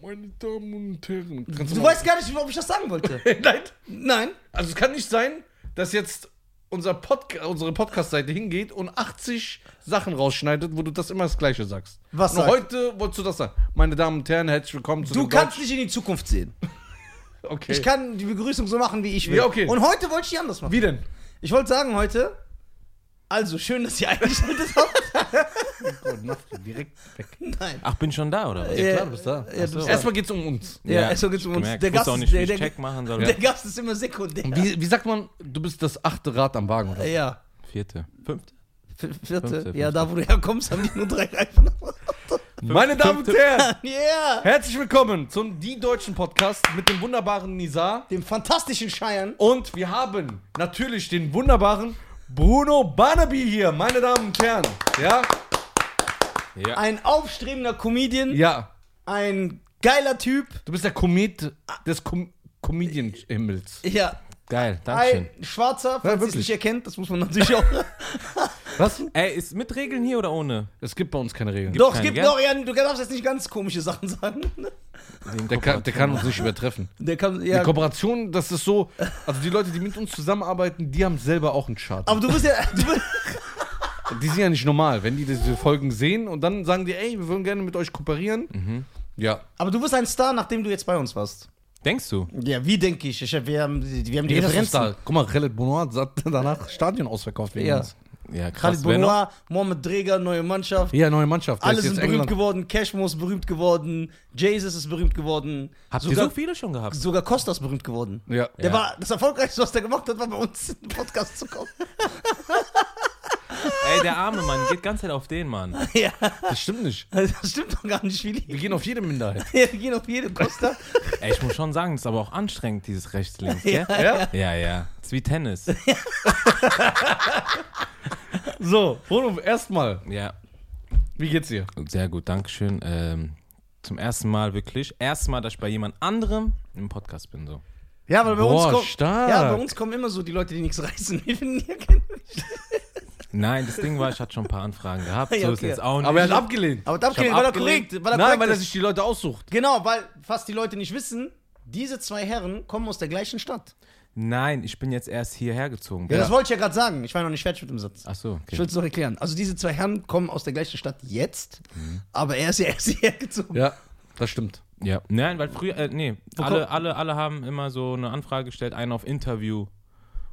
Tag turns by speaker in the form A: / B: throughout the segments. A: Meine Damen und Herren. Kannst
B: Du
A: mal-
B: weißt gar nicht, ob ich das sagen wollte.
A: Nein.
B: Nein.
A: Also es kann nicht sein, dass jetzt unser Podca unsere Podcast-Seite hingeht und 80 Sachen rausschneidet, wo du das immer das Gleiche sagst.
B: Was
A: und
B: sagst
A: heute wolltest du das sagen. Meine Damen und Herren, herzlich willkommen zu
B: Du
A: dem
B: kannst nicht in die Zukunft sehen.
A: Deutsch- Okay.
B: Ich kann die Begrüßung so machen, wie ich will.
A: Ja, okay.
B: Und heute wollte ich die anders machen.
A: Wie denn?
B: Ich wollte sagen heute, also schön, dass ihr eingeschaltet habt.
A: Oh, mach die direkt weg.
B: Nein.
C: Ach, bin schon da, oder was?
B: Ja,
A: klar, du bist da.
B: Ja, du bist da.
A: Erstmal geht's um uns.
B: Ja, so geht's
C: ich
B: um uns.
C: gemerkt.
B: Der
C: Ich wusste
B: Gast
C: auch
B: ist-
C: nicht,
B: der-
C: wie ich
B: der-
C: Check machen soll.
B: Der Gast ist immer sekundär.
A: Wie, wie sagt man, du bist das achte Rad am Wagen? Oder?
B: Ja.
C: Vierte. Fünfte.
B: V- Vierte.
C: Fünfte,
B: Ja, da wo du herkommst, haben die nur drei Reifen.
A: Meine Damen und Herren,
B: yeah.
A: herzlich willkommen zum Die Deutschen Podcast mit dem wunderbaren Nizar.
B: Dem fantastischen Scheiern.
A: Und wir haben natürlich den wunderbaren Bruno Barnaby hier, meine Damen und Herren. Ja?
C: Ja.
B: Ein aufstrebender Comedian.
A: Ja.
B: Ein geiler Typ.
A: Du bist der Komet des Com Comedian-Himmels.
B: Ja.
C: Geil, Dankeschön.
B: Ein Schwarzer, falls ihr es
A: wirklich.
B: nicht erkennt, das muss man natürlich auch.
A: Was?
C: Ey, ist mit Regeln hier oder ohne?
A: Es gibt bei uns keine Regeln.
B: Doch, es
C: keine,
B: gibt
C: gell?
B: noch, ja, du darfst jetzt nicht ganz komische Sachen sagen.
A: Der kann, der kann uns nicht übertreffen.
B: Der kann,
A: Die
B: ja.
A: Kooperation, das ist so, also die Leute, die mit uns zusammenarbeiten, die haben selber auch einen Schaden.
B: Aber du bist ja. Du bist,
A: Die sind ja nicht normal, wenn die diese Folgen sehen und dann sagen die, ey, wir würden gerne mit euch kooperieren. Ja.
B: aber du bist ein Star, nachdem du jetzt bei uns warst.
C: Denkst du?
B: Ja, wie denke ich? ich wir, haben, wir haben die
A: Jeder ist
B: Referenzen.
A: da. Guck mal, Khaled Bonoir hat danach Stadion ausverkauft wegen
B: Ja.
A: uns.
C: Ja, krass.
B: Khalid
C: wer noch?
B: Bonoir, Mohamed Dreger, neue Mannschaft.
A: Ja, neue Mannschaft. der
B: Alle
A: ist
B: sind
A: jetzt
B: berühmt
A: England.
B: geworden. Cashmo ist berühmt geworden. Jesus ist berühmt geworden.
C: Habt ihr
B: sogar,
C: so viele schon gehabt?
B: sogar Costa ist berühmt geworden.
A: Ja.
B: Der
C: Ja.
B: war das Erfolgreichste, was der gemacht hat, war bei uns in den Podcast zu kommen.
C: Ey, der arme Mann geht ganz halt auf den Mann.
B: ja,
A: Das stimmt nicht.
B: das stimmt doch gar nicht, Willi.
A: Wir gehen auf jede Minderheit.
B: Wir gehen auf jede Costa.
C: Ey, ich muss schon sagen, das ist aber auch anstrengend, dieses Rechts-Links, gell?
A: Ja?
C: Ja, ja. Das ist wie Tennis.
A: So, Bruno, erstmal,
C: Ja.
A: wie geht's dir?
C: Sehr gut, Dankeschön. Ähm, zum ersten Mal wirklich. Erstmal, dass ich bei jemand anderem im Podcast bin. So.
B: Ja, weil bei
A: Boah,
B: uns kommt,
A: stark.
B: Ja, bei uns kommen immer so die Leute, die nichts reißen. Wir finden hier keinen.
C: Nein, das Ding war, ich hatte schon ein paar Anfragen gehabt. So
B: Ja,
C: ist
B: okay.
C: jetzt auch nicht.
A: Aber er hat abgelehnt.
B: Aber da
A: Ich hab
B: war er
A: abgelehnt.
B: korrekt. War er
A: Nein,
B: korrekt
A: weil er
B: ist.
A: sich die Leute aussucht.
B: Genau, weil fast die Leute nicht wissen, diese zwei Herren kommen aus der gleichen Stadt.
C: Nein, ich bin jetzt erst hierher gezogen.
B: Ja. Das wollte ich ja gerade sagen. Ich war noch nicht fertig mit dem
A: Ah,
B: Satz.
C: Ach so,
B: Ich
C: okay.
B: will es noch erklären. Also diese zwei Herren kommen aus der gleichen Stadt jetzt,
A: Mhm.
B: aber er ist ja erst hierher gezogen.
A: Ja, das stimmt.
C: Ja. Nein, weil früher, äh, nee,
B: Wo
C: alle,
B: kommt-
C: alle, alle haben immer so eine Anfrage gestellt, einen auf Interview.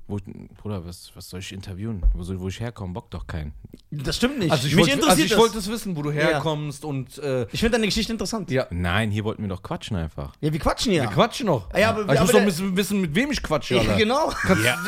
C: Wo, ich- Bruder, was, was soll ich interviewen? Wo, soll, wo ich herkomme, bock doch keinen.
B: Das stimmt nicht.
A: Also ich,
B: Mich
A: wollte, also
B: interessiert
A: ich
B: das.
A: wollte es wissen, wo du herkommst und äh,
B: Ich finde deine Geschichte interessant.
A: Ja.
C: Nein, hier wollten wir doch quatschen einfach.
B: Ja, wir quatschen ja.
A: wir quatschen noch.
B: Ja, aber-
A: Also ich muss
B: aber
A: doch
B: der-
A: wissen, wissen, mit wem ich quatsche.
B: Ja,
A: Alter.
B: genau.
C: Ja.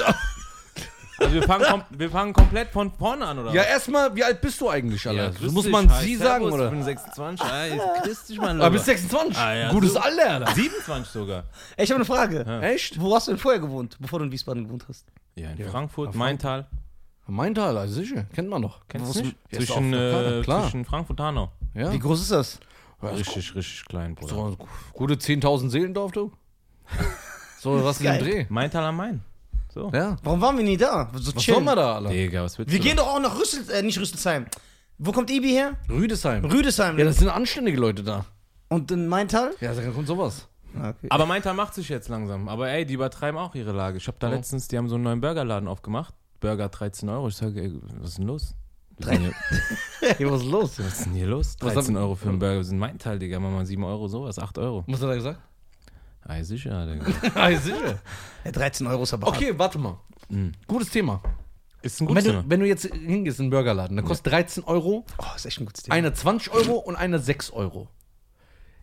C: Also wir fangen, kom wir fangen komplett von vorne an, oder
A: Ja,
C: was?
A: erstmal, wie alt bist du eigentlich,
C: Ja,
A: Alter?
C: grüß
A: muss
C: dich,
A: man
C: hi,
A: sie
C: servus,
A: sagen,
C: Ich
A: oder?
C: bin 26, ey, grüß dich, mein
A: Aber
C: Lieber.
A: bis 26.
C: Ah, ja,
A: Gutes
C: so.
A: Alter, Alter.
C: 27 sogar.
B: Ey, ich habe eine Frage.
A: Echt?
B: Wo hast du denn vorher gewohnt, bevor du in Wiesbaden gewohnt hast?
C: Ja, in Frankfurt, Maintal.
A: Mein Tal, also sicher. Kennt man noch.
C: Kennst
A: Was-
C: du nicht?
A: Ja, ist
C: Zwischen,
A: auf der Karte,
C: äh,
A: klar.
C: zwischen Frankfurt und Hanau.
A: ja.
B: Wie groß ist das?
C: Richtig, richtig klein, Bruder.
A: So, gute 10.000 Seelendorf, du. So, was in dem Dreh.
B: Geil.
C: Maintal am Main. So.
A: Ja.
B: Warum waren wir nie da? So
A: Was
B: chillen.
A: soll man da, Alter?
C: Digga, was willst
B: Wir
C: du?
B: gehen doch auch nach Rüssel, äh, nicht Rüsselsheim. Wo kommt Ibi her?
A: Rüdesheim.
B: Rüdesheim.
A: ja, das sind anständige Leute da.
B: Und in Maintal? Ah,
A: Ja, da kommt sowas.
B: Okay.
A: Ah.
C: Aber Maintal macht sich jetzt langsam. Aber ey, die übertreiben auch ihre Lage. Ich hab
A: Oh.
C: da letztens, die haben so einen neuen Burgerladen aufgemacht. Burger 13 Euro. Ich sage, ey, was ist denn los? Wir sind hier-
A: Hey, was ist los?
C: Was ist denn hier los?
A: Was
C: 13
A: haben-
C: Euro für einen Burger. Wir sind Maintal, Digga. Mach mal 7 Euro sowas, 8 Euro.
A: Was hat er gesagt?
C: Ey, sicher, Digga.
A: ah, sicher.
B: Ja, 13 Euro ist aber hart.
A: Okay, warte mal. Hm. Gutes Thema.
C: Ist ein
A: Wenn
C: gutes Thema.
A: du, wenn du jetzt hingehst in einen Burgerladen, dann kostet 13 Euro,
B: Oh, ist echt ein gutes Thema.
A: einer 20 Euro und einer 6 Euro.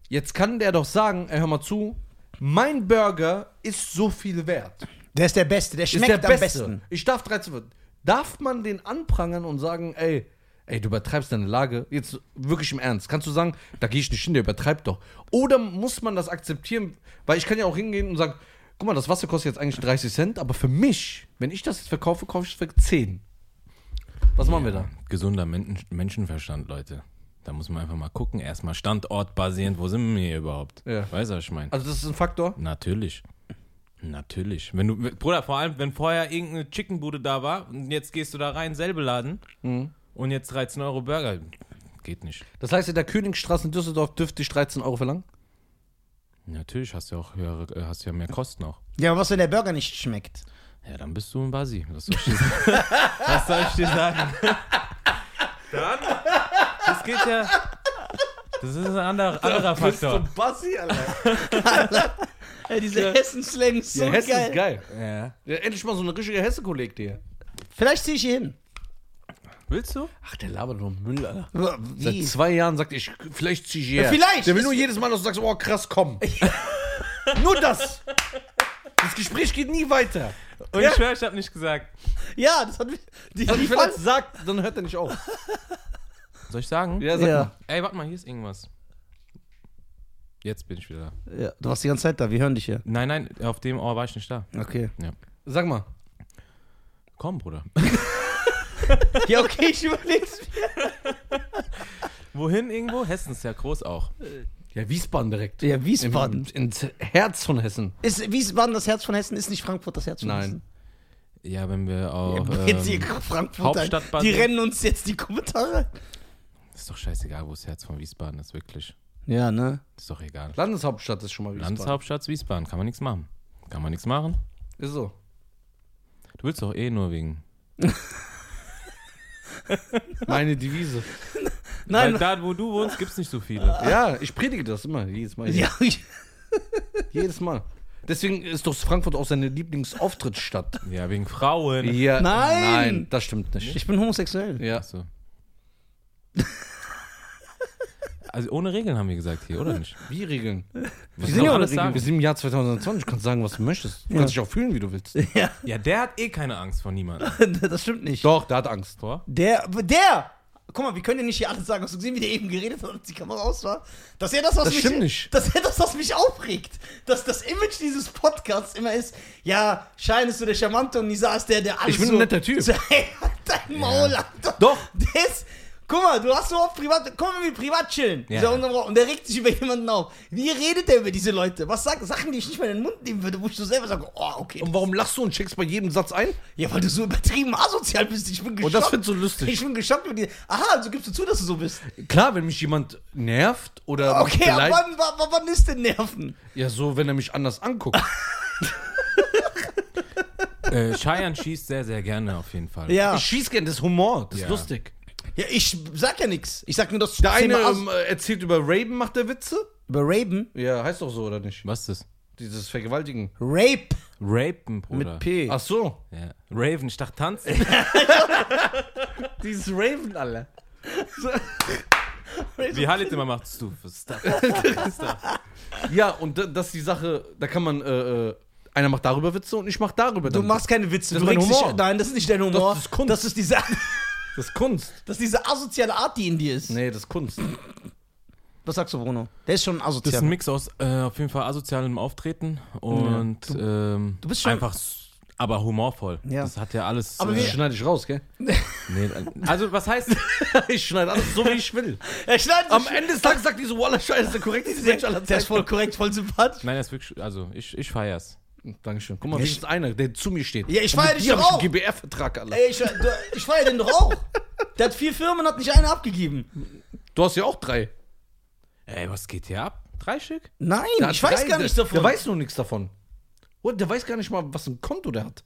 A: Jetzt kann der doch sagen, ey, hör mal zu, mein Burger ist so viel wert.
B: Der ist der Beste, der
A: ist
B: schmeckt
A: der
B: am
A: Beste.
B: besten.
A: Ich darf 13 Euro. Darf man den anprangern und sagen, ey, ey, du übertreibst deine Lage? Jetzt wirklich im Ernst. Kannst du sagen, da gehe ich nicht hin, der übertreibt doch. Oder muss man das akzeptieren? Weil ich kann ja auch hingehen und sagen, guck mal, das Wasser kostet jetzt eigentlich 30 Cent, aber für mich, wenn ich das jetzt verkaufe, kaufe ich es für 10. Was machen wir da?
C: Gesunder Men Menschenverstand, Leute. Da muss man einfach mal gucken. Erstmal standortbasierend, wo sind wir hier überhaupt?
A: Ja.
C: Weißt du, was ich meine?
A: Also, das ist ein Faktor.
C: Natürlich. Natürlich. Wenn du, Bruder, vor allem, wenn vorher irgendeine Chickenbude da war und jetzt gehst du da rein, selbe Laden und jetzt 13 Euro Burger. Geht nicht.
A: Das heißt, in der Königstraße in Düsseldorf dürfte ich 13 Euro verlangen?
C: Natürlich hast du ja auch höhere, äh, hast ja mehr Kosten auch.
B: Ja, aber was, wenn der Burger nicht schmeckt?
C: Ja, dann bist du ein Basi. Was soll ich dir sagen? Was soll ich dir sagen? Dann? Das geht ja. Das ist ein ander, anderer Faktor.
A: Bassi, Alter.
B: Ey, diese Hessen-Slang ist so
A: Ja, Hessen
B: geil.
A: ist geil.
C: Ja.
A: Ja, endlich mal so eine richtige Hesse-Kolleg dir.
B: Vielleicht ziehe ich hier hin.
C: Willst du?
A: Ach, der labert nur Müll, Alter. Seit
B: Wie?
A: zwei Jahren sagt ich, vielleicht zieh ich hierher.
B: Ja, vielleicht.
A: Der will nur jedes Mal, dass du sagst, oh krass, komm. nur das. Das Gespräch geht nie weiter.
C: Und ich schwöre, ich habe nicht gesagt.
B: Ja, das hat mich. Die,
A: Wenn
B: die
A: ich
B: Fall-
A: was sagt, dann hört er nicht auf.
C: Soll ich sagen?
A: Ja, sag
B: ja.
C: Ey, warte mal, hier ist irgendwas. Jetzt bin ich wieder da.
B: ja, du warst die ganze Zeit da, wir hören dich ja.
C: Nein, nein, auf dem Ohr war ich nicht da.
B: Okay.
A: mal. Sag mal.
C: Komm, Bruder.
B: Ja, okay, ich überleg's mir.
C: Wohin irgendwo? Hessen ist ja groß auch.
A: Ja, Wiesbaden direkt.
B: Ja, Wiesbaden.
A: Im, ins Herz von Hessen.
B: Ist Wiesbaden das Herz von Hessen? Ist nicht Frankfurt das Herz von Hessen?
A: Nein. Oh,
C: Ja, wenn wir auch.
B: Jetzt hier
C: Ähm,
B: Frankfurt.
C: Hauptstadt
B: die
C: Baden-
B: rennen uns jetzt die Kommentare.
C: ist doch scheißegal, wo das Herz von Wiesbaden ist, wirklich.
B: Ja, ne?
C: Ist doch egal.
A: Landeshauptstadt ist schon mal Wiesbaden.
C: Landeshauptstadt ist Wiesbaden, kann man nichts machen. Kann man nichts machen.
A: Ist so.
C: Du willst doch eh nur wegen.
A: Meine Devise.
B: Nein.
C: Weil da, wo du wohnst, gibt's nicht so viele.
A: Ja, ich predige das immer, jedes Mal.
B: Ah. ja, ich,
A: Jedes Mal. Deswegen ist doch Frankfurt auch seine Lieblingsauftrittsstadt.
C: Ja, wegen Frauen.
A: Ja,
B: Nein!
A: Nein, das stimmt nicht.
B: ich bin homosexuell.
A: Ja.
C: Achso. Also ohne Regeln haben wir gesagt hier, oder nicht?
A: Wie Regeln?
C: Wir
B: sind ja ohne
A: Regeln. Wir sind im Jahr 2020, du kannst sagen, was du möchtest. Du kannst dich auch fühlen, wie du willst.
B: Ja,
C: Ja, der hat eh keine Angst vor niemandem.
B: das stimmt nicht.
A: Doch, der hat Angst.
C: Vor?
B: Der, der! Guck mal, wir können ja nicht hier alles sagen. Hast du gesehen, wie der eben geredet hat, als die Kamera aus war? Das ist ja das, was
A: Das
B: mich,
A: stimmt nicht.
B: Das ist ja das, was mich aufregt. Dass das Image dieses Podcasts immer ist, ja, Schein ist so der Charmante und Nisa ist der, der alles
A: Ich bin
B: so,
A: ein netter Typ.
B: So, hey, halt dein Maul, Alter.
A: Doch.
B: Das, guck mal, du hast so oft privat, komm, wenn wir privat chillen.
C: Ja.
B: So, und dann- und der regt sich über jemanden auf. Wie redet der über diese Leute? Was sagt, Sachen, die ich nicht mal in den Mund nehmen würde, wo ich so selber sage, oh, okay.
A: Und warum lachst du und checkst bei jedem Satz ein?
B: Ja, weil du so übertrieben asozial bist. Ich bin geschockt.
A: Und das findest du lustig.
B: Ich bin geschockt über die. Aha, also gibst du zu, dass du so bist.
A: Klar, wenn mich jemand nervt oder mich
B: Okay, aber
A: beleidigt.
B: wann, wann, wann- wann ist denn Nerven?
A: Ja, so, wenn er mich anders anguckt.
C: Äh, Cheyenne schießt sehr, sehr gerne auf jeden Fall.
B: Ja.
A: Ich schieß gern, das ist Humor, das ist
C: Ja.
A: lustig.
B: ja, ich sag ja nichts. Ich sag nur, dass
A: Der eine
B: zehnmal aus-
A: ähm, erzählt über Raven, macht der Witze?
B: über Raben.
A: Ja, heißt doch so, oder nicht?
C: Was ist das?
A: Dieses Vergewaltigen.
B: Rape
C: Rapen, Bruder.
B: mit P.
A: Ach so.
C: Ja. Raven, ich dachte tanzen.
A: Dieses Raven, alle.
C: Wie Halit immer macht, Stufe, Stuff.
A: Ja, und da- das ist die Sache, da kann man, äh, äh, einer macht darüber Witze und ich mach darüber
B: Du
A: dann.
B: machst keine Witze.
A: Das
B: du
A: ist mein
B: regst dich-
A: Humor.
B: Nein, das ist nicht dein Humor.
A: Das ist Kunst.
B: Das ist diese,
A: Das ist Kunst.
B: das ist diese asoziale Art, die in dir ist.
A: Nee, das ist Kunst.
B: Was sagst du, Bruno? Der ist schon
C: Das ist
B: asozial.
C: ein Mix aus äh, auf jeden Fall asozialem Auftreten und ähm,
B: du bist schon-
C: einfach, s- aber humorvoll.
B: Ja.
C: Das hat ja alles.
B: Aber
A: Ich
B: wir-
C: äh,
A: schneide dich raus, gell?
C: nee, also was heißt?
A: Ich schneide alles so, wie ich will.
B: er schneidet
A: Am
B: sich-
A: Ende des Tages sagt diese Waller Scheiße, der korrekteste Mensch aller
B: Der ist
A: Zeiten.
B: voll korrekt, voll sympathisch.
C: Nein, das ist wirklich. Also ich ich feier's.
A: Dankeschön. Guck mal, wenigstens einer, der zu mir steht.
B: Ja, ich
A: Und
B: feier
A: mit
B: dich
A: dir
B: doch
A: hab ich
B: auch.
A: einen GBR-Vertrag, Alter.
B: Ey, ich, du- ich feier den doch auch. Der hat vier Firmen und hat nicht eine abgegeben.
A: Du hast ja auch drei.
C: Ey, was geht hier ab? Drei Stück?
B: Nein,
A: Der
B: ich
A: hat
B: weiß
A: drei,
B: gar
A: der-
B: nichts davon.
A: Der weiß nur nichts davon. Und der weiß gar nicht mal, was ein Konto der hat.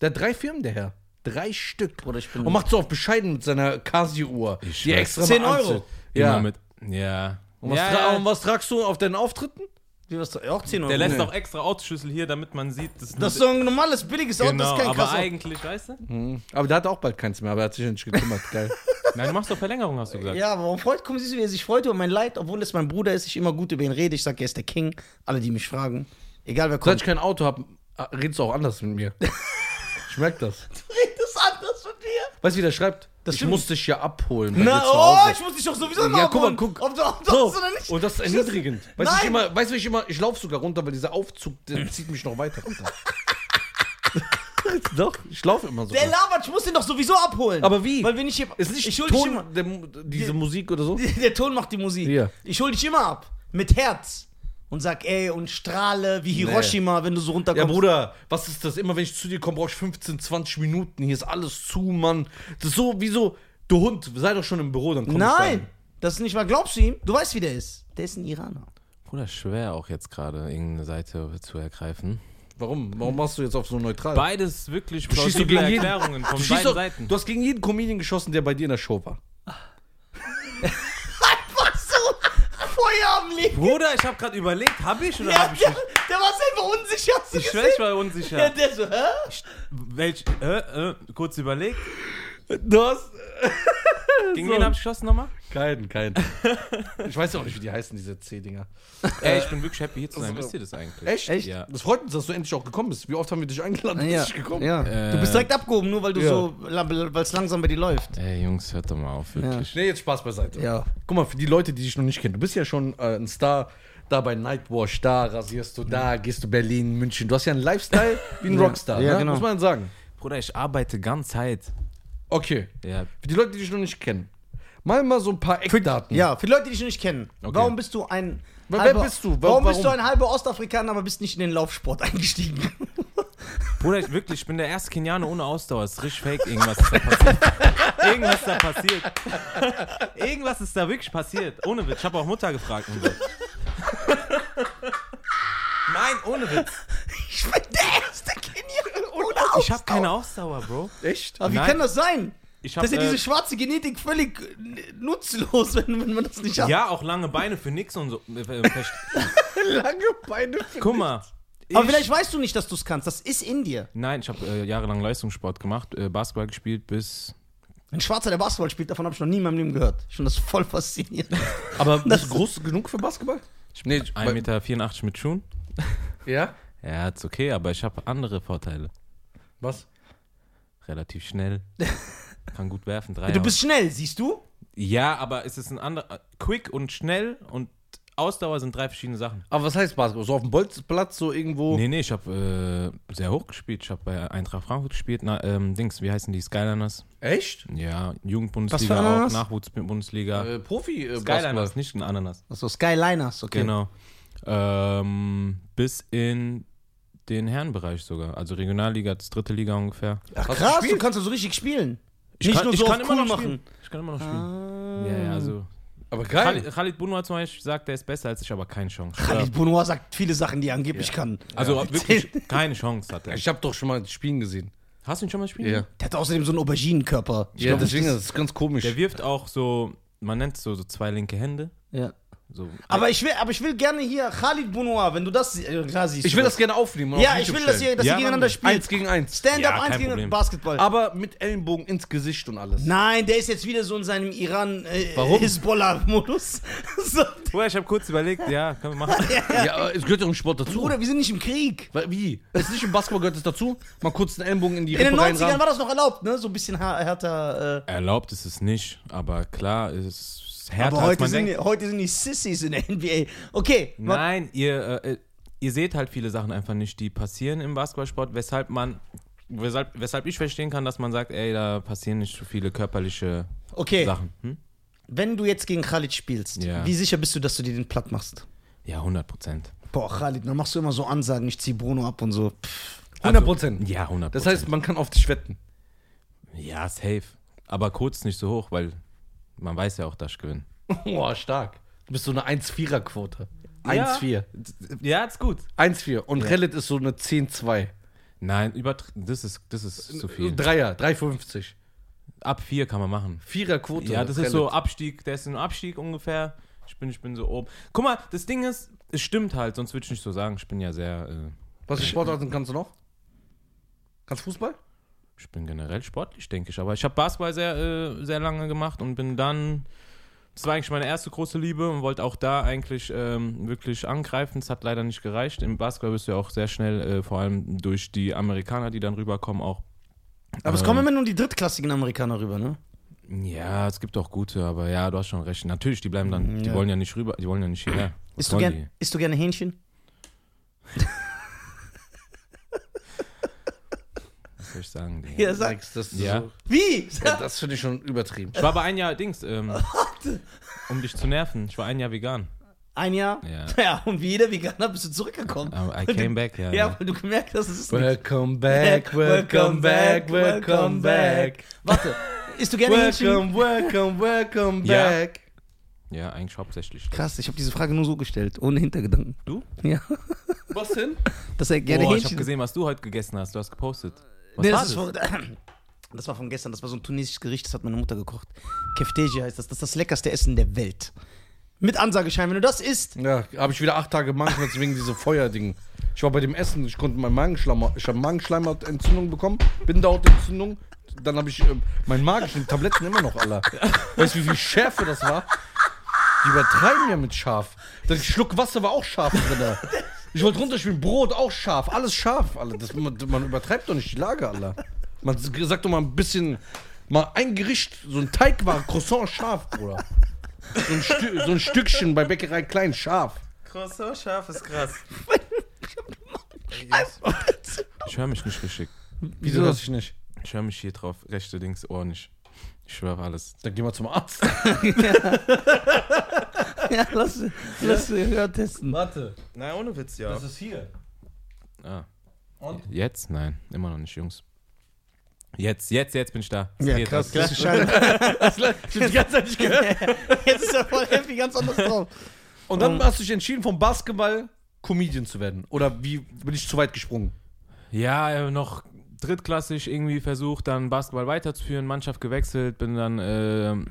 A: Der hat drei Firmen, der Herr. Drei Stück.
B: Bruder, ich bin-
A: Und macht so auf bescheiden mit seiner Casio-Uhr.
C: Ich
A: Die
C: weiß.
A: extra mal
B: 10 Euro.
A: anzählt.
C: Immer
A: Ja.
C: mit. Ja.
A: und, was
C: ja,
A: tra-
C: ja.
A: und was tragst du auf deinen Auftritten?
B: Wie was? Auch 10 Euro.
C: Der lässt
A: Nee.
C: auch extra Autoschlüssel hier, damit man sieht, dass
B: Das ist so ein normales, billiges Auto,
C: genau,
B: das ist kein
C: aber
B: krasser.
C: eigentlich, weißt du?
A: Aber der hat auch bald keins mehr, aber er hat sich ja nicht gekümmert. Geil.
C: Nein, du machst doch Verlängerung, hast du gesagt.
B: Ja, aber warum freut, komm, siehst du, wie er sich freut über um mein Leid, obwohl das mein Bruder ist, ich immer gut über ihn rede. Ich sag, er ist der King. Alle, die mich fragen, egal wer
A: Seit
B: kommt.
A: ich kein Auto habe, redest du auch anders mit mir. Ich merk das.
B: Du redest anders von dir.
A: Weißt du, wie der schreibt?
B: Das
A: ich
B: stimmt.
A: muss dich ja abholen. bei dir
B: Na,
A: zu
B: oh,
A: Hause.
B: ich muss dich doch sowieso immer
A: Ja, guck mal,
B: abholen.
A: guck.
B: Ob du, ob du hast oder nicht.
A: so. Und das ist erniedrigend. Weißt du, ich
B: Nein.
A: immer, weißt du, ich immer, ich laufe sogar runter, weil dieser Aufzug, der zieht mich noch weiter runter. Doch, ich laufe immer so.
B: der labert, ich muss den doch sowieso abholen.
A: Aber wie?
B: Weil wir nicht hier.
A: Ist nicht
B: ich hol dich immer.
A: Ton, der, diese
B: Die-
A: Musik oder so?
B: Der Ton macht die Musik.
A: Ja.
B: Ich hol dich immer ab. Mit Herz. Und sag, ey, und strahle wie Hiroshima, wenn du so runterkommst.
A: Ja, Bruder, was ist das? Immer wenn ich zu dir komme, brauche ich 15, 20 Minuten. Hier ist alles zu, Mann. Das ist so wie so, du Hund, sei doch schon im Büro, dann komm ich
B: Nein,
A: dahin.
B: das ist nicht wahr. Glaubst du ihm? Du weißt, wie der ist. Der ist ein Iraner.
C: Bruder, schwer auch jetzt gerade irgendeine Seite zu ergreifen.
A: Warum? Warum machst du jetzt auf so neutral?
C: Beides wirklich
A: Du schießt doch
C: plausible
A: gegen jeden.
C: Erklärungen von
A: du, schießt
C: beiden
A: doch,
C: Seiten.
A: du hast gegen jeden Comedian geschossen, der bei dir in der Show war.
B: Was so? Feuer am Leben.
C: Bruder, ich habe gerade überlegt, habe ich oder
B: Der,
C: habe ich
B: der,
C: nicht?
B: der war selber unsicher. Hast du
C: Ich schwör,
B: gesehen?
C: ich war
B: Der,
C: unsicher.
B: der so, hä?
C: Welch, äh, äh, kurz überlegt.
A: Du hast.
C: Gegen
A: So.
C: wen habe ich geschossen nochmal?
A: Keinen, keinen. Ich weiß auch nicht, wie die heißen, diese C-Dinger.
C: Ey, ich bin wirklich happy hier zu sein.
A: so.
C: Wisst ihr das eigentlich?
A: Äh, also- Echt?
B: Echt?
A: Ja. Das freut uns, dass du endlich auch gekommen bist. Wie oft haben wir dich eingeladen? Du bist nicht gekommen.
B: Du bist direkt abgehoben, nur weil du
A: Ja.
B: so, weil es langsam bei dir läuft.
C: Ey, Jungs, hört doch mal auf, wirklich.
A: Nee, jetzt Spaß beiseite.
B: Ja.
A: Guck mal, für die Leute, die dich noch nicht kennen, du bist ja schon äh, ein Star. Da bei Nightwash, da rasierst du, da gehst du Berlin, München. Du hast ja einen Lifestyle wie ein
B: Ja.
A: Rockstar,
B: Ja,
A: ne?
B: genau.
A: muss man sagen.
C: Bruder, ich arbeite ganz Zeit.
A: Okay,
C: Ja.
A: für die Leute, die dich noch nicht kennen, mal mal so ein paar Eckdaten.
B: Ja, für die Leute, die dich nicht kennen, warum bist du ein
A: Wer- wer bist du? Wa-
B: Warum, bist du
A: warum?
B: ein halber Ostafrikaner, aber bist nicht in den Laufsport eingestiegen?
C: Bruder, ich wirklich, ich bin der erste Kenianer ohne Ausdauer. Es ist richtig fake. Irgendwas ist da passiert. Irgendwas ist da passiert. Irgendwas ist da wirklich passiert. Ohne Witz. Ich habe auch Mutter gefragt. Und so. Nein, ohne Witz.
B: Ich bin der erste Kenianer ohne
C: Ich habe
B: Ausdauer.
C: keine Ausdauer, Bro.
A: Echt?
B: Aber wie
C: Nein.
B: kann das sein?
C: Ich hab,
B: Das ist ja
C: äh,
B: diese schwarze Genetik völlig äh, nutzlos, wenn, wenn man das nicht hat.
C: ja, auch lange Beine für nix und so. Äh, äh, verst-
A: Lange Beine.
C: Guck mal.
B: aber
C: ich-
B: vielleicht weißt du nicht, dass du es kannst. Das ist in dir.
C: Nein, ich habe äh, jahrelang Leistungssport gemacht, äh, Basketball gespielt bis.
B: Ein Schwarzer, der Basketball spielt, davon habe ich noch nie in meinem Leben gehört. Ich finde das voll faszinierend.
A: Aber bist
B: Das-
A: du groß genug für Basketball? Nee,
C: 1,84 Meter mit Schuhen.
A: Ja?
C: Ja, ist okay, aber ich habe andere Vorteile.
A: Was?
C: Relativ schnell. Kann gut werfen, drei.
B: Du bist schnell, siehst du?
C: ja, aber es ist ein anderer. Quick und schnell und Ausdauer sind drei verschiedene Sachen.
A: Aber was heißt Basketball? So auf dem Bolzplatz, so
B: Oh.
A: irgendwo.
C: Nee, nee, ich habe äh, sehr hoch gespielt. Ich habe bei Eintracht Frankfurt gespielt. Na, ähm, Dings, wie heißen die? Skyliners?
A: Echt?
C: Ja,
B: Was für
C: Jugendbundesliga auch,
B: Ananas?
C: Nachwuchsbundesliga.
A: Äh, Profi äh, Basketball.
C: Skyliners, nicht ein Ananas.
B: Achso, Skyliners, okay.
C: Genau. Ähm, bis in den Herrenbereich sogar. Also Regionalliga, das dritte Liga ungefähr.
A: Hast
B: Ach,
A: du
B: krass, du
A: gespielt?
B: kannst also richtig spielen.
C: Ich
B: nicht
C: kann,
B: nur
C: ich
B: so
C: kann
B: auf
C: immer
B: cool
C: noch
B: machen.
C: spielen. Ich kann immer noch spielen. Ja, ja, also.
A: Aber geil.
C: Khalid, Khalid Bunwa zum Beispiel sagt, der ist besser als ich, aber keine Chance.
B: Khalid Bonoir sagt viele Sachen, die er angeblich kann.
C: Also wirklich keine Chance hat er.
A: Ich habe doch schon mal Spielen gesehen.
C: Hast du ihn schon mal
B: Mhm.
C: spielen? sehen?
B: Der hat außerdem so einen Auberginenkörper. Ich
A: Ja,
B: glaub,
A: deswegen das ist ganz komisch.
C: Der wirft auch so, man nennt es so, so zwei linke Hände.
B: Ja.
C: So.
B: Aber ich will, aber ich will gerne hier Khalid Bonoir, wenn du das äh, klar siehst.
A: Ich
B: du
A: will
B: das.
A: das gerne aufnehmen. und
B: Ja,
A: auf
B: ich
A: YouTube
B: will, dass
A: stellen.
B: ihr, dass
C: Ja,
B: ihr
C: machen
B: gegeneinander
C: wir.
B: spielt.
A: Eins gegen eins.
B: Stand-up
C: Ja,
B: eins
C: kein
B: gegen
C: Problem.
B: Basketball.
A: Aber mit Ellenbogen ins Gesicht und alles.
B: Nein, der ist jetzt wieder so in seinem Iran äh,
A: Warum?
B: Hisbollah-Modus. so,
C: Bruder, ich habe kurz überlegt, ja, können wir machen.
A: Ja, aber es gehört ja im Sport dazu.
B: Bruder, wir sind nicht im Krieg.
A: Wa- Wie? Ist nicht im Basketball gehört es dazu? Mal kurz den Ellenbogen in die
B: In den
A: Rippe
B: 90ern
A: reinrahmen.
B: war das noch erlaubt, ne? So ein bisschen har- härter. Äh,
C: Erlaubt ist es nicht, aber klar, es ist härter
B: aber
C: als
B: heute
C: man
B: sind,
C: denkt.
B: die, heute sind die Sissies in der NBA. Okay, wa-
C: Nein, ihr, äh, ihr seht halt viele Sachen einfach nicht, die passieren im Basketballsport, weshalb man, weshalb, weshalb ich verstehen kann, dass man sagt, ey, da passieren nicht so viele körperliche
B: okay.
C: Sachen. Hm?
B: Wenn du jetzt gegen Khalid spielst,
C: Ja.
B: wie sicher bist du, dass du dir den platt machst?
C: Ja, 100 Prozent.
B: Boah, Khalid, dann machst du immer so Ansagen, ich zieh Bruno ab und so. Pff,
A: 100 Prozent.
C: Ja, 100
A: Das heißt, man kann auf dich wetten.
C: ja, safe. Aber kurz nicht so hoch, weil man weiß ja auch, dass ich gewinne.
A: Boah, stark. Du bist so eine 1-4er-Quote.
C: Ja.
A: 1-4.
C: Ja, ist gut.
A: 1-4. Und Relit ist so eine 10-2.
C: Nein, übertr das ist, das ist zu viel.
A: Dreier, 3,50.
C: Ab vier kann man machen.
A: Vierer-Quote.
C: Ja, das ist
A: Relit.
C: so Abstieg, der ist ein Abstieg ungefähr. Ich bin, ich bin so oben. Guck mal, das Ding ist, es stimmt halt, sonst würde ich nicht so sagen. Ich bin ja sehr äh,
A: Was für Sportarten kannst du noch? Kannst du Fußball?
C: Ich bin generell sportlich, denke ich. Aber ich habe Basketball sehr, äh, sehr lange gemacht und bin dann. Das war eigentlich meine erste große Liebe und wollte auch da eigentlich ähm, wirklich angreifen. Es hat leider nicht gereicht. Im Basketball bist du ja auch sehr schnell, äh, vor allem durch die Amerikaner, die dann rüberkommen, auch.
B: aber
C: Ähm,
B: es kommen immer nur die drittklassigen Amerikaner rüber, ne?
C: Ja, es gibt auch gute, aber ja, du hast schon recht. Natürlich, die bleiben dann. Die
B: Mhm, Ja.
C: wollen ja nicht rüber, die wollen ja nicht hierher. Was
B: Isst du,
C: wollen
B: gern, isst du gerne Hähnchen?
C: die? Was soll ich sagen? Digga?
B: Ja, sag.
A: Nix, das ist
C: Ja.
A: so,
B: Wie?
A: ja, das finde ich schon übertrieben.
C: Ich war aber ein Jahr Dings, ähm, um dich zu nerven. Ich war ein Jahr vegan.
B: Ein Jahr?
C: Ja.
B: ja, und wie jeder Veganer bist du zurückgekommen.
C: Aber I came back, ja.
B: Ja, weil du gemerkt hast, es ist nicht.
A: Welcome back, welcome back, welcome back.
B: Warte, isst du gerne Hähnchen?
A: Welcome, welcome, welcome
C: Ja.
A: back.
C: Ja, eigentlich hauptsächlich.
B: Krass, ich habe diese Frage nur so gestellt, ohne Hintergedanken.
C: Du?
B: Ja,
A: Was denn?
B: dass er gerne
C: Boah, ich habe
B: Hähnchen...
C: gesehen, was du heute gegessen hast. Du hast gepostet. Was
B: nee,
C: war
B: das, ist Von, das war von gestern, das war so ein tunesisches Gericht, das hat meine Mutter gekocht. Kefteje heißt das, das ist das leckerste Essen der Welt. Mit Ansageschein, wenn du das isst,
A: Ja, habe ich wieder acht Tage Magenschmerzen wegen diesem Feuerding. Ich war bei dem Essen, ich konnte meinen Magenschleimhaut, ich habe Magenschleimhautentzündung bekommen, Bindehautentzündung. Dann habe ich äh, meinen magischen Tabletten immer noch alle. Weißt du, wie viel Schärfe das war? Die übertreiben ja mit scharf. Der Schluck Wasser war auch scharf drin. Ich wollte runterspielen, Brot auch scharf, alles scharf, alle. Das, man, man übertreibt doch nicht die Lage, alle. Man sagt doch mal ein bisschen, mal ein Gericht, so ein Teig war Croissant scharf, Bruder. So ein, Stü so ein Stückchen bei Bäckerei Klein scharf.
C: Krass, so scharf ist krass. Ich höre mich nicht richtig.
A: Wieso das ich nicht?
C: Ich höre mich hier drauf, rechte, links, Ohr nicht. Ich schwöre alles.
A: Dann geh mal zum Arzt.
B: ja, lass, lass ja. testen.
A: Warte,
C: Nein, ohne Witz, ja.
A: ist hier.
C: Ah.
A: Und?
C: Jetzt? Nein, immer noch nicht, Jungs. Jetzt, jetzt, jetzt bin ich da. Es
B: Ja,
C: geht,
B: krass,
C: das-
B: das ist schade.
A: Ich hab die ganze Zeit nicht gehört.
B: Jetzt ist er voll happy, ganz anders drauf.
A: Und dann hast du dich entschieden, vom Basketball Comedian zu werden. Oder wie bin ich zu weit gesprungen?
C: Ja, äh, noch drittklassig irgendwie versucht, dann Basketball weiterzuführen, Mannschaft gewechselt, bin dann ähm,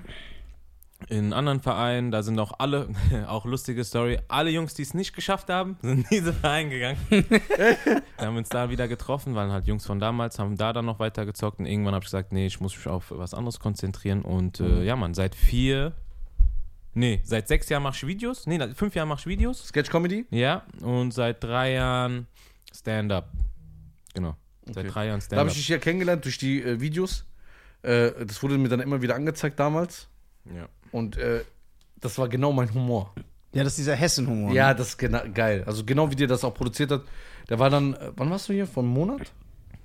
C: in einen anderen Verein, da sind auch alle, auch lustige Story, alle Jungs, die es nicht geschafft haben, sind in diesen Verein gegangen. Wir haben uns da wieder getroffen, waren halt Jungs von damals, haben da dann noch weiter gezockt und irgendwann habe ich gesagt, nee, ich muss mich auf was anderes konzentrieren und äh, ja, man, seit vier, nee, seit sechs Jahren mache ich Videos, nee, seit fünf Jahren mache ich Videos.
A: Sketch Comedy?
C: Ja, und seit drei Jahren Stand-up. Genau. Seit
A: Okay.
C: drei Jahren
A: Da habe ich
C: Stand-up.
A: dich ja kennengelernt durch die äh, Videos. Äh, das wurde mir dann immer wieder angezeigt damals.
C: Ja.
A: Und äh, das war genau mein Humor.
B: Ja, das ist dieser Hessen-Humor.
A: Ja,
B: ne?
A: das ist gena- geil. Also genau wie dir das auch produziert hat. Der war dann, äh, wann warst du hier? Vor einem Monat?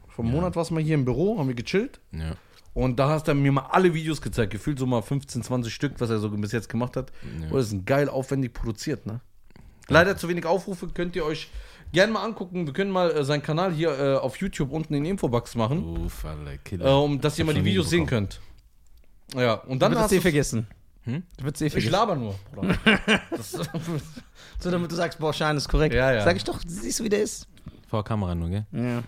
A: Vor einem Monat warst du mal hier im Büro, haben wir gechillt.
C: ja.
A: Und da hast du mir mal alle Videos gezeigt, gefühlt so mal 15, 20 Stück, was er so bis jetzt gemacht hat. Und das ist geil aufwendig produziert, ne? Leider zu wenig Aufrufe, könnt ihr euch gerne mal angucken. Wir können mal äh, seinen Kanal hier äh, auf YouTube unten in die Infobox machen,
C: Uff, alle
B: Oh,
A: äh,
C: Killer.
A: um dass ihr mal die
C: schon
A: Videos sehen
C: hinbekommen.
A: könnt. Ja, und
B: Du
A: dann
B: würdest
A: hast
B: eh
A: du...
B: vergessen.
C: Hm?
B: Du würdest eh
A: Ich
B: vergessen.
A: laber nur, Bruder. Das,
B: So, damit du sagst, boah, Schein ist korrekt.
A: Ja, ja.
B: Sag ich doch, siehst du, wie der ist?
C: Vor Kamera nur, gell?
B: Ja.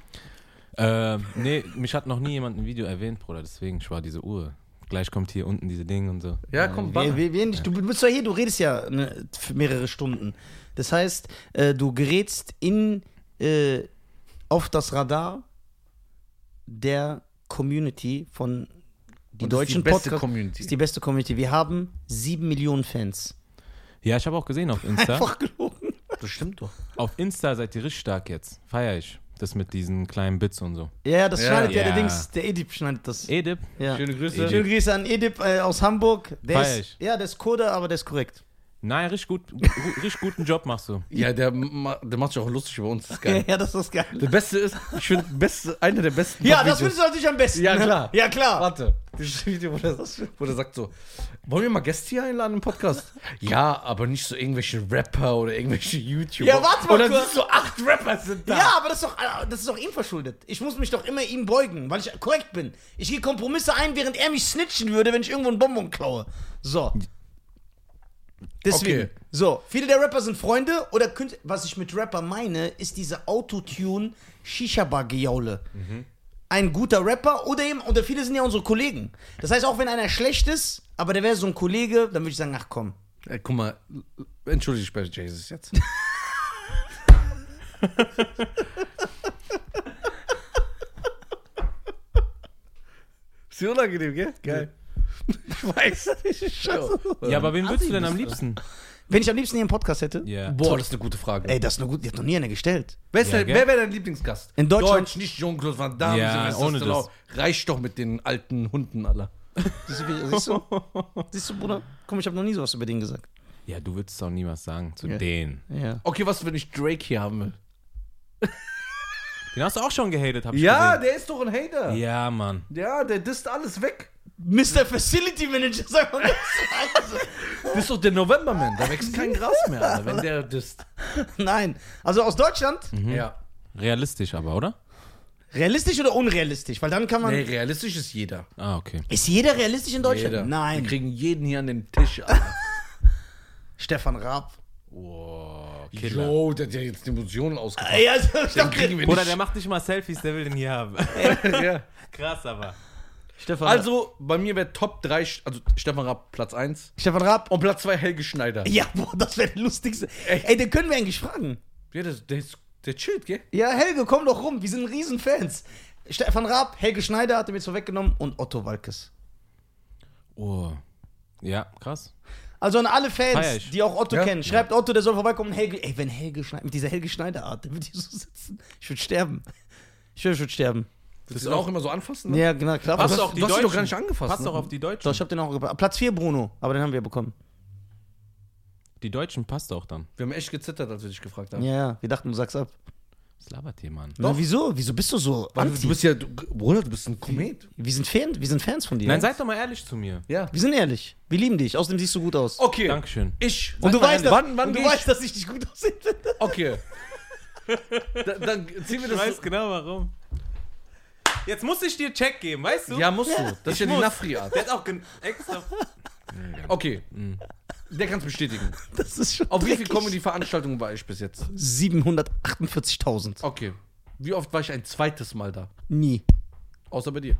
C: Ähm, nee, mich hat noch nie jemand ein Video erwähnt, Bruder, deswegen, ich war diese Uhr. Gleich kommt hier unten diese Ding und so.
A: ja, komm,
B: Wir,
A: warte.
B: wir, wir nicht. Du bist ja hier, du redest ja ne, für mehrere Stunden. Das heißt, äh, du gerätst in, äh, auf das Radar der Community von die
A: Und das ist
B: deutschen
A: die beste
B: Podcast-
A: Community.
B: ist die beste Community. Wir haben sieben Millionen Fans.
C: Ja, ich habe auch gesehen auf Insta.
B: Einfach gelogen.
A: Das stimmt doch.
C: Auf Insta seid ihr richtig stark jetzt. Feier ich. Das mit diesen kleinen Bits und so.
B: Ja, das
A: Ja.
B: schneidet ja,
C: Ja.
B: der Dings, der Edip schneidet das.
C: Edip,
B: ja.
A: Schöne Grüße.
B: Schöne Grüße an Edip äh, aus Hamburg. Der
C: Feier
B: ist, ja, der ist Kurde, aber der ist korrekt.
C: nein, richtig, gut, gu- richtig guten Job machst du.
A: Ja, der, ma- der macht sich auch lustig über uns, das ist geil.
B: Ja, das ist geil.
A: Der Beste ist, ich finde, beste, einer der besten.
B: Ja, das
A: Videos-
B: findest du natürlich am besten.
A: Ja,
B: ne?
A: klar.
B: Ja, klar.
A: Warte, dieses Video, wo der, wo der sagt so, wollen wir mal Gäste hier einladen im Podcast? Ja, aber nicht so irgendwelche Rapper oder irgendwelche YouTuber.
B: Ja, warte mal
A: Und dann
B: kurz.
A: sind so acht Rapper sind da.
B: Ja, aber das ist, doch, äh, das ist doch ihm verschuldet. Ich muss mich doch immer ihm beugen, weil ich korrekt bin. Ich gehe Kompromisse ein, während er mich snitchen würde, wenn ich irgendwo einen Bonbon klaue. So. Deswegen.
A: Okay.
B: So, viele der Rapper sind Freunde oder Künstler. Was ich mit Rapper meine, ist diese Autotune-Shisha-Bar-Gejaule.
A: Mhm.
B: Ein guter Rapper oder eben, oder viele sind ja unsere Kollegen. Das heißt, auch wenn einer schlecht ist, aber der wäre so ein Kollege, dann würde ich sagen, ach komm.
A: Äh, guck mal, entschuldige ich bei Jesus jetzt. ist dir unangenehm, gell? Geil. Ich weiß nicht. Scheiße.
C: Ja, aber wen würdest du denn am
A: Asi-
C: liebsten?
B: Wenn ich am liebsten hier einen Podcast hätte.
C: Ja.
A: Boah, das ist eine gute Frage.
B: Ey, das ist eine gute, die hat noch nie einer gestellt.
A: Wer, ist
C: Ja,
A: dein-
C: gell?
A: wer wäre dein Lieblingsgast?
B: In Deutschland-
A: Deutsch, nicht Jean-Claude Van Damme,
C: Ja,
A: Sylvester
C: ohne
A: Stallone.
C: das.
A: Reicht doch mit den alten Hunden aller.
B: Siehst du, wie- siehst du, siehst du Bruder? Komm, ich habe noch nie sowas über den gesagt.
C: Ja, du würdest doch nie was sagen zu denen.
B: Ja.
A: Okay, was, wenn ich Drake hier haben will?
C: Den hast du auch schon gehatet, hab ich
A: Ja,
C: gesehen.
A: der ist doch ein Hater. Ja,
C: Ja, Mann.
A: der disst alles weg.
B: Mr. Facility Manager, sag mal das.
A: Du bist doch der Novemberman, da wächst kein Gras mehr, Alter, wenn der disst.
B: Nein. Also aus Deutschland,
A: Ja.
C: Realistisch aber, oder?
B: realistisch oder unrealistisch? Weil dann kann man.
A: Nee, realistisch ist jeder.
C: Ah, okay.
B: Ist jeder realistisch in Deutschland?
A: jeder.
B: Nein.
A: Wir kriegen jeden hier an den Tisch, Alter.
B: Stefan Raab.
C: Wow, Killer.
A: Jo, der hat ja jetzt die Emotionen ausgepackt.
B: Ey, also, ich
A: Den
B: dachte-
A: kriegen wir
C: Bruder,
A: nicht.
C: der macht nicht mal Selfies, der will den hier haben.
A: ja.
C: Krass aber.
B: Stefan, also,
A: Also, bei mir wäre Top 3, also Stefan Raab Platz 1
B: Stefan Raab.
A: und Platz 2 Helge Schneider.
B: Ja, boah, das wäre der lustigste. Ey, den können wir eigentlich fragen.
A: Ja, das, der, ist, der chillt, gell?
B: Ja, Helge, komm doch rum, wir sind riesen Fans. Stefan Raab, Helge Schneider hat er mir vorweggenommen und Otto Walkes.
C: Oh. Ja, krass.
B: Also an alle
C: Feier
B: Fans,
C: ich.
B: die auch Otto
A: Ja.
B: kennen, schreibt Otto, der soll vorbeikommen. Helge, ey, wenn Helge Schneider, mit dieser Helge Schneider-Art, der wird hier so sitzen. Ich würde sterben. Ich würde, ich würde sterben.
A: Das ist auch immer so anfassen. ne?
B: Ja, genau, klar.
A: Aber
C: Passt
A: du
C: doch
A: hast-
C: auf die
A: du hast ihn
C: Deutschen.
A: doch gar nicht angefasst,
C: Passt
A: ne?
C: doch auf die
B: Doch,
C: Deutschen.
B: ich hab den auch gebracht. Platz 4 Bruno, aber den haben wir bekommen.
C: Die Deutschen passt auch dann.
A: Wir haben echt gezittert, als wir dich gefragt haben.
B: Ja, ja, wir dachten, du sagst ab.
C: Das labert hier, Mann.
B: Na, wieso? Wieso bist du so?
A: Weil
B: anti?
A: Also du bist ja, du, Bruder, du bist ein Komet.
B: wir, sind Fan, wir sind Fans von dir.
C: Nein, seid doch mal ehrlich zu mir.
A: Ja.
B: wir sind ehrlich. Wir lieben dich. Außerdem siehst du gut aus.
A: Okay.
C: Dankeschön.
A: Ich.
B: Und du weißt, dass,
A: Oh, wann, wann
B: und du
A: geh ich-
B: weißt, dass ich dich gut aussehen finde.
A: Okay. Da, dann ziehen wir
C: Ich
A: das.
C: weiß genau warum. Jetzt muss ich dir Check geben, weißt du?
A: genau. ja, musst du. Das ist ja die
C: muss.
A: Nafri-Art.
C: Der hat auch gen- extra.
A: Okay. Der kann es bestätigen.
B: Das ist schon
A: Auf wie viel
B: dreckig.
A: Comedy-Veranstaltungen war ich bis jetzt?
B: 748.000.
A: Okay. Wie oft war ich ein zweites Mal da?
B: Nie.
A: Außer bei dir.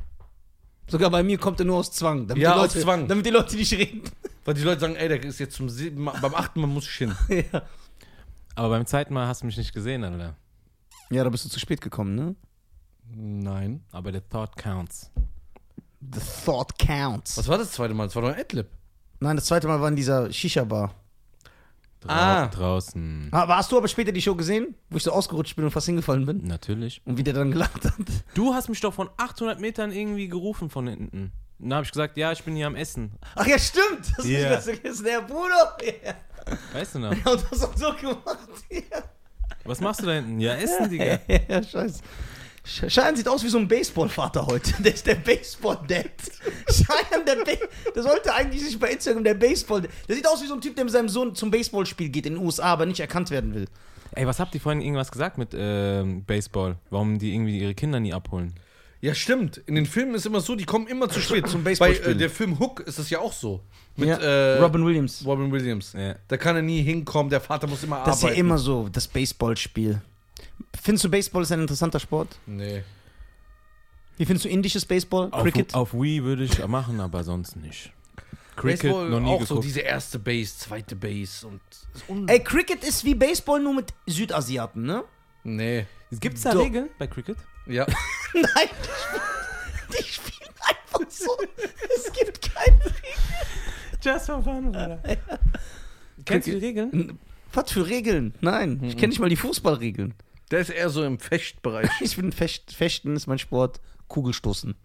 B: Sogar bei mir kommt er nur aus Zwang. Damit
A: Ja,
B: die
A: aus
B: Leute,
A: Zwang.
B: Damit die Leute nicht reden.
A: Weil die Leute sagen, ey, der ist jetzt zum siebten Mal, beim achten Mal muss ich hin.
B: ja.
C: Aber beim zweiten Mal hast du mich nicht gesehen, Alter.
B: ja, da bist du zu spät gekommen, ne?
A: Nein.
C: Aber der Thought counts.
B: The thought counts.
A: Was war das zweite Mal? Das war doch ein Adlib.
B: Nein, das zweite Mal war in dieser Shisha-Bar.
C: Drau
A: Ah.
C: Draußen.
B: Aber hast du aber später die Show gesehen, wo ich so ausgerutscht bin und fast hingefallen bin?
C: Natürlich.
B: Und wie der dann gelacht hat.
C: Du hast mich doch von 800 Metern irgendwie gerufen von hinten. Dann habe ich gesagt, ja, ich bin hier am Essen.
B: Ach ja, stimmt. Das
C: Ja.
B: ist vergessen. Der Bruder. Ja.
C: Weißt du noch?
B: Und das auch so gemacht. Ja,
C: Was machst du da hinten? Ja, Essen, Digga.
B: ja, ja scheiße. Sch- Schein sieht aus wie so ein Baseballvater heute. Der ist der Baseball-Dad. Schein, der, ba der sollte eigentlich nicht bei Instagram der Baseball-Dad. Der sieht aus wie so ein Typ, der mit seinem Sohn zum Baseballspiel geht in den USA, aber nicht erkannt werden will.
C: Ey, was habt ihr vorhin irgendwas gesagt mit ähm, Baseball? Warum die irgendwie ihre Kinder nie abholen?
A: Ja, stimmt. In den Filmen ist immer so, die kommen immer zu spät.
B: Zum
A: Bei
B: Baseballspielen.
A: äh, der Film Hook ist das ja auch so. Mit
B: Ja,
A: äh,
B: Robin Williams.
A: Robin Williams.
C: Ja.
A: Da kann er nie hinkommen, der Vater muss immer
B: Das ist ja
A: arbeiten.
B: immer so, das Baseballspiel. Findest du Baseball ist ein interessanter Sport?
A: Nee.
B: Wie findest du indisches Baseball?
C: Auf,
B: Cricket?
C: auf Wii würde ich machen, aber sonst nicht. Cricket
A: Baseball
C: noch nie
A: auch
C: geguckt.
A: so diese erste Base, zweite Base und.
B: Ey, Cricket ist wie Baseball nur mit Südasiaten, ne?
A: Nee.
C: Gibt es da
B: So.
C: Regeln bei Cricket?
A: Ja.
B: Nein, die spielen einfach so. Es gibt keinen.
C: Just for fun, Alter. Kennst du die Regeln?
B: Was für Regeln? Nein, ich kenne nicht mal die Fußballregeln.
A: Der ist eher so im Fechtbereich.
B: Ich bin Fecht, Fechten ist mein Sport. Kugelstoßen.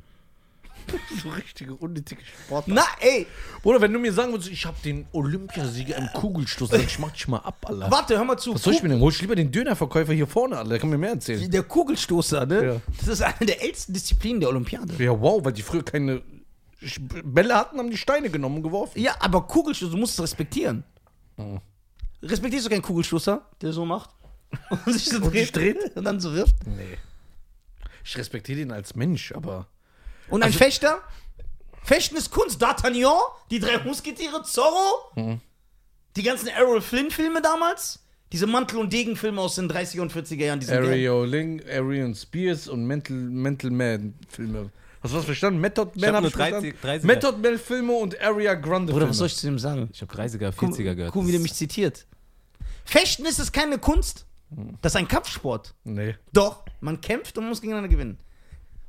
A: so richtige unnötige Sport.
B: Na, ey,
A: Bruder, wenn du mir sagen würdest, ich hab den Olympiasieger im Kugelstoß, dann ich mach dich mal ab, Alter.
B: warte, hör mal zu.
A: Was soll ich mir denn? Hol ich lieber den Dönerverkäufer hier vorne, Alter. Der kann mir mehr erzählen.
B: der Kugelstoßer, ne?
A: Ja.
B: Das ist eine der ältesten Disziplinen der Olympiade.
A: Ja, wow, weil die früher keine Sch- Bälle hatten, haben die Steine genommen und geworfen.
B: Ja, aber Kugelstoß, du musst es respektieren. Respektierst du keinen Kugelstoßer, der so macht? Und sich so
A: sich
B: dreht, und dann so wirft?
A: Nee. Ich respektiere den als Mensch, aber.
B: Und ein Fechter? Fechten ist Kunst. D'Artagnan, die drei Musketiere, Zorro, die ganzen Errol Flynn-Filme damals, diese Mantel- und Degen-Filme aus den 30er und 40er Jahren. die sind geil.
A: Ling, Arian Spears und Mental, Mental Man Filme. Hast du das verstanden? Method Man
C: hab
A: hab
C: nur
A: ich verstanden.
C: 30 30er.
A: Method Man Filme und Area Grande
B: Bruder,
A: Filme.
B: was soll ich zu dem sagen?
C: Ich habe 30er,
B: Guck,
C: 40er gehört.
B: guck, wie der mich zitiert. Fechten ist es keine Kunst. Das ist ein Kampfsport.
A: Nee.
B: Doch, man kämpft und muss gegeneinander gewinnen.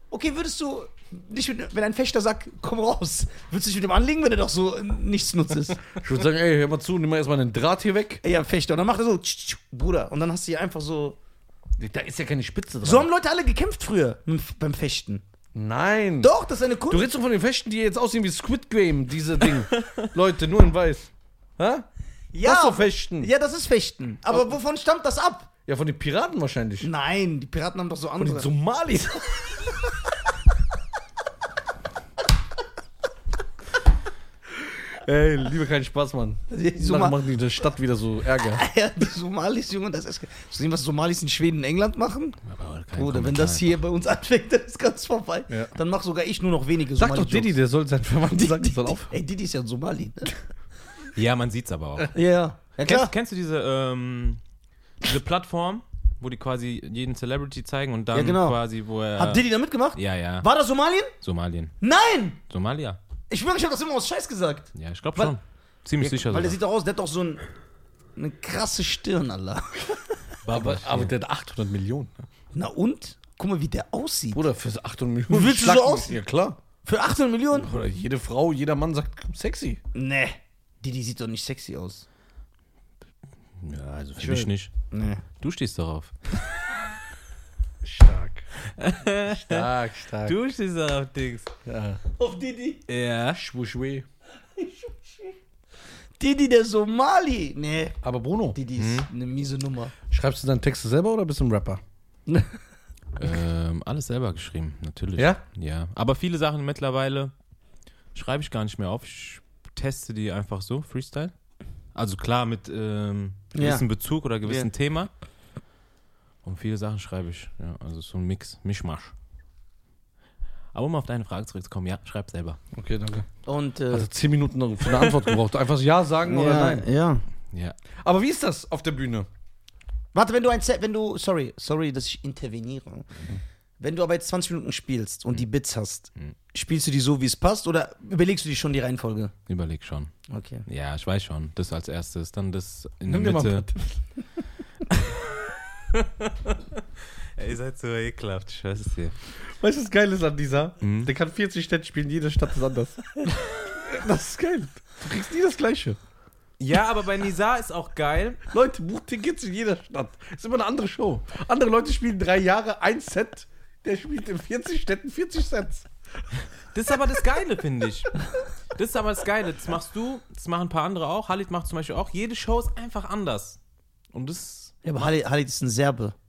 B: Okay, würdest du dich, mit, wenn ein Fechter sagt, komm raus, würdest du dich mit dem anlegen, wenn er doch so äh, nichts nutzt ist?
A: Ich würde sagen, ey, hör mal zu, nimm mal erstmal den Draht hier weg.
B: ja, Fechter. Und dann macht er so, tsch, tsch, Bruder. Und dann hast du hier einfach so.
A: Da ist ja keine Spitze dran.
B: So haben Leute alle gekämpft früher mit- beim Fechten.
A: Nein.
B: Doch, das ist eine
A: Du
B: Kunst.
A: redest doch von den Fechten, die jetzt aussehen wie Squid Game, diese Ding. Leute, nur in weiß. Hä?
B: ja,
A: das ist doch Fechten.
B: ja, das ist Fechten. Aber wovon stammt das ab?
A: Ja, von den Piraten wahrscheinlich.
B: Nein, die Piraten haben doch so
A: Von
B: andere.
A: den Somalis. Ey, liebe keinen Spaß, Mann.
B: Die
A: Nachher
B: Soma-
A: machen die in der Stadt wieder so Ärger.
B: ja, die Somalis, Junge, das ist. Hast du sehen, was Somalis in Schweden und England machen?
C: Aber kein
B: Bruder, wenn
C: Kommentar.
B: das hier bei uns anfängt, dann ist ganz vorbei.
A: Ja.
B: Dann mach sogar ich nur noch wenige
A: Sag
B: Somali.
A: doch Diddy, der soll sein Verwandten sagen, soll auf.
B: Ey, Didi ist ja ein Somali, ne?
C: Ja, man sieht's aber auch.
B: Ja, ja
C: Kennst,
B: klar.
C: kennst du diese, ähm, diese Plattform, wo die quasi jeden Celebrity zeigen und dann
B: Ja, genau.
C: quasi, wo er.
B: Habt ihr die da mitgemacht?
C: ja, ja.
B: War das Somalien?
C: Somalien.
B: Nein!
C: Somalia.
B: Ich schwöre, ich habe das immer aus Scheiß gesagt.
C: Ja, ich glaube
B: Weil-
C: schon. Ziemlich sicher.
B: Weil der
C: sogar.
B: sieht doch aus, der hat doch so ein, eine krasse Stirn, Allah.
A: Aber, aber der hat 800 Millionen. ne?
B: Na und? Guck mal, wie der aussieht.
A: Bruder, für so 800 Millionen.
B: Willst du so
A: schlagen-
B: aussehen?
A: Ja, klar.
B: Für 800 Millionen?
A: Bruder, jede Frau, jeder Mann sagt sexy.
B: Nee. Die, die sieht doch nicht sexy aus.
C: ja, also für mich nicht.
B: Nee.
C: Du stehst darauf.
A: Stark. stark, stark.
C: Du stehst darauf, Dings.
A: Ja.
B: Auf Didi.
C: Ja.
A: Schwuschwe.
B: Didi, der Somali. Nee.
A: Aber Bruno,
B: Didi ist eine miese Nummer.
A: schreibst du deine Texte selber oder bist du ein Rapper?
C: Ähm, alles selber geschrieben, natürlich.
A: Ja?
C: Ja. Aber viele Sachen mittlerweile schreibe ich gar nicht mehr auf. Ich teste die einfach so, Freestyle. Also klar, mit ähm,
B: Ja.
C: gewissem Bezug oder gewissem
B: Ja.
C: Thema. Und viele Sachen schreibe ich. Ja, also so ein Mix, Mischmasch. Aber um auf deine Frage zurückzukommen, ja, schreib selber.
A: Okay, danke.
B: Und, äh,
A: Also 10 Minuten noch für eine Antwort gebraucht. Einfach Ja sagen oder nein.
B: ja.
C: Ja.
A: Aber wie ist das auf der Bühne?
B: Warte, wenn du ein Set, wenn du, sorry, sorry, dass ich interveniere.
C: Mhm.
B: Wenn du aber jetzt 20 Minuten spielst und die Bits hast,
C: Mhm.
B: spielst du die so, wie es passt oder überlegst du dir schon die Reihenfolge?
C: Überleg schon.
B: Okay.
C: Ja, ich weiß schon. Das als erstes, dann das in
A: Nimm
C: der
A: dir mal
C: Mitte. Ey, ihr seid so ekelhaft, ich weiß es dir.
A: Weißt du, was geil ist an dieser? Der kann 40 Städte spielen, jede Stadt ist anders. das ist geil. Du kriegst nie das Gleiche.
C: Ja, aber bei Nizar ist auch geil.
A: Leute, bucht Tickets in jeder Stadt. Ist immer eine andere Show. Andere Leute spielen drei Jahre ein Set. Der spielt in 40 Städten 40 Sets.
C: Das ist aber das Geile, finde ich. Das ist aber das Geile. Das machst du, das machen ein paar andere auch. Halit macht zum Beispiel auch. Jede Show ist einfach anders. Und das.
B: Ja, aber Halit, Halit ist ein Serbe.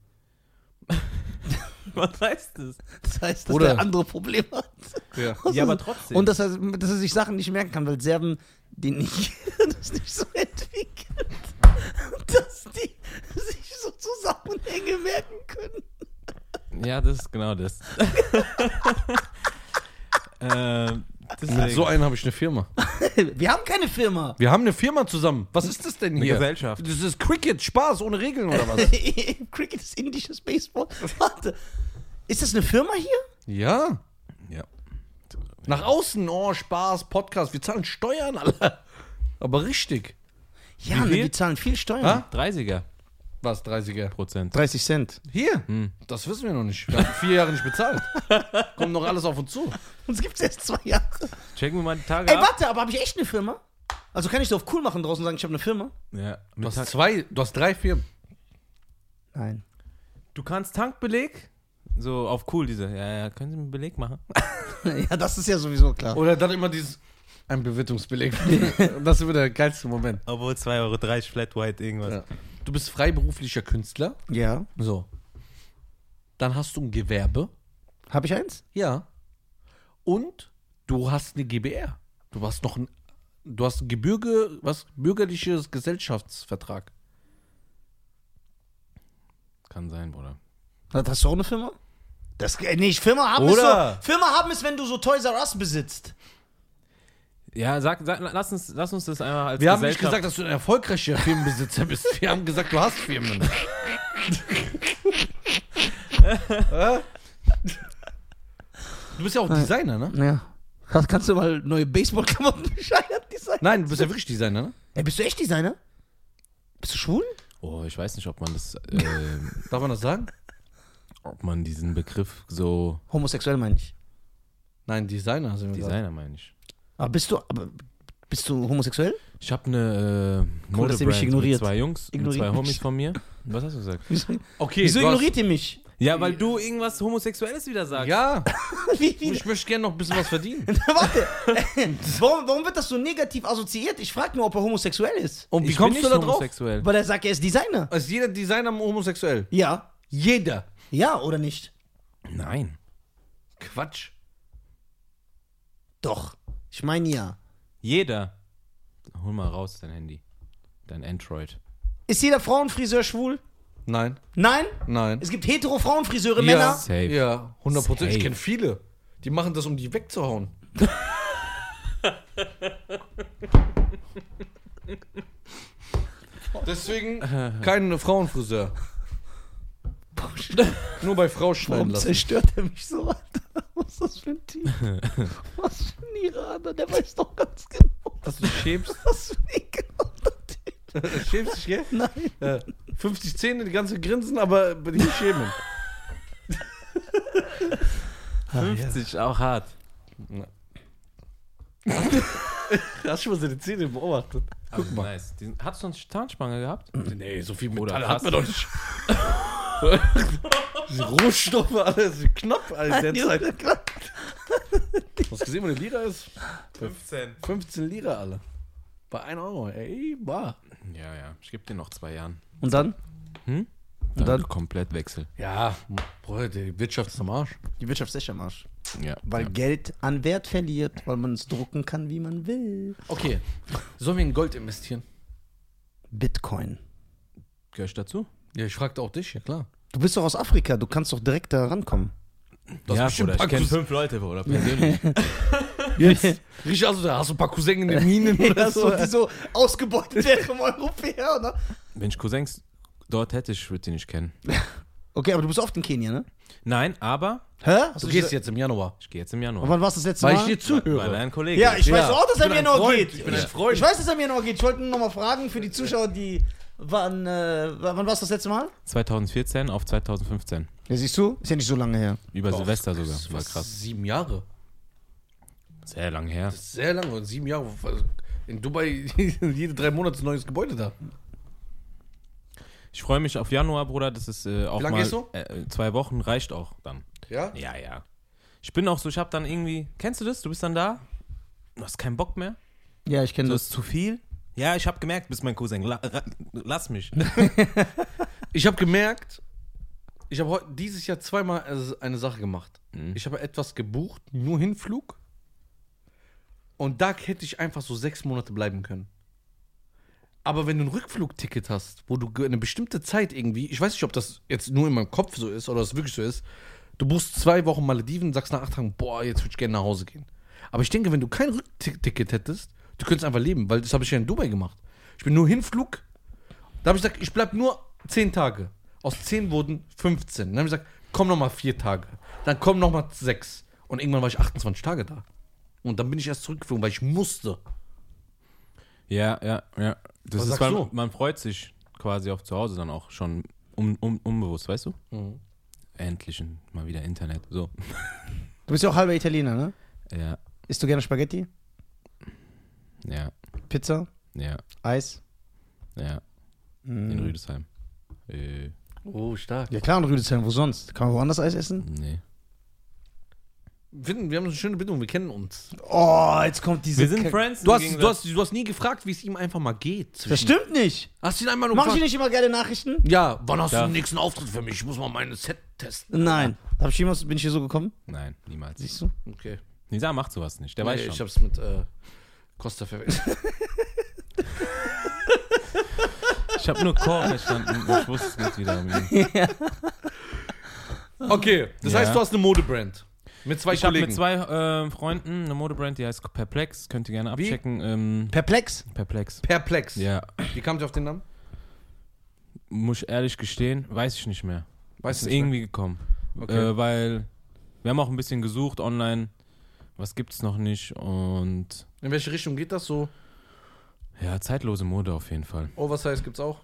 C: Was heißt das?
B: Das heißt, dass
A: Oder-
B: der andere Probleme hat.
A: Ja.
C: Ja, aber trotzdem.
B: Und dass er, dass er sich Sachen nicht merken kann, weil Serben den nicht, das nicht so entwickelt, dass die sich so Zusammenhänge merken können.
C: ja, das ist genau das. ähm, deswegen.
A: So einen habe ich eine Firma.
B: Wir haben keine Firma.
A: Wir haben eine Firma zusammen. Was ist das denn
C: Eine
A: hier?
C: Gesellschaft.
A: Das ist Cricket, Spaß ohne Regeln oder was?
B: Cricket ist indisches Baseball. Warte. Ist das eine Firma hier?
A: ja.
C: ja.
A: Nach außen, oh, Spaß, Podcast. Wir zahlen Steuern, alle. Aber richtig.
B: Ja,
C: Wie
B: ne,
C: viel?
B: die zahlen viel Steuern.
A: Ha?
C: 30er
A: Was, 30er?
C: Prozent.
B: 30 Cent.
A: Hier?
B: Hm.
A: Das wissen wir noch nicht. Wir haben vier Jahre nicht bezahlt. Kommt noch alles auf uns zu.
B: Uns gibt's erst zwei Jahre.
C: Checken wir mal die Tage
B: Ey,
C: ab.
B: warte, aber habe ich echt eine Firma? Also kann ich so auf cool machen draußen und sagen, ich habe eine Firma?
C: Ja, mit
A: Du hast
C: Tag-
A: zwei, du hast drei Firmen.
B: Nein.
C: du kannst Tankbeleg. So auf cool diese. Ja, ja, können Sie mir einen Beleg machen?
B: Ja, das ist ja sowieso klar.
A: Oder dann immer dieses. Ein Bewertungsbeleg. Das ist immer der geilste Moment.
C: Obwohl 2,30 Euro Flat White irgendwas.
A: Ja. Also, Du bist freiberuflicher Künstler.
B: Ja.
A: So. Dann hast du ein Gewerbe.
B: Habe ich eins?
A: Ja. Und du hast eine GBR. Du hast noch ein. Du hast ein Gebürge, was? Bürgerliches Gesellschaftsvertrag.
C: Kann sein, Bruder.
B: Hat- Hast du auch eine Firma? Das, äh, nee, Firma haben
A: Oder?
B: ist so, Firma haben ist, wenn du so Toys R Us besitzt.
C: Ja, sag, sag, lass, uns, lass uns das einmal als
A: Wir haben nicht
C: Gesellschaft...
A: gesagt, dass du ein erfolgreicher Firmenbesitzer bist. Wir haben gesagt, du hast Firmen. Hä? du bist ja auch Designer, ne?
B: Ja. Kannst, kannst du mal neue Baseballklamotten bescheuert designen?
A: Nein, du bist ja wirklich Designer, ne?
B: Ey, bist du echt Designer? Bist du schwul?
C: Oh, ich weiß nicht, ob man das, äh,
A: Darf man das sagen?
C: ob man diesen Begriff so
B: Homosexuell meine ich.
A: Nein, Designer sind wir gesagt.
C: Designer meine ich.
B: Aber bist du, aber bist du homosexuell?
C: Ich habe eine äh,
B: Cool, dass ihr mich
C: Modebrand mit
B: ignoriert.
C: zwei Jungs, mit
B: Ignoriert
C: zwei
B: mich.
C: Homies von mir. Was hast du gesagt?
B: Wieso,
A: Okay,
B: wieso
A: du hast-
B: ignoriert ihr mich?
C: Ja, weil du irgendwas Homosexuelles wieder sagst.
A: Ja,
B: Wie, wie,
A: ich möchte gerne noch ein bisschen was verdienen.
B: warte, warum, warum wird das so negativ assoziiert? Ich frage nur, ob er homosexuell ist.
A: Und wie
C: ich
A: kommst du
C: bin nicht
A: da drauf?
C: homosexuell.
B: Weil er sagt, er ist Designer.
A: Ist jeder Designer homosexuell?
B: Ja.
A: Jeder.
B: Ja oder nicht?
C: Nein.
A: Quatsch.
B: Doch. Ich meine ja.
C: Jeder. Hol mal raus dein Handy. Dein Android.
B: Ist jeder Frauenfriseur schwul?
A: Nein,
B: Nein?
A: nein.
B: Es gibt hetero Frauenfriseure,
A: Ja,
B: Männer.
C: Safe.
A: Ja, 100 Prozent. Ich
C: Safe.
A: kenne viele. Die machen das, um die wegzuhauen. Deswegen kein Frauenfriseur. Nur bei Frau schneiden
B: Warum
A: lassen.
B: zerstört er mich so, Alter? Was ist das für ein Typ? Was für ein Iraner? Der weiß doch ganz genau,
A: Dass du schäbst,
B: was für ein ekelhafter Typ.
A: schäbst dich, gell?
B: Nein.
A: Ja. 50 Zähne, die ganze grinsen, aber die schämen.
C: 50, auch hart.
A: Hast du schon mal seine Zähne beobachtet?
C: Guck mal. Also Nice. Die, hast du eine Zahnspange gehabt?
A: Nee, so viel
C: Oder
A: Metall
C: hast
A: hat man doch nicht. Diese Rohstoffe, alles knapp, alles der Zeit. Hast du gesehen, wo eine Lira ist?
C: 15.
A: 15 Lira alle. Bei 1 Euro. Ey, bah.
C: Ja, ja. Ich gebe dir noch zwei Jahren.
B: Und dann?
C: Hm?
B: Und dann?
C: komplett Wechsel.
A: Ja, Bruder, die Wirtschaft ist am Arsch.
B: Die Wirtschaft ist echt am Arsch.
C: Ja.
B: Weil
C: ja.
B: Geld an Wert verliert, weil man es drucken kann, wie man will.
A: Okay, sollen wir in Gold investieren?
B: Bitcoin.
C: Gehör ich dazu?
A: Ja, ich fragte auch dich, ja klar.
B: Du bist doch aus Afrika, du kannst doch direkt da rankommen.
A: Das ist bestimmt
C: Bruder, ich
A: ein paar
C: kenne
A: Cousin-
C: fünf Leute, Bruder, persönlich.
B: Jetzt.
A: Richtig, also da hast du ein paar Cousins in den Minen oder
B: Das
A: so.
B: so, die so ausgebeutet werden vom Europäer, ne? oder?
C: Wenn ich Cousins dort hätte, ich würde die nicht kennen.
B: Okay, aber du bist oft in Kenia, ne?
C: Nein, aber
B: Hä?
A: Du gehst jetzt im Januar.
C: ich gehe jetzt im Januar.
B: Wann warst du das letzte
A: Weil ich
B: Mal?
A: dir
C: Weil er
A: zuhöre.
C: ein Kollege
B: ja, ich
C: ist.
B: weiß
A: Ja.
B: auch, dass
A: Ich
B: er
A: bin
B: im
A: ein
B: Januar
A: Freund.
B: geht.
A: Ich bin
B: ja.
A: ein Freund.
B: Ich weiß, dass er im Januar geht. Ich wollte nur noch mal fragen für die Zuschauer, die. Wann, äh, wann warst du das letzte Mal?
C: 2014 auf 2015.
B: Ja, siehst du? Ist ja nicht so lange her.
C: Über
A: Boah,
C: Silvester sogar.
A: Das
C: War
A: war
C: krass.
A: Sieben Jahre.
C: Sehr lang her.
A: Das ist sehr lange. Und sieben Jahre. Also In Dubai jede drei Monate ein neues Gebäude da.
C: Ich freue mich auf Januar, Bruder. Das ist äh, auch
A: Wie lange
C: mal
A: gehst du? Also.
C: Äh, zwei Wochen reicht auch dann.
A: Ja?
C: Ja, ja. Ich bin auch so, ich habe dann irgendwie, kennst du das? Du bist dann da, du hast keinen Bock mehr,
B: Ja, ich kenne
C: du ist zu viel. Ja, ich habe gemerkt, du bist mein Cousin. La, ra, lass mich.
A: Ich habe gemerkt, ich habe heute dieses Jahr zweimal also eine Sache gemacht. Ich habe etwas gebucht, nur Hinflug. Und da hätte ich einfach so sechs Monate bleiben können. Aber wenn du ein Rückflugticket hast, wo du ge- eine bestimmte Zeit irgendwie, ich weiß nicht, ob das jetzt nur in meinem Kopf so ist oder es wirklich so ist, du buchst zwei Wochen Malediven, sagst nach acht Tagen, boah, jetzt würde ich gerne nach Hause gehen. Aber ich denke, wenn du kein Rückticket hättest, du könntest einfach leben, weil das habe ich ja in Dubai gemacht. Ich bin nur Hinflug, da habe ich gesagt, ich bleib nur 10 Tage. Aus 10 wurden 15. Dann habe ich gesagt, komm nochmal 4 Tage. Dann komm nochmal 6. Und irgendwann war ich 28 Tage da. Und dann bin ich erst zurückgeflogen, weil ich musste.
C: Ja, ja, ja. Das
A: Was
C: ist,
A: sagst
C: weil
A: du?
C: man freut sich quasi auf zu Hause dann auch schon un, un, unbewusst, weißt du?
A: Mhm.
C: Endlich ein- mal wieder Internet. So.
B: Du bist ja auch halber Italiener, ne?
C: Ja,
B: Isst du gerne Spaghetti,
C: ja,
B: Pizza,
C: ja,
B: Eis?
C: ja.
A: Mhm.
C: In Rüdesheim. Äh,
A: Oh, stark.
B: Ja klar, in Rüdesheim, wo sonst? Kann man woanders Eis essen?
C: nee.
A: Wir, wir haben eine schöne Bindung, wir kennen uns.
B: Oh, jetzt kommt diese...
C: Wir sind
B: Kack-
C: Friends.
A: Du
C: im
A: hast, du,
C: Gegensatz-
A: hast, du hast nie gefragt, wie es ihm einfach mal geht.
B: Das
A: zwischen-
B: stimmt nicht.
A: Hast du ihn einmal nur
B: Mach ich
A: gefragt?
B: nicht immer geile Nachrichten?
A: Ja, wann hast
C: Ja.
A: du den nächsten Auftritt für mich? Ich muss mal meine Set testen.
B: Nein. Hab ich jemals, bin ich hier so gekommen?
C: Nein, niemals.
B: Siehst du?
A: Okay.
C: Nisa macht sowas nicht. Der
A: Nee,
C: weiß schon.
A: ich hab's mit äh, Costa verwechselt.
C: Ich habe nur Chor verstanden. und Ich wusste es nicht wieder. Ich
A: Okay, das
C: Ja.
A: heißt, du hast eine Modebrand. Mit zwei
C: habe
A: Kollegen.
C: mit zwei ähm, Freunden eine Modebrand, die heißt Perplex. Könnt ihr gerne
A: Wie?
C: abchecken. Ähm,
B: Perplex?
C: Perplex.
A: Perplex.
C: Ja,
A: Wie kamt ihr auf den Namen?
C: muss ich ehrlich gestehen, weiß ich nicht mehr.
A: Weißt
C: ist
A: du
C: irgendwie gekommen.
A: Okay.
C: Äh, weil wir haben auch ein bisschen gesucht online. Was gibt's noch nicht? Und
A: In welche Richtung geht das so?
C: ja, zeitlose Mode auf jeden Fall.
A: Oversize gibt's auch.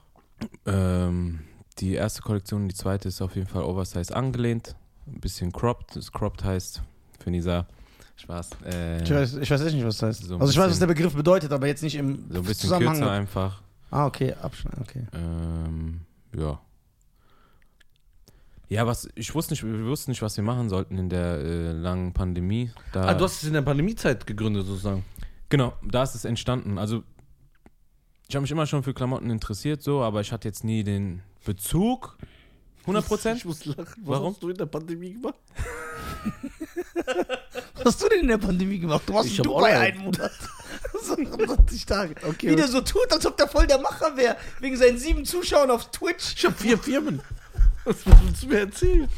C: Ähm, die erste Kollektion, die zweite ist auf jeden Fall Oversize angelehnt. Ein bisschen cropped. Das cropped heißt für Nisa Spaß. Äh,
B: Ich weiß, ich weiß echt nicht, was das heißt.
C: So ein
B: also ich weiß, was
C: bisschen-
B: der Begriff bedeutet, aber jetzt nicht im
C: so ein bisschen
B: Zusammenhang.
C: kürzer einfach.
B: Ah, okay, abschneiden, okay.
C: Ähm, ja. Ja, was, ich wusste nicht, wir wussten nicht, was wir machen sollten in der äh, langen Pandemie. Da,
A: Ah, du hast es in der Pandemiezeit gegründet sozusagen.
C: genau, da ist es entstanden. Also, ich habe mich immer schon für Klamotten interessiert, so, aber ich hatte jetzt nie den Bezug. 100 Prozent?
A: muss lachen. Was
C: Warum?
A: hast du in der Pandemie gemacht?
B: Was hast du denn in der Pandemie gemacht? Du warst
A: Ich
B: in
A: hab
B: Dubai
A: online.
B: einen Monat. So 25 Tage.
A: Okay,
B: Wie der so tut, als ob der voll der Macher wäre. Wegen seinen sieben Zuschauern auf Twitch.
A: Ich habe vier Firmen. Was willst du mir erzählen?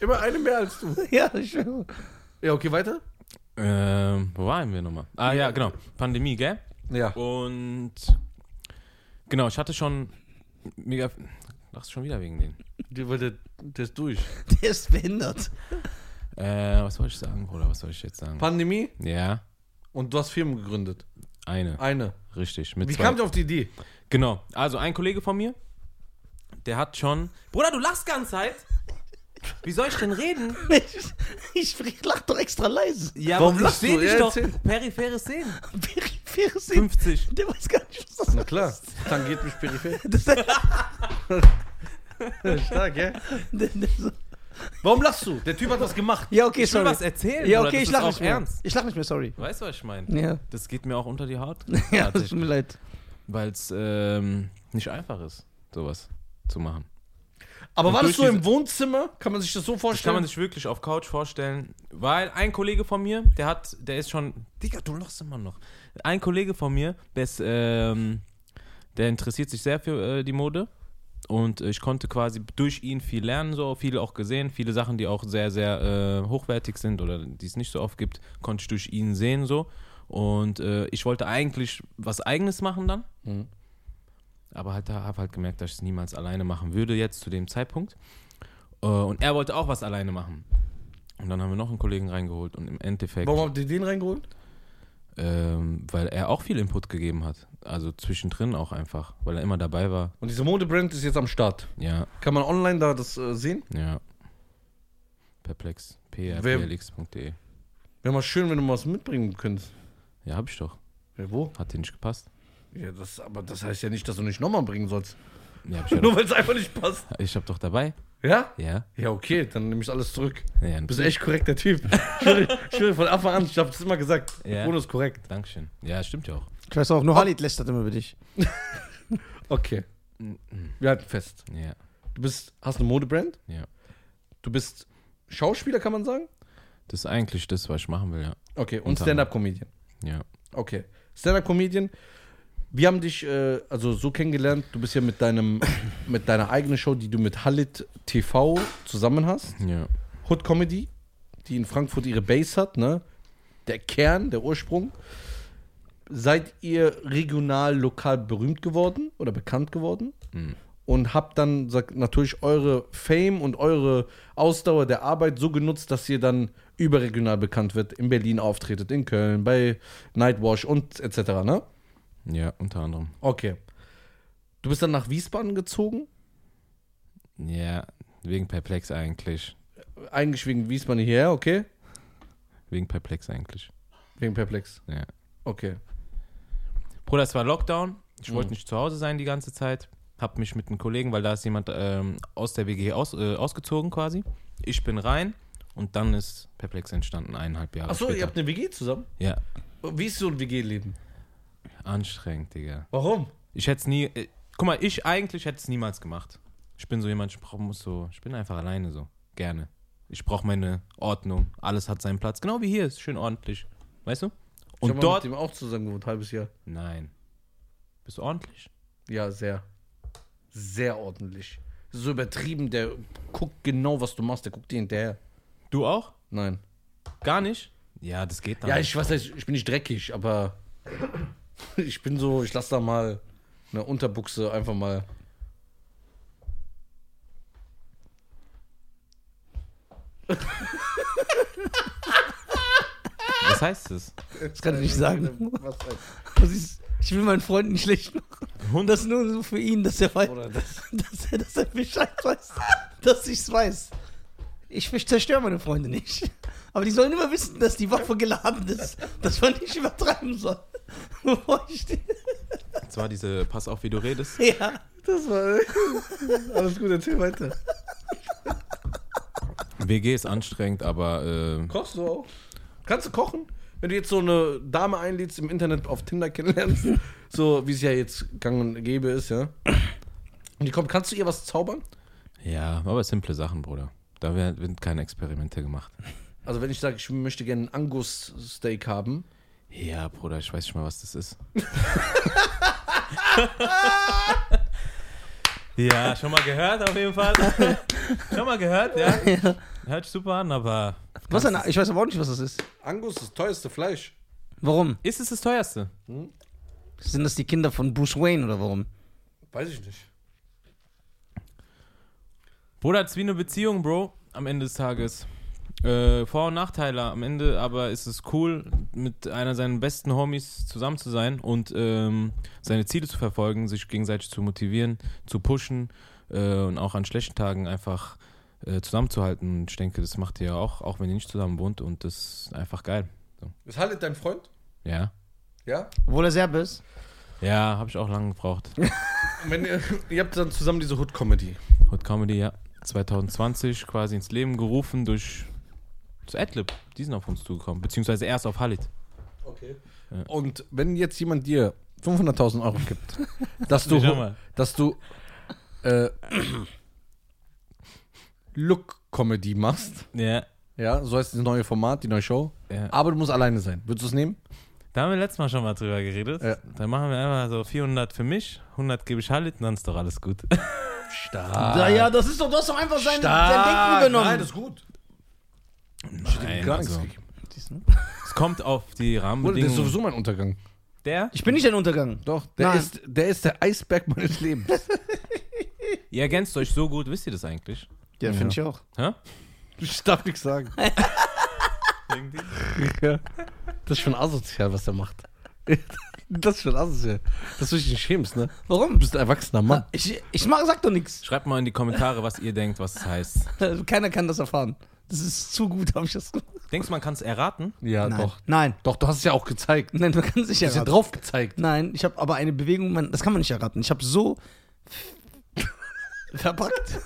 A: Immer eine mehr als du.
B: Ja, ich schwöre.
A: Ja, okay, weiter?
C: Ähm, wo waren wir nochmal? Ah, ja, genau. Pandemie, gell?
A: Ja.
C: Und Genau, ich hatte schon mega. Lachst schon wieder wegen denen.
A: Die, weil der, der ist durch.
B: Der ist behindert.
C: Äh, was soll ich sagen, Bruder? Was soll ich jetzt sagen?
A: Pandemie
C: Ja,
A: und du hast Firmen gegründet.
C: eine.
A: Eine.
C: Richtig. Mit
A: Wie
C: zwei.
A: kamt ihr auf die Idee?
C: Genau. Also ein Kollege von mir, der hat schon. Bruder, du lachst ganze Zeit. Wie soll ich denn reden?
B: Ich, ich lach doch extra leise.
C: Ja,
A: Warum
C: aber ich
A: lachst
C: seh
A: du?
C: dich
A: Ja,
C: doch.
A: erzähl.
C: Peripheres Sehen.
B: Peripheres Sehen.
C: 50.
B: Der weiß gar nicht, was das
A: Na klar, tangiert mich peripher.
B: ist. Der,
A: Stark, ja?
B: der, der so.
A: Warum lachst du? Der Typ hat was gemacht.
B: Ja, okay,
C: Ich will
B: sorry.
C: was erzählen.
B: ja,
C: Bruder,
B: okay,
C: das
B: ich
C: ist
B: lach
C: auch
B: nicht mehr.
C: ernst.
B: Ich lach nicht mehr, sorry.
C: Weißt du, was ich meine?
B: Ja,
C: Das geht mir auch unter die Haut,
B: ja das tut mir leid.
C: weil es ähm, nicht einfach ist, sowas zu machen.
A: Aber
C: Und
A: war das so
C: durch
A: im Wohnzimmer? Kann man sich das so
C: Das kann
A: vorstellen?
C: man sich wirklich auf Couch vorstellen, weil ein Kollege von mir, der hat, der ist schon, Digga, du lachst immer noch. Ein Kollege von mir, der ist, ähm, der interessiert sich sehr für äh, die Mode und ich konnte quasi durch ihn viel lernen, so viel auch gesehen, viele Sachen, die auch sehr, sehr äh, hochwertig sind oder die es nicht so oft gibt, konnte ich durch ihn sehen so und äh, ich wollte eigentlich was Eigenes machen dann.
A: Mhm.
C: Aber halt, habe halt gemerkt, dass ich es niemals alleine machen würde, jetzt zu dem Zeitpunkt. Äh, Und er wollte auch was alleine machen. Und dann haben wir noch einen Kollegen reingeholt und im Endeffekt,
A: Warum habt ihr den reingeholt?
C: ähm, weil er auch viel Input gegeben hat. Also zwischendrin auch einfach, weil er immer dabei war.
A: Und diese Modebrand ist jetzt am Start.
C: Ja,
A: Kann man online da das äh, sehen?
C: ja. Perplex.
A: Wer-
C: prplx.de.
A: Wäre mal schön, wenn du mal was mitbringen könntest.
C: Ja, hab ich doch.
A: Ja, wo?
C: Hat dir nicht gepasst.
A: Ja, das, aber das heißt ja nicht, dass du nicht nochmal bringen sollst.
C: Ja, hab ich, ja
A: Nur
C: doch.
A: weil es einfach nicht passt.
C: ich hab doch dabei.
A: Ja?
C: Ja.
A: Ja, okay, dann nehme ich alles zurück.
C: ja.
A: Du bist echt korrekter Typ. Ich schwöre- ich schwöre von Anfang an, ich habe das immer gesagt.
C: Ja.
A: Bruno ist korrekt.
C: Dankeschön. Ja, stimmt ja auch.
B: Ich weiß
C: Äh,
B: auch, nur Halid lästert immer über dich.
A: Okay. Wir halten fest.
C: Ja.
A: Du bist, hast eine Modebrand.
C: Ja.
A: Du bist Schauspieler, kann man sagen.
C: Das ist eigentlich das, was ich machen will, ja.
A: Okay, und
C: Unter anderem.
A: Stand-Up-Comedian.
C: Ja.
A: Okay. Stand-Up-Comedian. Wir haben dich äh, also so kennengelernt, du bist ja mit deinem mit deiner eigenen Show, die du mit Halit TV zusammen hast.
C: Ja.
A: Hood Comedy, die in Frankfurt ihre Base hat, ne? Der Kern, der Ursprung. Seid ihr regional, lokal berühmt geworden oder bekannt geworden?
C: Mhm.
A: Und habt dann sag, natürlich eure Fame und eure Ausdauer der Arbeit so genutzt, dass ihr dann überregional bekannt wird, in Berlin auftretet, in Köln, bei Nightwash und etc. Ne?
C: Ja, unter anderem.
A: Okay. Du bist dann nach Wiesbaden gezogen,
C: Ja, wegen Perplex eigentlich.
A: eigentlich wegen Wiesbaden hierher, okay?
C: Wegen Perplex eigentlich.
A: Wegen Perplex,
C: Ja.
A: okay.
C: Bruder, es war Lockdown. Ich wollte
A: Mhm.
C: nicht zu Hause sein die ganze Zeit. Hab mich mit einem Kollegen, weil da ist jemand ähm, aus der WG aus, äh, ausgezogen quasi. Ich bin rein und dann ist Perplex entstanden, eineinhalb Jahre
A: Achso,
C: später.
A: ihr habt eine WG zusammen?
C: ja,
A: Wie ist so ein WG-Leben?
C: anstrengend, Digga.
A: Warum?
C: Ich hätte es nie. Äh, guck mal, ich eigentlich hätte es niemals gemacht. Ich bin so jemand, ich brauch, muss so. Ich bin einfach alleine so. Gerne. Ich brauche meine Ordnung. Alles hat seinen Platz. Genau wie hier ist schön ordentlich. Weißt du?
A: ich hab
C: Und
A: mal
C: dort.
A: mit ihm auch zusammen gewohnt, halbes Jahr.
C: Nein. Bist du ordentlich?
A: Ja, sehr. Sehr ordentlich. So übertrieben, der guckt genau, was du machst, der guckt dir hinterher.
C: Du auch?
A: Nein.
C: Gar nicht? Ja, das geht dann.
A: Ja, ich weiß nicht, ich bin nicht dreckig, aber ich bin so, ich lass da mal eine Unterbuchse einfach mal.
C: Was heißt das?
B: Das kann ich
C: äh,
B: nicht sagen.
A: Was heißt
B: Das ist, ich will meinen Freund nicht schlecht machen. Und das nur so für ihn, dass er weiß,
A: Oder das?
B: dass er, dass er Bescheid weiß, dass ich es weiß. Ich zerstöre meine Freunde nicht. Aber die sollen immer wissen, dass die Waffe geladen ist. Dass man nicht übertreiben soll. Bevor ich die,
C: Das war diese Pass auf, wie du redest.
B: ja.
A: Das war. Alles gut, erzähl weiter.
C: WG ist anstrengend, aber äh,
A: Kochst du auch? Kannst du kochen? Wenn du jetzt so eine Dame einlädst im Internet auf Tinder kennenlernst, so wie es ja jetzt gang und gäbe ist, ja. Und die kommt, kannst du ihr was zaubern?
C: ja, aber simple Sachen, Bruder. Da werden keine Experimente gemacht.
A: Also wenn ich sage, ich möchte gerne einen Angus-Steak haben.
C: Ja, Bruder, ich weiß nicht mal, was das ist. ja, schon mal gehört auf jeden Fall. schon mal gehört, ja. Hört sich super an, aber
B: Was ein, ich weiß aber auch nicht, was das ist.
A: Angus ist das teuerste Fleisch.
B: Warum?
C: ist es das teuerste?
B: Sind das die Kinder von Bruce Wayne oder warum?
A: Weiß ich nicht.
C: Bruder, es ist wie eine Beziehung, Bro, am Ende des Tages. Äh, Vor- und Nachteile am Ende, aber es ist cool, mit einer seiner besten Homies zusammen zu sein und ähm, seine Ziele zu verfolgen, sich gegenseitig zu motivieren, zu pushen äh, und auch an schlechten Tagen einfach äh, zusammenzuhalten. Und ich denke, das macht ihr ja auch, auch wenn ihr nicht zusammen wohnt und das ist einfach geil. So.
A: Ist Halit dein Freund?
C: Ja.
A: Ja?
B: Obwohl er Serbe ist.
C: Ja, habe ich auch lange gebraucht.
A: Und Wenn ihr, ihr habt dann zusammen diese Hood-Comedy.
C: Hood Comedy, ja. 2020 quasi ins Leben gerufen durch zu Adlib. Die sind auf uns zugekommen, beziehungsweise erst auf Halit.
A: Okay.
C: Ja.
A: Und wenn jetzt jemand dir 500.000 Euro gibt, dass du,
C: Nee, schau mal.
A: dass du äh, Look-Comedy machst,
C: Ja.
A: ja, so heißt das neue Format, die neue Show,
C: ja.
A: aber du musst alleine sein. Würdest du es nehmen?
C: Da haben wir letztes Mal schon mal drüber geredet.
A: Ja.
C: Dann machen wir einfach so 400 für mich, 100 gebe ich Halit und dann ist doch alles gut.
A: Stark.
B: Ja, ja, das ist doch, du hast doch einfach sein, sein Denken
A: Ah. Stark.
B: genommen.
A: Nein, das ist gut.
C: Nein,
A: Gar
C: also,
A: nichts gegeben.
B: Siehst du?
C: es kommt auf die
A: Bruder, das ist
C: Rahmenbedingungen.
A: sowieso mein Untergang.
C: Der?
B: Ich bin nicht ein Untergang.
A: Doch, der
B: Nein.
A: ist, der ist der Eisberg meines Lebens.
C: Ihr ergänzt euch so gut, wisst ihr das eigentlich?
B: Ja, finde ich auch.
C: Hä?
A: Ich darf nichts sagen. Ja. Das ist schon asozial, was er macht. Das ist schon asozial. Dass du dich nicht schämst, ne?
B: Warum?
A: Du bist ein erwachsener Mann.
B: Ich, ich mach, sag doch nichts.
C: Schreibt mal in die Kommentare, was ihr denkt, was es heißt.
B: Keiner kann das erfahren. Das ist zu gut, habe ich das gemacht.
C: Denkst du, man kann es erraten?
A: Ja,
B: Nein.
A: doch.
B: Nein.
A: Doch, du hast es ja also- auch gezeigt. Du
B: Nein, man kann sich
A: hast ja
B: erraten.
A: drauf gezeigt.
B: Nein, ich habe aber eine Bewegung, man, das kann man nicht erraten. Ich habe so verpackt.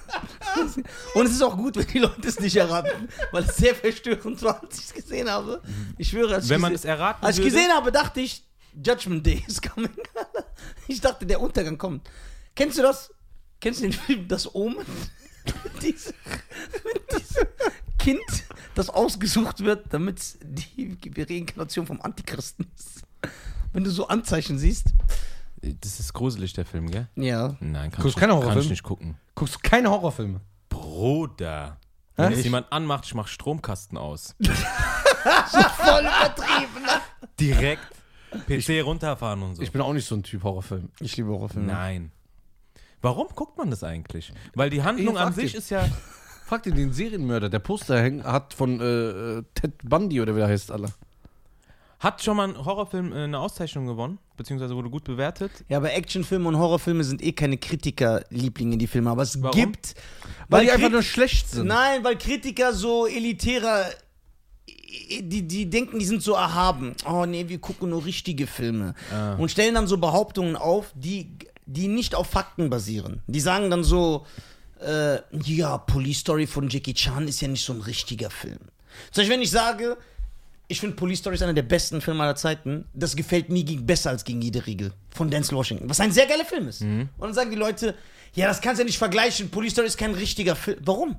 B: Und es ist auch gut, wenn die Leute es nicht erraten, weil es sehr verstörend war, als ich es gesehen habe. Ich schwöre, als,
C: Wenn
B: ich,
C: man es
B: gese
C: erraten
B: als ich
C: würde-
B: gesehen habe, dachte ich, Judgment Day is coming. Ich dachte, der Untergang kommt. Kennst du das? Kennst du den Film Das Omen? Diese, mit diesem Kind, das ausgesucht wird, damit es die Reinkarnation vom Antichristen ist. Wenn du so Anzeichen siehst.
C: Das ist gruselig, der Film, gell?
B: Ja.
C: Nein, kann,
A: Guckst
C: ich,
A: keine
C: nicht- kann
A: Horrorfilme?
C: ich nicht gucken.
A: Guckst du keine Horrorfilme?
C: Bruder.
A: Hä?
C: Wenn es
A: Ich-
C: jemand anmacht, ich mach Stromkasten aus.
B: Voll übertrieben.
C: Direkt PC runterfahren und so.
A: Ich bin auch nicht so ein Typ Horrorfilm.
B: Ich liebe Horrorfilme.
C: Nein. Warum guckt man das eigentlich? Weil die Handlung
A: Ich frag
C: an sich
A: dich.
C: ist ja.
A: Frag dir den Serienmörder. Der Poster häng- hat von äh, äh, Ted Bundy oder wie der heißt, Alter.
C: Hat schon mal ein Horrorfilm äh, eine Auszeichnung gewonnen, beziehungsweise wurde gut bewertet.
B: Ja, aber Actionfilme und Horrorfilme sind eh keine Kritikerlieblinge, die Filme. Aber es
C: Warum?
B: gibt.
A: Weil die einfach
B: Krit-
A: nur schlecht sind.
B: Nein, weil Kritiker so elitärer. äh, Die, die denken, die sind so erhaben. Oh nee, wir gucken nur richtige Filme.
A: Ah.
B: Und stellen dann so Behauptungen auf, die, die nicht auf Fakten basieren. Die sagen dann so: äh, Ja, Police Story von Jackie Chan ist ja nicht so ein richtiger Film. Zum Beispiel, wenn ich sage, ich finde Police Story ist einer der besten Filme aller Zeiten. Das gefällt mir gegen, besser als gegen jede Regel. Von Denzel Washington. Was ein sehr geiler Film ist. Und dann sagen die Leute, ja, das kannst du ja nicht vergleichen. Police Story ist kein richtiger Film. Warum?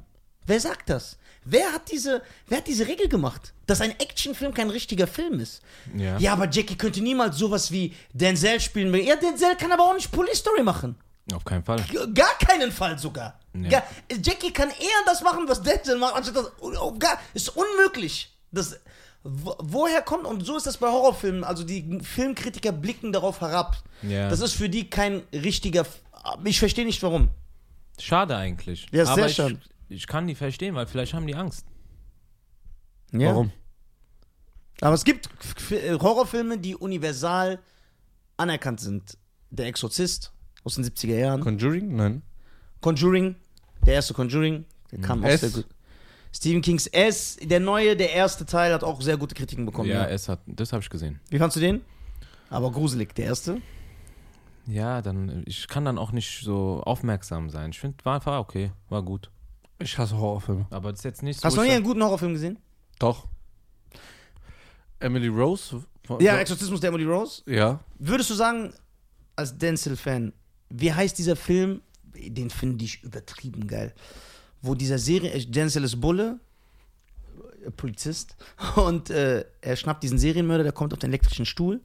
B: Wer sagt das? Wer hat diese, wer hat diese Regel gemacht? Dass ein Actionfilm kein richtiger Film ist.
C: Ja.
B: ja, aber Jackie könnte niemals sowas wie Denzel spielen. Ja, Denzel kann aber auch nicht Police Story machen.
C: Auf keinen Fall.
B: G- Gar keinen Fall sogar.
C: Ja.
B: Gar, Jackie kann eher das machen, was Denzel macht, anstatt das. oh, Gar, ist unmöglich. Das, wo- woher kommt, und so ist das bei Horrorfilmen, also die Filmkritiker blicken darauf herab.
C: Ja.
B: Das ist für die kein richtiger. F- Ich verstehe nicht warum.
C: Schade eigentlich.
B: Ja, ist
C: Aber
B: sehr
C: ich,
B: schade.
C: ich kann die verstehen, weil vielleicht haben die Angst.
A: Warum?
B: Aber es gibt F- F- Horrorfilme, die universal anerkannt sind. Der Exorzist aus den 70er Jahren.
A: Conjuring? Nein.
B: Conjuring, der erste Conjuring, der kam aus
A: S.
B: der. Gr- Stephen Kings S, der neue, der erste Teil hat auch sehr gute Kritiken bekommen.
C: ja,
B: Ja.
C: es hat. Das habe ich gesehen.
B: Wie fandst du den? Aber gruselig, der erste.
C: Ja, dann. Ich kann dann auch nicht so aufmerksam sein. Ich finde, war, war okay. War gut.
A: Ich hasse Horrorfilme.
C: Aber das ist jetzt nicht so.
B: Hast du noch
C: ich
B: nie einen guten Horrorfilm gesehen?
A: Doch. Emily Rose? Von-
B: Ja,
A: von-
B: Exorzismus der Emily Rose.
A: Ja.
B: Würdest du sagen, als Denzel-Fan, wie heißt dieser Film? Den finde ich übertrieben geil. Wo dieser Serie, Denzel ist Bulle, äh, Polizist, und äh, er schnappt diesen Serienmörder, der kommt auf den elektrischen Stuhl.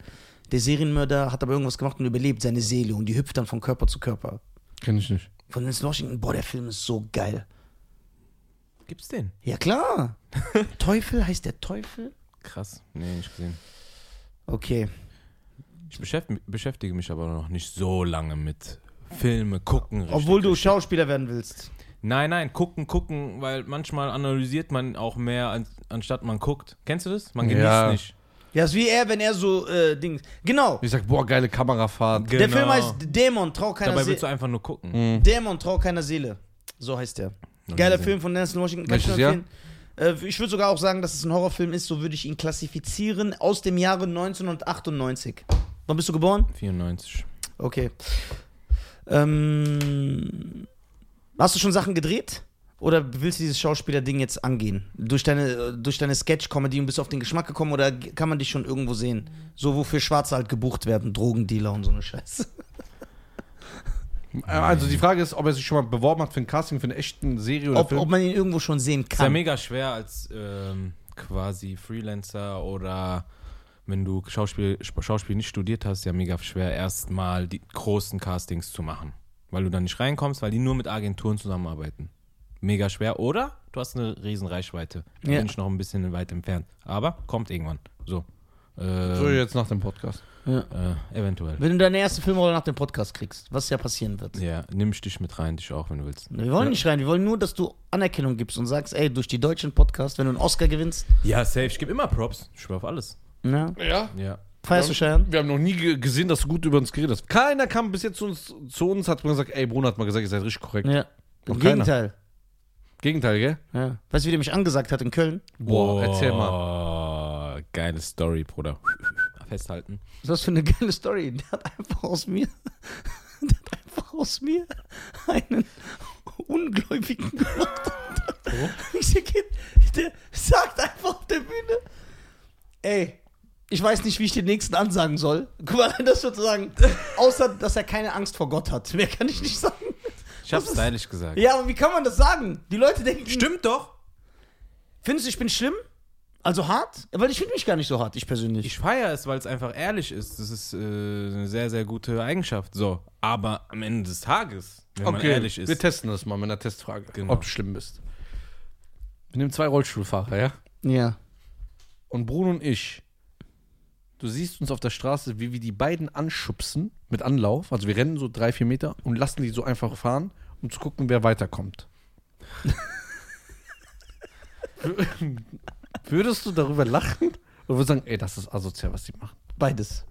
B: Der Serienmörder hat aber irgendwas gemacht und überlebt seine Seele und die hüpft dann von Körper zu Körper.
A: Kenn ich nicht.
B: Von Denzel Washington, boah, der Film ist so geil.
C: Gibt's den?
B: Ja, klar. Teufel heißt der Teufel?
C: Krass. Nee, nicht gesehen.
B: Okay.
C: Ich beschäft, beschäftige mich aber noch nicht so lange mit Filme gucken. richtig,
B: Obwohl du
C: richtig.
B: Schauspieler werden willst.
C: Nein, nein, gucken, gucken, weil manchmal analysiert man auch mehr, an, anstatt man guckt. Kennst du das? Man genießt
A: Ja.
C: nicht.
B: Ja, ist wie er, wenn er so äh, Dings. Genau.
A: Ich sag, boah, geile Kamerafahrt.
C: Ge-
B: Der
C: Genau.
B: Film heißt Dämon, Trau keiner
C: Dabei willst du
B: Seele.
C: einfach nur gucken.
B: Dämon, Trau keiner Seele. So heißt der.
C: Noch nie
B: Geiler
C: gesehen.
B: Film von Denzel Washington.
A: Welches
B: nur empfehlen. Äh, ich würde sogar auch sagen, dass es ein Horrorfilm ist, so würde ich ihn klassifizieren, aus dem Jahre 1998. Wann bist du geboren?
C: 94.
B: Okay. Ähm, hast du schon Sachen gedreht? Oder willst du dieses Schauspieler-Ding jetzt angehen? Durch deine, durch deine Sketch-Comedy und bist du auf den Geschmack gekommen oder g- kann man dich schon irgendwo sehen? So, wofür Schwarze halt gebucht werden, Drogendealer und so eine Scheiße.
A: Äh, Also die Frage ist, ob er sich schon mal beworben hat für ein Casting, für eine echten Serie oder
B: Ob,
A: Film.
B: ob man ihn irgendwo schon sehen
C: Ist ja
B: kann.
C: mega schwer als ähm, quasi Freelancer oder wenn du Schauspiel, Sp- Schauspiel nicht studiert hast, ist ja mega schwer, erstmal die großen Castings zu machen. Weil du da nicht reinkommst, weil die nur mit Agenturen zusammenarbeiten. Mega schwer. Oder du hast eine riesen Reichweite. Da
B: Ja.
C: bin ich noch ein bisschen weit entfernt. Aber kommt irgendwann. So. Ähm,
A: so jetzt nach dem Podcast.
C: äh, eventuell.
B: Wenn du deine erste Filmrolle nach dem Podcast kriegst, was ja passieren wird.
C: Ja, nimm ich dich mit rein, dich auch, wenn du willst.
B: Wir wollen nicht rein, wir wollen nur, dass du Anerkennung gibst und sagst, ey, durch die deutschen Podcasts, wenn du einen Oscar gewinnst,
C: Ja, safe. Ich gebe immer Props. Ich schwör auf alles.
B: ne?
A: Ja.
C: Ja.
B: feierst du Schein?
A: Wir haben noch nie ge- gesehen, dass du gut über uns geredet hast. Keiner kam bis jetzt zu uns, zu uns hat mal gesagt, ey, Bruno hat mal gesagt, ihr seid richtig korrekt.
B: Ja. Im
A: Noch keiner.
B: Gegenteil.
A: Gegenteil, gell?
B: Ja. Weißt du, wie der mich angesagt hat in Köln?
A: Boah, erzähl mal.
C: mal. Geile Story, Bruder. Festhalten.
B: Was ist das für eine geile Story? Der hat einfach aus mir, der hat einfach aus mir einen Ungläubigen gemacht.
C: Oh.
B: Ich sag, ihm, der sagt einfach auf der Bühne, ey, ich weiß nicht, wie ich den nächsten ansagen soll. Guck mal, das sozusagen, außer, dass er keine Angst vor Gott hat. Mehr kann ich nicht sagen.
C: Ich hab's
B: Das ist-
C: stylisch gesagt.
B: Ja, aber wie kann man das sagen? Die Leute denken,
C: Stimmt doch.
B: findest du, ich bin schlimm? Also hart? Weil ich finde mich gar nicht so hart, ich persönlich.
C: Ich feiere es, weil es einfach ehrlich ist. Das ist äh, eine sehr, sehr gute Eigenschaft. So. Aber am Ende des Tages, wenn man ehrlich
A: wir
C: ist.
A: testen das mal mit einer Testfrage,
C: Genau.
A: ob du schlimm bist. Wir nehmen zwei Rollstuhlfahrer, ja?
B: ja.
A: Und Bruno und ich, du siehst uns auf der Straße, wie wir die beiden anschubsen mit Anlauf. Also wir rennen so drei, vier Meter und lassen die so einfach fahren, um zu gucken, wer weiterkommt. Würdest du darüber lachen? Oder würdest du sagen, ey, das ist asozial, was die machen?
B: Beides.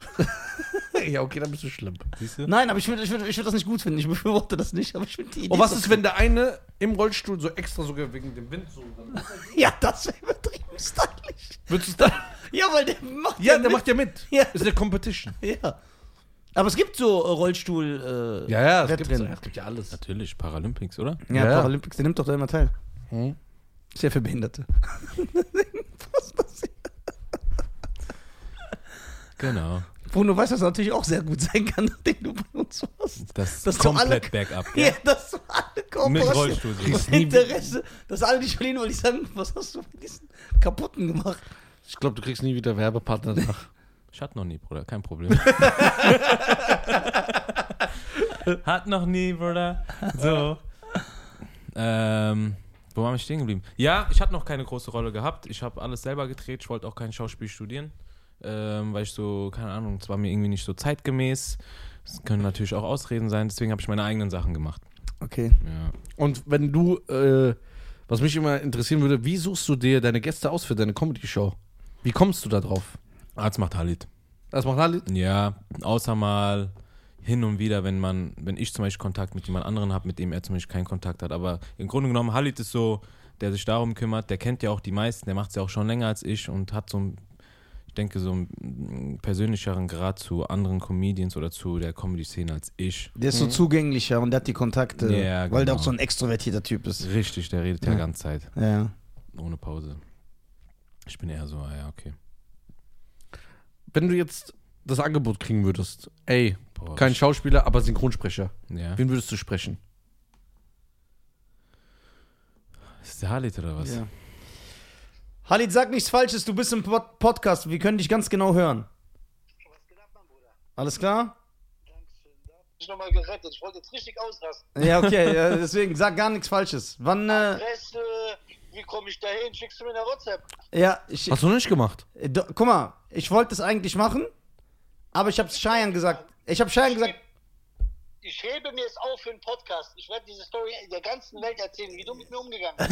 A: ja, okay, dann bist du schlimm.
C: Siehst du?
B: Nein, aber ich würde ich würd, ich würd das nicht gut finden. Ich befürworte das nicht, aber ich finde die Idee.
A: Und Oh, was
B: so-
A: ist, wenn der eine im Rollstuhl so extra sogar wegen dem Wind so. Dann
B: Ja, das wäre übertrieben stylisch.
A: würdest du dann.
B: Ja, weil der macht.
A: Ja, der
B: mit.
A: macht ja mit.
B: Ja.
A: Ist eine Competition.
B: Ja. Aber es gibt so äh, Rollstuhl. Äh,
A: es gibt,
B: Wettrennen.
A: es gibt ja alles.
C: Natürlich, Paralympics, oder?
B: Ja,
A: Ja.
B: Paralympics, der nimmt doch da immer teil.
A: Hm?
B: Ist ja für Behinderte.
C: Genau.
B: Bruno weiß, dass das natürlich auch sehr gut sein kann, nachdem du bei uns warst. Das
C: Das, das
B: ist doch alle-
C: komplett bergab.
B: Ja,
C: gell?
B: das war alle
C: Mit
B: Kooperation.
C: Rollstuhl.
A: Kriegst nie-
B: Interesse, dass alle dich verlieren, weil ich sagen, was hast du mit diesen kaputten gemacht?
A: Ich glaube, du kriegst nie wieder Werbepartner danach.
C: Ich hatte noch nie, Bruder. Kein Problem. Hat noch nie, Bruder. So. ähm, wo war ich stehen geblieben? Ja, ich hatte noch keine große Rolle gehabt. Ich habe alles selber gedreht. Ich wollte auch kein Schauspiel studieren. Ähm, weil ich so, keine Ahnung, es war mir irgendwie nicht so zeitgemäß. Das können natürlich auch Ausreden sein. Deswegen habe ich meine eigenen Sachen gemacht.
B: Okay.
C: Ja.
A: Und wenn du, äh, was mich immer interessieren würde, wie suchst du dir deine Gäste aus für deine Comedy-Show? Wie kommst du da drauf?
C: Arzt macht Halit.
A: Das macht alle.
C: Ja, außer mal hin und wieder, wenn man, wenn ich zum Beispiel Kontakt mit jemand anderen habe, mit dem er zum Beispiel keinen Kontakt hat. Aber im Grunde genommen, Halit ist so, der sich darum kümmert, der kennt ja auch die meisten, der macht es ja auch schon länger als ich und hat so ein, ich denke, so einen persönlicheren Grad zu anderen Comedians oder zu der Comedy-Szene als ich.
B: Der ist so zugänglicher und der hat die Kontakte,
C: Ja,
B: weil der
C: genau.
B: auch so ein extrovertierter Typ ist.
C: Richtig, der redet ja,
B: Ja.
C: ja ganze Zeit,
B: Ja.
C: ohne Pause. Ich bin eher so, ah ja, okay.
A: Wenn du jetzt das Angebot kriegen würdest, ey,
C: Boah,
A: kein Schauspieler, aber Synchronsprecher,
C: ja.
A: wen würdest du sprechen?
C: Ist der Halit oder was?
B: Ja. Halid, sag nichts Falsches, du bist im Pod Podcast, wir können dich ganz genau hören. Alles klar?
D: mich nochmal gerettet. Ich wollte jetzt richtig ausrasten.
B: Ja, okay, ja, deswegen sag gar nichts Falsches. Wann, äh,
D: Rest, äh, wie komme ich da hin? Schickst du mir eine WhatsApp?
B: ja, ich,
A: Hast du noch nicht gemacht?
B: äh, do, guck mal, ich wollte es eigentlich machen, aber ich hab's Scheiern gesagt. Ich hab Scheiern gesagt,
D: ich hebe mir es auf für einen Podcast. Ich werde diese Story der ganzen Welt erzählen, wie du mit mir umgegangen bist.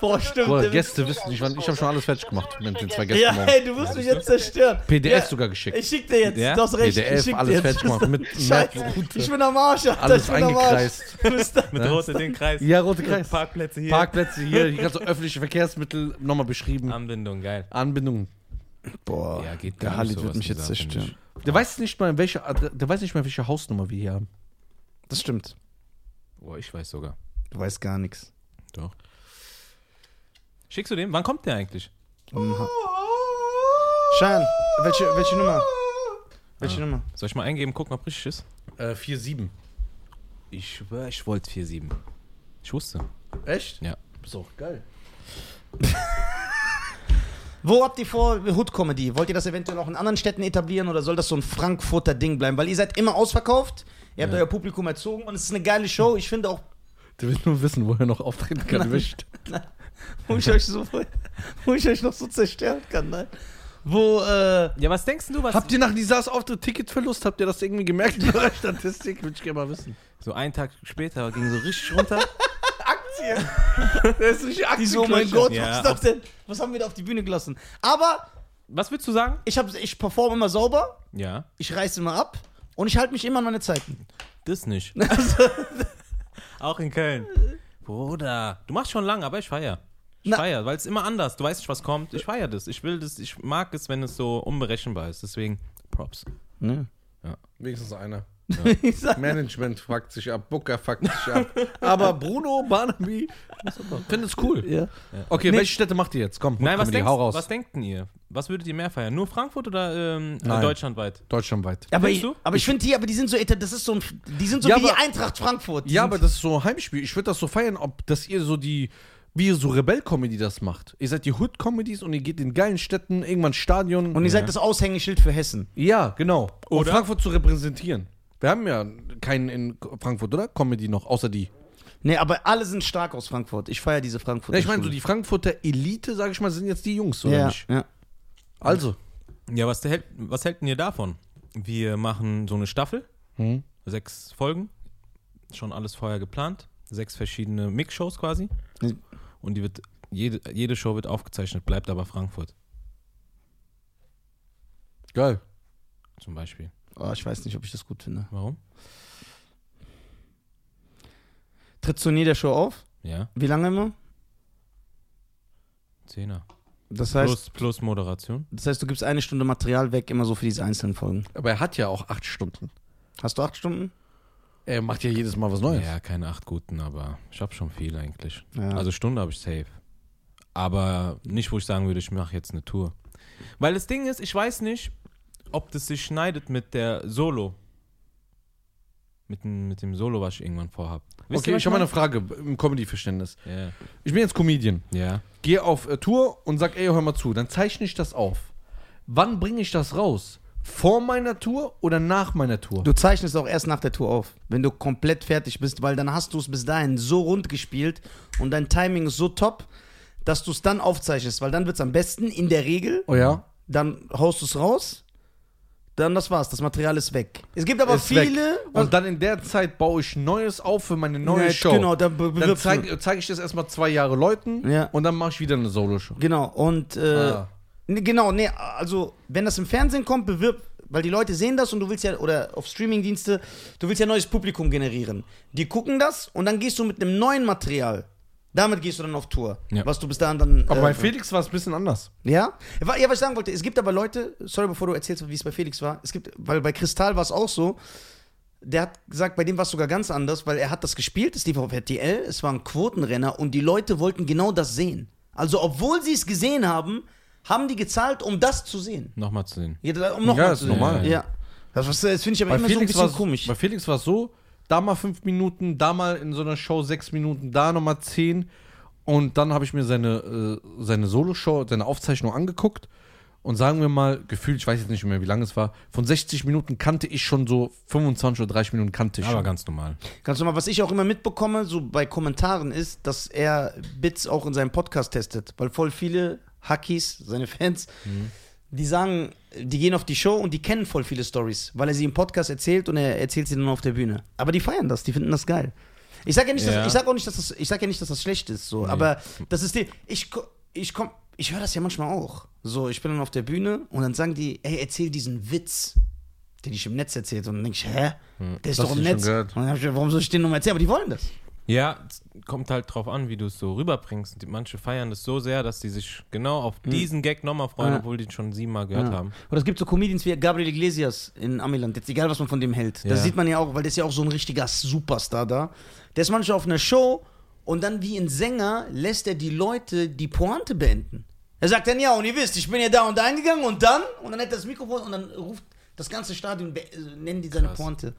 B: Boah, stimmt.
A: Boah,
B: der-
A: Gäste wissen nicht, wann. Ich habe schon alles fertig gemacht mit den zwei Gästen
B: ja,
A: morgen.
B: ey, du wirst mich jetzt zerstören.
A: PDF
B: ja,
A: sogar geschickt.
B: Ich schick dir jetzt,
C: Ja?
B: du hast recht. ich
A: PDF,
B: schick
A: alles
B: dir
A: fertig
B: jetzt.
A: gemacht. Mit
B: Scheiße, ich bin am Arsch, Alter.
A: Alles
B: ich bin am Arsch.
A: eingekreist.
B: Du bist da-
C: Mit Rot in den Kreis.
A: Ja, rote Kreis.
C: Parkplätze hier.
A: Parkplätze hier, die ganzen öffentlichen Verkehrsmittel nochmal beschrieben.
C: Anbindung, geil.
A: Anbindungen.
B: Boah,
C: Ja, geht
B: der
C: gar nicht,
B: Halid
C: sowas
B: wird mich
C: zu
B: jetzt
C: sagen, finde
B: zerstören.
A: Der weiß nicht mal, welche, Adre- der weiß nicht mal, welche Hausnummer wir hier haben.
B: Das stimmt.
C: Boah, ich weiß sogar.
B: Du weißt gar nichts.
C: Doch. Schickst du dem? Wann kommt der eigentlich?
B: Schein, welche, welche Nummer? Welche Nummer?
C: Soll ich mal eingeben, gucken, ob richtig ist?
A: Äh, 4-7.
C: Ich schwör, ich wollte 4-7. Ich wusste.
A: Echt?
C: Ja.
A: Ist auch geil.
B: Wo habt ihr vor Hood Comedy? Wollt ihr das eventuell auch in anderen Städten etablieren oder soll das so ein Frankfurter Ding bleiben? Weil ihr seid immer ausverkauft, ihr habt euer Publikum erzogen und es ist eine geile Show. Ich finde auch,
A: Der will nur wissen, wo er noch auftreten kann. Wischt.
B: wo ich euch so, wo ich euch noch so zerstören kann, ne? Wo, äh,
C: Ja, was denkst du, was.
A: Habt ihr nach Nisas Auftritt Ticketverlust? Habt ihr das irgendwie gemerkt in eurer Statistik? Würde ich gerne mal wissen.
C: so einen Tag später ging so richtig runter.
B: Aktien.
A: Der ist nicht
B: Die so, oh mein Gott,
C: Ja,
B: was ist das
C: auf-
B: denn? Was haben wir da auf die Bühne gelassen? Aber
C: was würdest du sagen?
B: ich, hab, ich performe immer sauber,
C: Ja,
B: ich reiße immer ab und ich halte mich immer an meine Zeiten. Also,
C: das nicht. Auch in Köln. Bruder, du machst schon lange, aber ich feier. Ich
B: Na-
C: feier, weil es immer anders. Du weißt nicht, was kommt. Ich feier das. Ich will das. Ich mag es, wenn es so unberechenbar ist. Deswegen Props.
B: Ne?
A: Wenigstens einer.
B: Ich sag,
A: Management fuckt sich ab, Booker fuckt sich ab. Aber Bruno Barnaby findet es cool.
B: ja.
A: Okay, welche Städte macht ihr jetzt? Komm,
C: Nein, was,
A: Comedy,
C: denkst,
A: hau raus.
C: was denkt denn ihr? Was würdet ihr mehr feiern? Nur Frankfurt oder ähm, äh,
A: Nein.
C: deutschlandweit?
A: Deutschlandweit.
B: Aber
C: Findest
B: ich,
C: du?
B: aber ich finde die, aber die sind so, eta- das ist so ein, die sind so
A: Ja,
B: wie die
A: aber-
B: Eintracht Frankfurt. Die
A: Ja,
B: sind,
A: aber das ist so ein Heimspiel. Ich würde das so feiern, ob dass ihr so die, wie ihr so Rebell-Comedy das macht. Ihr seid die Hood-Comedies und ihr geht in geilen Städten, irgendwann Stadion.
B: und ihr seid das Aushängeschild für Hessen.
A: ja, genau. Um
C: Oder-
A: Frankfurt zu repräsentieren. Wir haben ja keinen in Frankfurt, oder? Comedy noch, außer die.
B: Nee, aber alle sind stark aus Frankfurt. Ich feiere diese
A: Ja,
B: Frankfurter.
A: ich meine, so
B: Schule.
A: die Frankfurter Elite, sag ich mal, sind jetzt die Jungs, oder
B: ja,
A: nicht?
B: ja.
A: Also,
C: Ja, was hält, was hält denn ihr davon? Wir machen so eine Staffel, sechs Folgen, schon alles vorher geplant, sechs verschiedene Mix-Shows quasi.
B: Mhm.
C: Und die wird, jede, jede Show wird aufgezeichnet, bleibt aber Frankfurt
A: geil.
C: zum Beispiel.
B: Oh, ich weiß nicht, ob ich das gut finde.
C: Warum?
B: Trittst du in jeder Show auf?
C: Ja,
B: Wie lange immer?
C: Zehner.
B: Das heißt,
C: Plus, plus Moderation.
B: das heißt, du gibst eine Stunde Material weg, immer so für diese einzelnen Folgen.
A: Aber er hat ja auch acht Stunden.
B: Hast du acht Stunden?
A: Er macht ja jedes Mal was Neues.
C: Ja, keine acht guten, aber ich habe schon viel eigentlich.
B: Ja.
C: Also Stunde habe ich safe. Aber nicht, wo ich sagen würde, ich mache jetzt eine Tour. Weil das Ding ist, ich weiß nicht, ob das sich schneidet mit der Solo. Mit, dem- mit dem Solo, was ich irgendwann vorhab. Wisst
A: Okay,
C: ihr, was
A: ich habe mal eine
C: meine?
A: Frage im Comedy-Verständnis.
C: Ja.
A: Ich bin jetzt Comedian.
C: ja.
A: gehe auf äh, Tour und sag, ey, hör mal zu, dann zeichne ich das auf. Wann bringe ich das raus? Vor meiner Tour oder nach meiner Tour?
B: Du zeichnest auch erst nach der Tour auf, wenn du komplett fertig bist, weil dann hast du es bis dahin so rund gespielt und dein Timing ist so top, dass du es dann aufzeichnest, weil dann wird es am besten in der Regel.
A: oh ja?
B: dann haust du es raus, dann das war's, das Material ist weg. Es gibt aber
A: Ist
B: viele.
A: weg. Und dann in der Zeit baue ich Neues auf für meine neue
B: Ja,
A: Show.
B: Genau, dann be-
A: Dann
B: bewirbst du.
A: zeige zeig ich das erstmal zwei Jahre Leuten
B: Ja.
A: und dann mache ich wieder eine Solo-Show.
B: Genau, und äh,
A: Ah.
B: ne, genau, nee, also wenn das im Fernsehen kommt, bewirb, weil die Leute sehen das und du willst ja, oder auf Streamingdienste, du willst ja neues Publikum generieren. Die gucken das und dann gehst du mit einem neuen Material. Damit gehst du dann auf Tour.
C: Ja.
B: Was du bis dahin dann.
A: Aber
B: äh,
A: bei Felix war es ein bisschen anders.
B: Ja? Wa- Ja, was ich sagen wollte, es gibt aber Leute, sorry, bevor du erzählst, wie es bei Felix war, es gibt, weil bei Kristall war es auch so, der hat gesagt, bei dem war es sogar ganz anders, weil er hat das gespielt, es lief auf RTL, es war ein Quotenrenner und die Leute wollten genau das sehen. Also, obwohl sie es gesehen haben, haben die gezahlt, um das zu sehen.
C: Nochmal zu sehen.
B: Ja, um noch
A: Ja,
B: mal
A: ist
B: zu sehen.
A: normal.
B: Ja. Das, was- das finde ich aber
A: Bei
B: immer
A: Felix,
B: so ein
A: war's-
B: bisschen komisch.
A: bei Felix war es so, da mal fünf Minuten, da mal in so einer Show sechs Minuten, da nochmal zehn. Und dann habe ich mir seine, äh, seine Solo-Show, seine Aufzeichnung angeguckt. Und sagen wir mal, gefühlt, ich weiß jetzt nicht mehr, wie lange es war, von 60 Minuten kannte ich schon so 25 oder 30 Minuten kannte ich
C: Aber
A: schon.
C: ganz normal.
B: Ganz normal, was ich auch immer mitbekomme, so bei Kommentaren ist, dass er Bits auch in seinem Podcast testet, weil voll viele Hackies, seine Fans, die sagen, die gehen auf die Show und die kennen voll viele Stories, weil er sie im Podcast erzählt und er erzählt sie dann auf der Bühne. Aber die feiern das, die finden das geil. Ich sag ja nicht,
C: Ja.
B: Dass, ich sag auch nicht, dass das, ich sag ja nicht, dass das schlecht ist, so. Aber das ist die, ich, ko- ich komm, ich höre das ja manchmal auch. So, ich bin dann auf der Bühne und dann sagen die, ey, erzähl diesen Witz, den ich im Netz erzählt und dann denk ich, hä, der ist
A: Hm, Hast
B: doch
A: du
B: im
A: schon
B: Netz.
A: gehört?
B: Und dann hab ich, warum soll ich den nochmal erzählen? Aber die wollen das.
C: Ja, es kommt halt drauf an, wie du es so rüberbringst. Die- Manche feiern das so sehr, dass die sich genau auf
A: Hm.
C: diesen Gag nochmal freuen,
B: Ja.
C: obwohl die ihn schon siebenmal gehört
B: Ja.
C: haben.
B: Oder es gibt so Comedians wie Gabriel Iglesias in Amiland, jetzt egal was man von dem hält.
C: Ja.
B: Das sieht man ja auch, weil der ist ja auch so ein richtiger Superstar da. Der ist manchmal auf einer Show und dann wie ein Sänger lässt er die Leute die Pointe beenden. Er sagt dann, ja, und ihr wisst, ich bin ja da und da hingegangen und dann, und dann hat er das Mikrofon und dann ruft das ganze Stadion, be- äh, nennen die seine
C: Krass.
B: Pointe.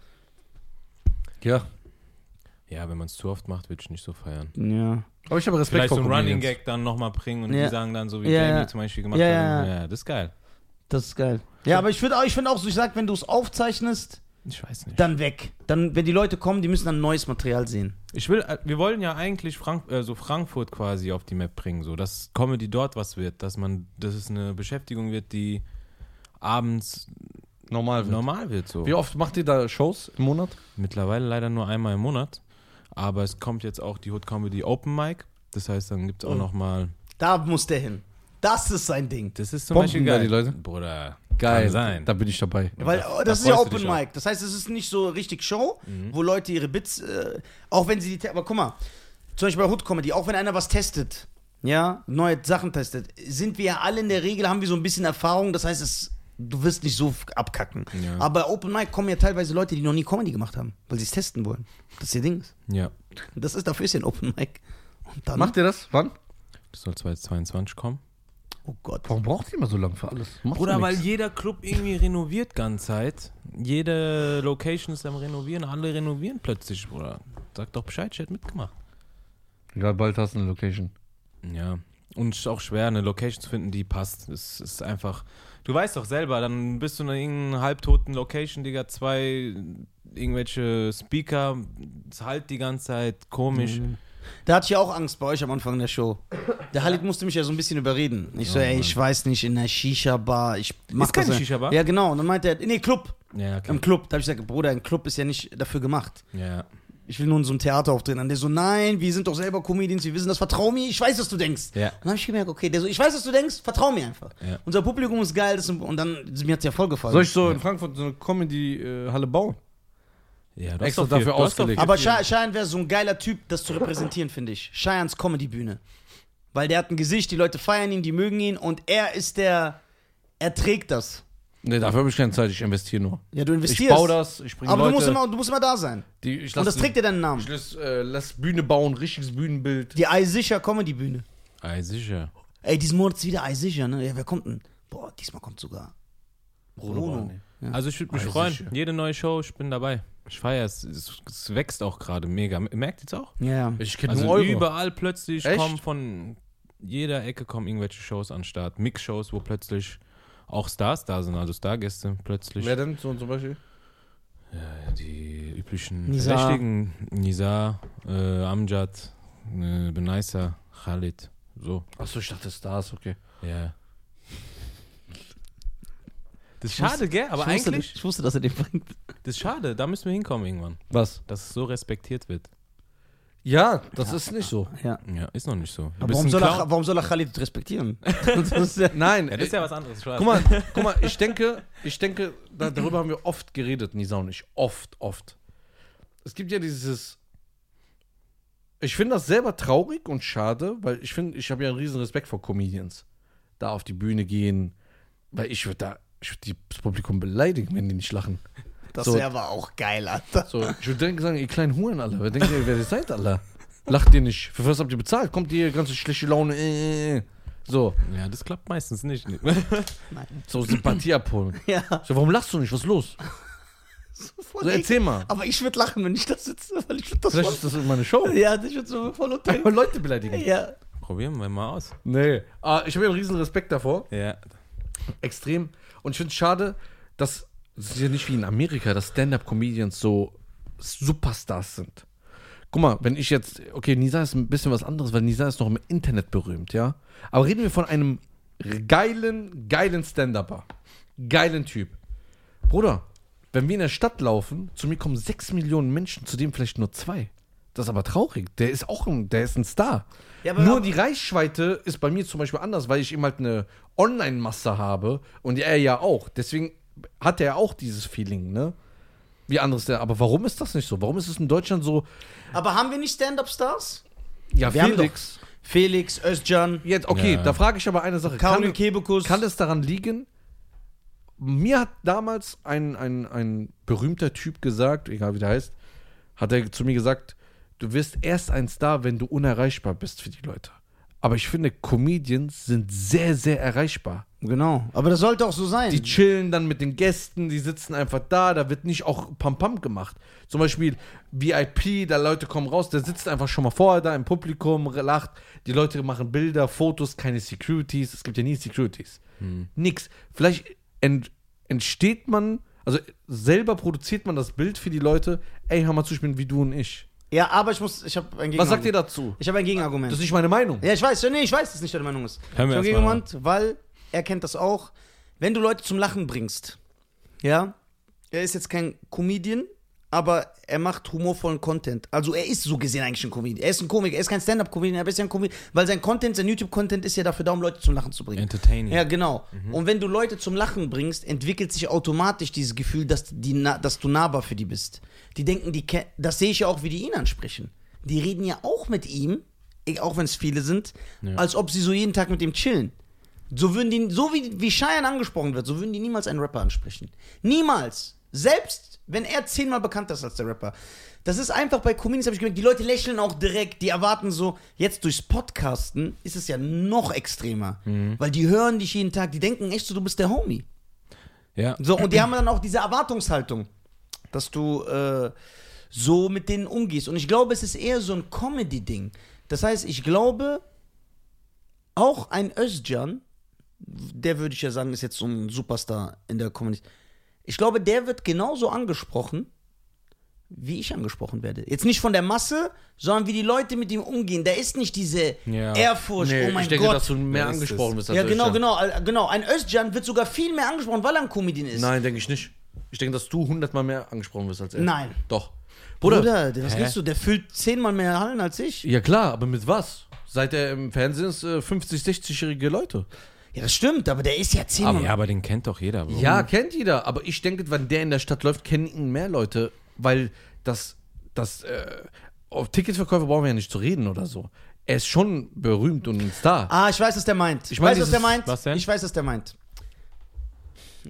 A: Ja.
C: Ja, wenn man es zu oft macht, würde ich nicht so feiern.
B: Ja.
A: Aber ich habe Respekt
C: Vielleicht so
A: vor
C: einen Running
A: Comedians.
C: Gag dann nochmal bringen und
B: Ja.
C: die sagen dann so, wie
B: Ja,
C: Jamie
B: ja.
C: zum Beispiel gemacht
B: Ja,
C: hat.
B: ja, ja.
C: Ja, das ist geil.
B: Das ist geil. Ja, aber ich finde auch, ich find auch so, ich sag, wenn du es aufzeichnest,
C: Ich weiß nicht.
B: dann weg. Dann, wenn die Leute kommen, die müssen dann neues Material sehen.
C: Ich will, äh, wir wollen ja eigentlich Frank, äh, so Frankfurt quasi auf die Map bringen, so dass Comedy dort was wird, dass man, dass es eine Beschäftigung wird, die abends
A: Normal. wird.
C: normal wird. So.
A: Wie oft macht ihr da Shows im Monat?
C: Mittlerweile leider nur einmal im Monat, aber es kommt jetzt auch die Hood Comedy Open Mic. Das heißt, dann gibt es
B: Oh.
C: auch nochmal.
B: Da muss der hin. Das ist sein Ding.
C: Das ist zum
A: Bomben
C: Beispiel
A: da
C: geil.
A: die Leute?
C: Bruder,
A: Geil.
C: kann sein.
A: Da bin ich dabei.
B: Weil
C: Da-
B: das,
C: da
B: das ist ja
C: freust du
B: Open
C: dich auch.
B: Mic. Das heißt, es ist nicht so richtig Show, wo Leute ihre Bits, äh, auch wenn sie die, te- aber guck mal, zum Beispiel bei Hood Comedy, auch wenn einer was testet, ja, neue Sachen testet, sind wir ja alle in der Regel, haben wir so ein bisschen Erfahrung, das heißt, es, du wirst nicht so f- abkacken.
C: Ja.
B: Aber bei Open Mic kommen ja teilweise Leute, die noch nie Comedy gemacht haben, weil sie es testen wollen. Das ist ihr Ding.
C: ja,
B: Das ist, dafür ist ja ein Open Mic. Und dann,
A: Macht ihr das? Wann?
C: das soll 2022 kommen.
B: oh Gott.
A: Warum braucht ihr immer so lange für alles? Macht
C: Oder
A: doch
C: weil
A: nix.
C: jeder Club irgendwie renoviert ganze Zeit. Jede Location ist am Renovieren, alle renovieren plötzlich, Bruder. Sag doch Bescheid, ich hätte mitgemacht.
A: Ja, bald hast du eine Location.
C: Ja. Und es ist auch schwer, eine Location zu finden, die passt. Es ist einfach. Du weißt doch selber, dann bist du in irgendeiner halbtoten Location, Digga, zwei irgendwelche Speaker, es halt die ganze Zeit komisch.
B: Da hatte ich ja auch Angst bei euch am Anfang der Show. Der Halit musste mich ja so ein bisschen überreden. Ich so, ey, ich weiß nicht, in der Shisha-Bar, ich mach
C: Ist keine
B: das ja-
C: Shisha-Bar?
B: Ja, genau. Und dann meinte er, nee, Club.
C: Ja, okay.
B: Im Club. Da habe ich gesagt, Bruder, ein Club ist ja nicht dafür gemacht.
C: Ja.
B: Ich will nur in so einem Theater auftreten. Und der so, nein, wir sind doch selber Comedians, wir wissen das, vertrau mir, ich weiß, was du denkst.
C: Ja.
B: Und dann habe ich gemerkt, okay, der so, ich weiß, was du denkst, vertrau mir einfach.
C: Ja.
B: Unser Publikum ist geil, das, und dann, mir hat's ja voll gefallen.
A: Soll ich so in Frankfurt so eine Comedy-Halle bauen?
C: ja du hast
A: Extra
C: doch viel-
A: dafür
C: du hast doch
A: ausgelegt.
B: Aber Sche- Cheyenne wäre so ein geiler Typ, das zu repräsentieren, finde ich. Cheyens Comedy-Bühne. Weil der hat ein Gesicht, die Leute feiern ihn, die mögen ihn und er ist der. Er trägt das.
A: Ne, dafür habe ich keine Zeit, ich investiere nur.
B: Ja, du
A: Ich
B: investierst.
A: baue das, ich bringe
B: aber
A: Leute.
B: du musst, immer, du musst immer da sein.
A: die, ich
B: Und
A: lass
B: das trägt dir deinen
A: Ich
B: Namen.
A: lass, äh, lass Bühne bauen, richtiges Bühnenbild.
B: Die Eisicher Comedy-Bühne.
C: Ei, sicher.
B: Ey, diesen Monat ist wieder Eisicher, ne? Ja, wer kommt denn? Boah, diesmal kommt sogar. Bruno.
C: Also ich würde mich
A: Ei,
C: freuen.
A: sicher.
C: Jede neue Show, ich bin dabei. Ich feiere es. es. Es wächst auch gerade mega. Merkt ihr es auch?
B: Ja, ja.
A: Ich kenne
C: Also
A: nur Euro.
C: überall plötzlich
A: Echt?
C: kommen von jeder Ecke kommen irgendwelche Shows an den Start. Mix-Shows, wo plötzlich auch Stars da sind, also Stargäste plötzlich.
A: Wer denn so, zum Beispiel?
C: Die üblichen
B: Nizar.
C: Verdächtigen. Nizar, äh, Amjad, äh, Benaisa, Khalid. So,
A: Achso, ich dachte Stars, okay.
C: ja. Das ist schade, gell? Aber
B: ich wusste,
C: eigentlich,
B: Ich wusste, dass er den bringt.
C: das ist schade. Da müssen wir hinkommen irgendwann,
A: Was?
C: dass es so respektiert wird.
A: Ja, das ist nicht so.
B: Ja.
C: Ja, ist noch nicht so. Du
B: Aber
C: bist
B: warum
C: ein
B: soll,
C: Clown.
B: er, warum soll er Khalid respektieren? das ist ja,
A: Nein, äh,
C: Ja, das ist ja was anderes. ich weiß.
A: Guck mal, guck mal, ich denke, ich denke, da, darüber haben wir oft geredet, Nisa und ich. Oft, oft. Es gibt ja dieses. Ich finde das selber traurig und schade, weil ich finde, ich habe ja einen riesen Respekt vor Comedians. Da auf die Bühne gehen, weil ich würde da, ich würde das Publikum beleidigen, wenn die nicht lachen.
B: das
A: So.
B: wär aber auch geil, Alter.
A: So, ich würde denken, sagen, ihr kleinen Huren, Alter. Wer denkt ihr, wer ihr seid, Alter? Lacht ihr nicht. Für was habt ihr bezahlt? Kommt ihr ganze schlechte Laune? Äh, äh, äh. so,
C: Ja, das klappt meistens nicht.
A: so Sympathie abholen.
B: Ja.
A: So, warum lachst du nicht? Was ist los? So, erzähl mal.
B: Aber ich würde lachen, wenn ich das sitze, weil ich würde das
A: Ah. Vielleicht ist das immer eine Show.
B: Ja, das wird so voll
A: Aber Leute beleidigen.
B: Ja.
C: Probieren wir mal aus.
A: Nee. Ah, ich habe ja einen riesen Respekt davor.
C: Ja.
A: Extrem. Und ich finde es schade, dass es ist ja nicht wie in Amerika, dass Stand-Up-Comedians so Superstars sind. Guck mal, wenn ich jetzt, okay, Nisa ist ein bisschen was anderes, weil Nisa ist noch im Internet berühmt, ja. Aber reden wir von einem geilen, geilen Stand-Upper. Geilen Typ. Bruder, wenn wir in der Stadt laufen, zu mir kommen sechs Millionen Menschen, zu dem vielleicht nur zwei. Das ist aber traurig. Der ist auch ein, der ist ein Star.
B: Ja, aber
A: nur
B: auch-
A: die Reichweite ist bei mir zum Beispiel anders, weil ich eben halt eine Online-Masse habe und er ja auch. Deswegen hat er auch dieses Feeling, ne? Wie anderes. der- Aber warum ist das nicht so? Warum ist es in Deutschland so?
B: Aber haben wir nicht Stand-Up-Stars?
A: Ja,
B: Wir haben
A: Felix.
B: Felix, Özcan,
A: Jetzt, okay,
C: Ja.
A: da frage ich aber eine Sache.
B: Karin
A: Kann-
B: Kebekus.
A: Kann es daran liegen? Mir hat damals ein, ein, ein berühmter Typ gesagt, egal wie der heißt, hat er zu mir gesagt, du wirst erst ein Star, wenn du unerreichbar bist für die Leute. Aber ich finde, Comedians sind sehr, sehr erreichbar.
B: genau, aber das sollte auch so sein.
A: Die chillen dann mit den Gästen, die sitzen einfach da, da wird nicht auch Pam-Pam gemacht. Zum Beispiel VIP, da Leute kommen raus, der sitzt einfach schon mal vorher da im Publikum, lacht, die Leute machen Bilder, Fotos, keine Securities, es gibt ja nie Securities. Nix. Vielleicht ent entsteht man, also selber produziert man das Bild für die Leute, ey, hör mal zu, ich bin wie du und ich.
B: ja, aber ich muss, ich habe ein Gegenargument.
A: Was sagt ihr dazu?
B: Ich habe ein Gegenargument.
A: Das ist nicht meine Meinung.
B: Ja, ich weiß, ja, nee, ich weiß, dass nicht deine Meinung ist.
C: Hören wir
B: ich
C: erst mal
B: jemand, weil er kennt das auch. Wenn du Leute zum Lachen bringst, ja, er ist jetzt kein Comedian, aber er macht humorvollen Content. Also er ist so gesehen eigentlich ein Comedian. Er ist ein Komiker, er ist kein Stand-up-Comedian, er ist ja ein Comedian, weil sein Content, sein YouTube-Content ist ja dafür da, um Leute zum Lachen zu bringen.
C: Entertaining.
B: Ja, genau. Und wenn du Leute zum Lachen bringst, entwickelt sich automatisch dieses Gefühl, dass, die, na- dass du nahbar für die bist. Die denken, die ke- das sehe ich ja auch, wie die ihn ansprechen. Die reden ja auch mit ihm, eh, auch wenn es viele sind, als ob sie so jeden Tag mit ihm chillen. So würden die, so wie, wie Cheyenne angesprochen wird, so würden die niemals einen Rapper ansprechen. Niemals. Selbst wenn er zehnmal bekannter ist als der Rapper. Das ist einfach bei Comedians, habe ich gemerkt, die Leute lächeln auch direkt, die erwarten so, jetzt durchs Podcasten ist es ja noch extremer. Weil die hören dich jeden Tag, die denken echt so, du bist der Homie.
C: Ja.
B: So, und die haben dann auch diese Erwartungshaltung, dass du äh, so mit denen umgehst. Und ich glaube, es ist eher so ein Comedy-Ding. Das heißt, ich glaube, auch ein Özcan, der würde ich ja sagen, ist jetzt so ein Superstar in der Comedy. Ich glaube, der wird genauso angesprochen, wie ich angesprochen werde. Jetzt nicht von der Masse, sondern wie die Leute mit ihm umgehen. Da ist nicht diese
C: Ja.
B: Ehrfurcht,
A: Nee,
B: oh mein
A: ich denke,
B: Gott.
A: dass du mehr
C: Wer ist
A: angesprochen bist. als
B: ja,
A: ich,
B: genau, genau, äh, genau. Ein Özcan wird sogar viel mehr angesprochen, weil er ein Comedian ist.
A: Nein, denke ich nicht. Ich denke, dass du hundertmal mehr angesprochen wirst als er.
B: Nein.
A: Doch.
B: Bruder,
A: Bruder,
B: was redest du? Der füllt zehnmal mehr Hallen als ich.
A: Ja klar, aber mit was? Seit er im Fernsehen ist, äh, 50, 60-jährige Leute.
B: Ja, das stimmt, aber der ist ja zehnmal.
C: Aber, ja, aber den kennt doch jeder. Warum?
A: Ja, kennt jeder. Aber ich denke, wenn der in der Stadt läuft, kennen ihn mehr Leute, weil das, das, äh, auf Ticketverkäufer brauchen wir ja nicht zu reden oder so. Er ist schon berühmt und ein Star.
B: Ah, ich weiß, was der meint. Ich
A: Ich mein,
B: weiß, was der
A: dieses-
B: meint.
C: was denn?
B: Ich weiß, was der meint.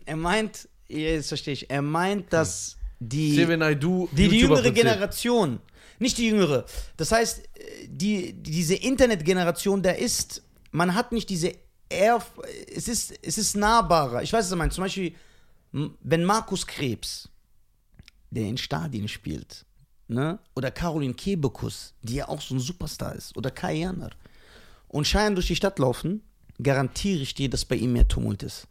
B: Er meint, jetzt verstehe ich, er meint, dass die,
A: Steven Naidu,
B: die, die jüngere
A: YouTuber-Prinzip.
B: Generation, nicht die jüngere, das heißt, äh, die, diese Internetgeneration, da ist, man hat nicht diese Air, es ist, es ist nahbarer. Ich weiß, was er meint. Zum Beispiel, m- wenn Markus Krebs, der in Stadien spielt, ne? oder Caroline Kebekus, die ja auch so ein Superstar ist, oder Kai Janer, und Schein durch die Stadt laufen, garantiere ich dir, dass bei ihm mehr Tumult ist.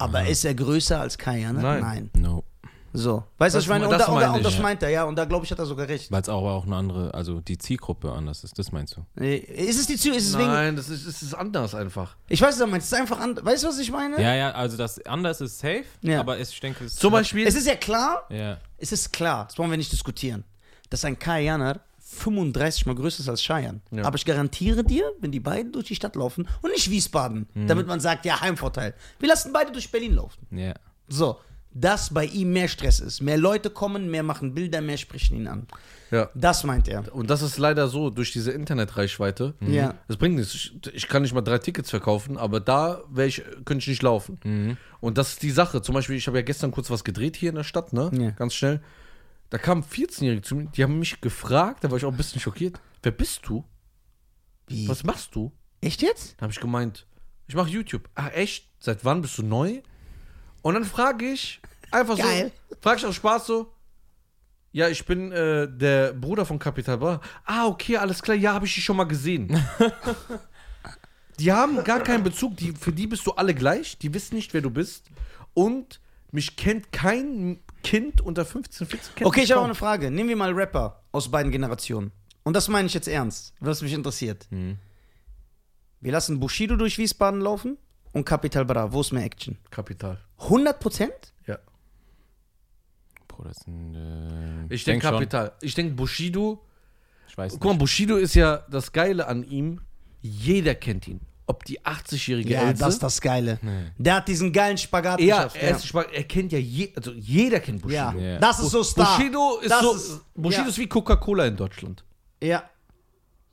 B: Aber ist er größer als Kai Janer?
A: Nein.
C: No.
B: So. Weißt du, was ich meine? Und,
A: Das
B: da, und, da,
A: meine
B: und
A: ich.
B: das meint er, ja. Und da, glaube ich, hat er sogar recht.
C: Weil es auch aber auch eine andere, also die Zielgruppe anders ist, das meinst du?
B: Nee, Ist es die Zü? Ist es wegen.
A: Nein, das ist, es ist anders einfach.
B: Ich weiß, was er meint. Es ist einfach anders. Weißt du, was ich meine?
C: Ja, ja, also das anders ist safe,
B: Ja.
C: aber es, ich denke, es
A: Zum Beispiel,
B: Es ist ja klar,
C: Ja.
B: es ist klar, das wollen wir nicht diskutieren, dass ein Kai Janer 35 mal größer ist als Scheiern.
A: Ja.
B: Aber ich garantiere dir, wenn die beiden durch die Stadt laufen und nicht Wiesbaden,
A: Mhm.
B: damit man sagt, ja, Heimvorteil. Wir lassen beide durch Berlin laufen.
C: Ja.
B: So, dass bei ihm mehr Stress ist. Mehr Leute kommen, mehr machen Bilder, mehr sprechen ihn an.
A: ja.
B: Das meint er.
A: Und das ist leider so, durch diese Internetreichweite.
B: Mhm. Ja.
A: Das bringt nichts. Ich, ich kann nicht mal drei Tickets verkaufen, aber da wär ich, könnte ich nicht laufen.
B: Mhm.
A: Und das ist die Sache. Zum Beispiel, ich habe ja gestern kurz was gedreht hier in der Stadt, ne?
B: Ja.
A: Ganz schnell. Da kamen 14-Jährige zu mir, die haben mich gefragt, da war ich auch ein bisschen schockiert. Wer bist du?
B: Wie?
A: Was machst du?
B: Echt jetzt?
A: Da habe ich gemeint, ich mache YouTube. Ach echt? Seit wann bist du neu? Und dann frage ich einfach
B: Geil.
A: so, frage ich aus Spaß so, ja, ich bin äh, der Bruder von Capital Bra. Ah, okay, alles klar. Ja, habe ich dich schon mal gesehen. die haben gar keinen Bezug. Die, für die bist du alle gleich. Die wissen nicht, wer du bist. Und mich kennt kein Kind unter 15, 14. Kennt
B: Okay,
A: mich
B: ich habe auch
A: kaum.
B: eine Frage. Nehmen wir mal Rapper aus beiden Generationen. Und das meine ich
A: Hm.
B: jetzt ernst, was mich interessiert. Wir lassen Bushido durch Wiesbaden laufen und Capital Bra. Wo ist mehr Action?
A: Kapital.
B: 100 Prozent?
A: Ja.
C: Bro, das sind, äh,
A: Ich denke
C: denk schon.
A: Kapital. Ich denke Bushido.
C: Ich weiß
A: Guck mal, Bushido ist ja das Geile an ihm. Jeder kennt ihn. Ob die 80-jährige
B: Ja,
A: Else.
B: das ist das Geile. Der hat diesen geilen Spagat
A: ja,
B: geschafft.
A: er, ist, Spar- er kennt ja je, also jeder kennt Bushido.
B: ja.
C: Ja.
B: das ist so Star.
A: Bushido ist
B: das
A: so
B: Ist,
A: Bushido
B: ja.
A: ist wie Coca-Cola in Deutschland.
B: ja,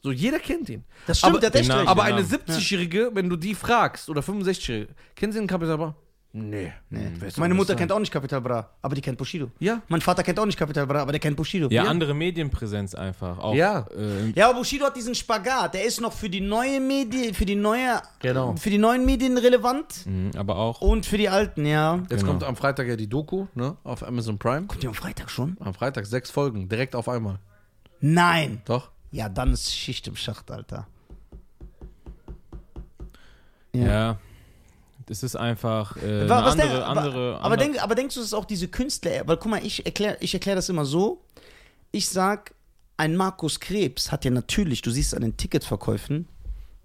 A: So jeder kennt ihn.
B: das stimmt,
A: Aber-
B: der hat echt
C: Den Namen-
B: recht.
A: Aber
C: den
A: eine
C: Namen.
A: 70-jährige, wenn du die fragst oder 65-jährige, kennen sie den Kapital Bra? Nee. nee.
B: Meine Mutter kennt auch nicht Capital Bra, aber die kennt Bushido.
A: Ja.
B: Mein Vater kennt auch nicht Capital Bra, aber der kennt Bushido.
C: Ja, andere Medienpräsenz einfach. Auch,
A: Ja.
C: Äh,
B: Ja, aber Bushido hat diesen Spagat. Der ist noch für die neue Medien, für die neue,
A: Genau.
B: für die neuen Medien relevant
C: mh, mhm, aber auch.
B: und für die alten, ja.
A: Jetzt
C: Genau.
A: kommt am Freitag ja die Doku, ne? Auf Amazon Prime.
B: Kommt die am Freitag schon?
A: Am Freitag sechs Folgen, direkt auf einmal.
B: Nein.
A: Doch?
B: Ja, dann ist Schicht im Schacht, Alter.
C: Ja. Das ist einfach äh,
B: Wa-
C: eine
B: was
C: andere,
B: der- aber,
C: andere, andere.
B: aber, denk, aber denkst du, dass auch diese Künstler, weil guck mal, ich erkläre ich erklär das immer so, ich sag, ein Markus Krebs hat ja natürlich, du siehst an den Ticketverkäufen,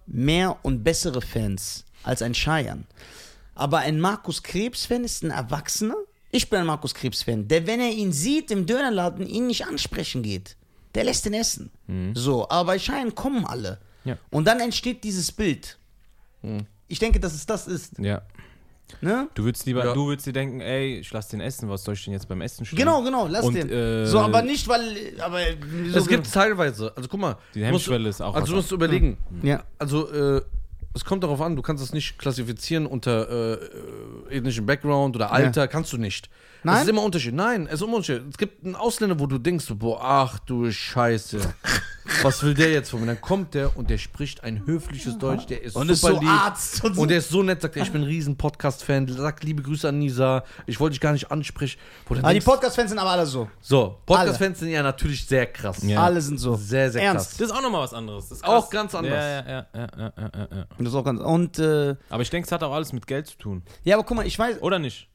B: mehr und bessere Fans als ein Scheiern. Aber ein Markus Krebs-Fan ist ein Erwachsener. Ich bin ein Markus Krebs-Fan, der, wenn er ihn sieht im Dönerladen, ihn nicht ansprechen geht. Der lässt ihn essen. So, aber bei Scheiern kommen alle.
C: Mhm. Ja. Mhm.
B: Und dann entsteht dieses Bild. Ich denke, dass es das ist.
C: ja.
B: Ne?
C: Du würdest lieber,
A: Ja.
C: du würdest dir denken, ey, ich lass den essen, was soll ich denn jetzt beim Essen stellen?
B: Genau, genau, lass
C: Und,
B: den.
C: äh,
B: so, aber nicht, weil. Aber so
A: es gibt teilweise, also guck mal.
C: Die
A: du
C: Hemmschwelle
A: musst,
C: ist auch
A: Also du
C: was
A: musst überlegen,
B: genau? Ja.
A: also äh, es kommt darauf an, du kannst es nicht klassifizieren unter äh, äh, ethnischen Background oder Alter, kannst du nicht.
B: Nein?
A: Es ist immer Unterschied. Nein, es ist immer Unterschied. Es gibt einen Ausländer, wo du denkst, so, boah, ach du Scheiße. Was will der jetzt von mir? Dann kommt der und der spricht ein höfliches Deutsch, der ist
B: Und
A: super
B: ist so
A: lieb.
B: Arzt und so.
A: Und der ist so nett, sagt er, ich bin ein riesen Podcast-Fan, sagt liebe Grüße an Nisa, ich wollte dich gar nicht ansprechen. Wo du
B: Aber Ah, die
A: denkst,
B: Podcast-Fans sind aber alle so.
A: so, Podcast-Fans sind ja natürlich sehr krass.
C: Ja.
B: Alle sind so.
A: Sehr, sehr
B: Ernst.
A: krass.
C: Das ist auch nochmal was anderes. Das ist
A: Auch
C: krass.
A: ganz anders.
C: Ja, ja, ja, ja, ja, ja, ja.
B: Das ist auch ganz. Und, äh,
C: Aber ich denke, es hat auch alles mit Geld zu tun.
B: ja, aber guck mal, ich weiß,
C: Oder nicht?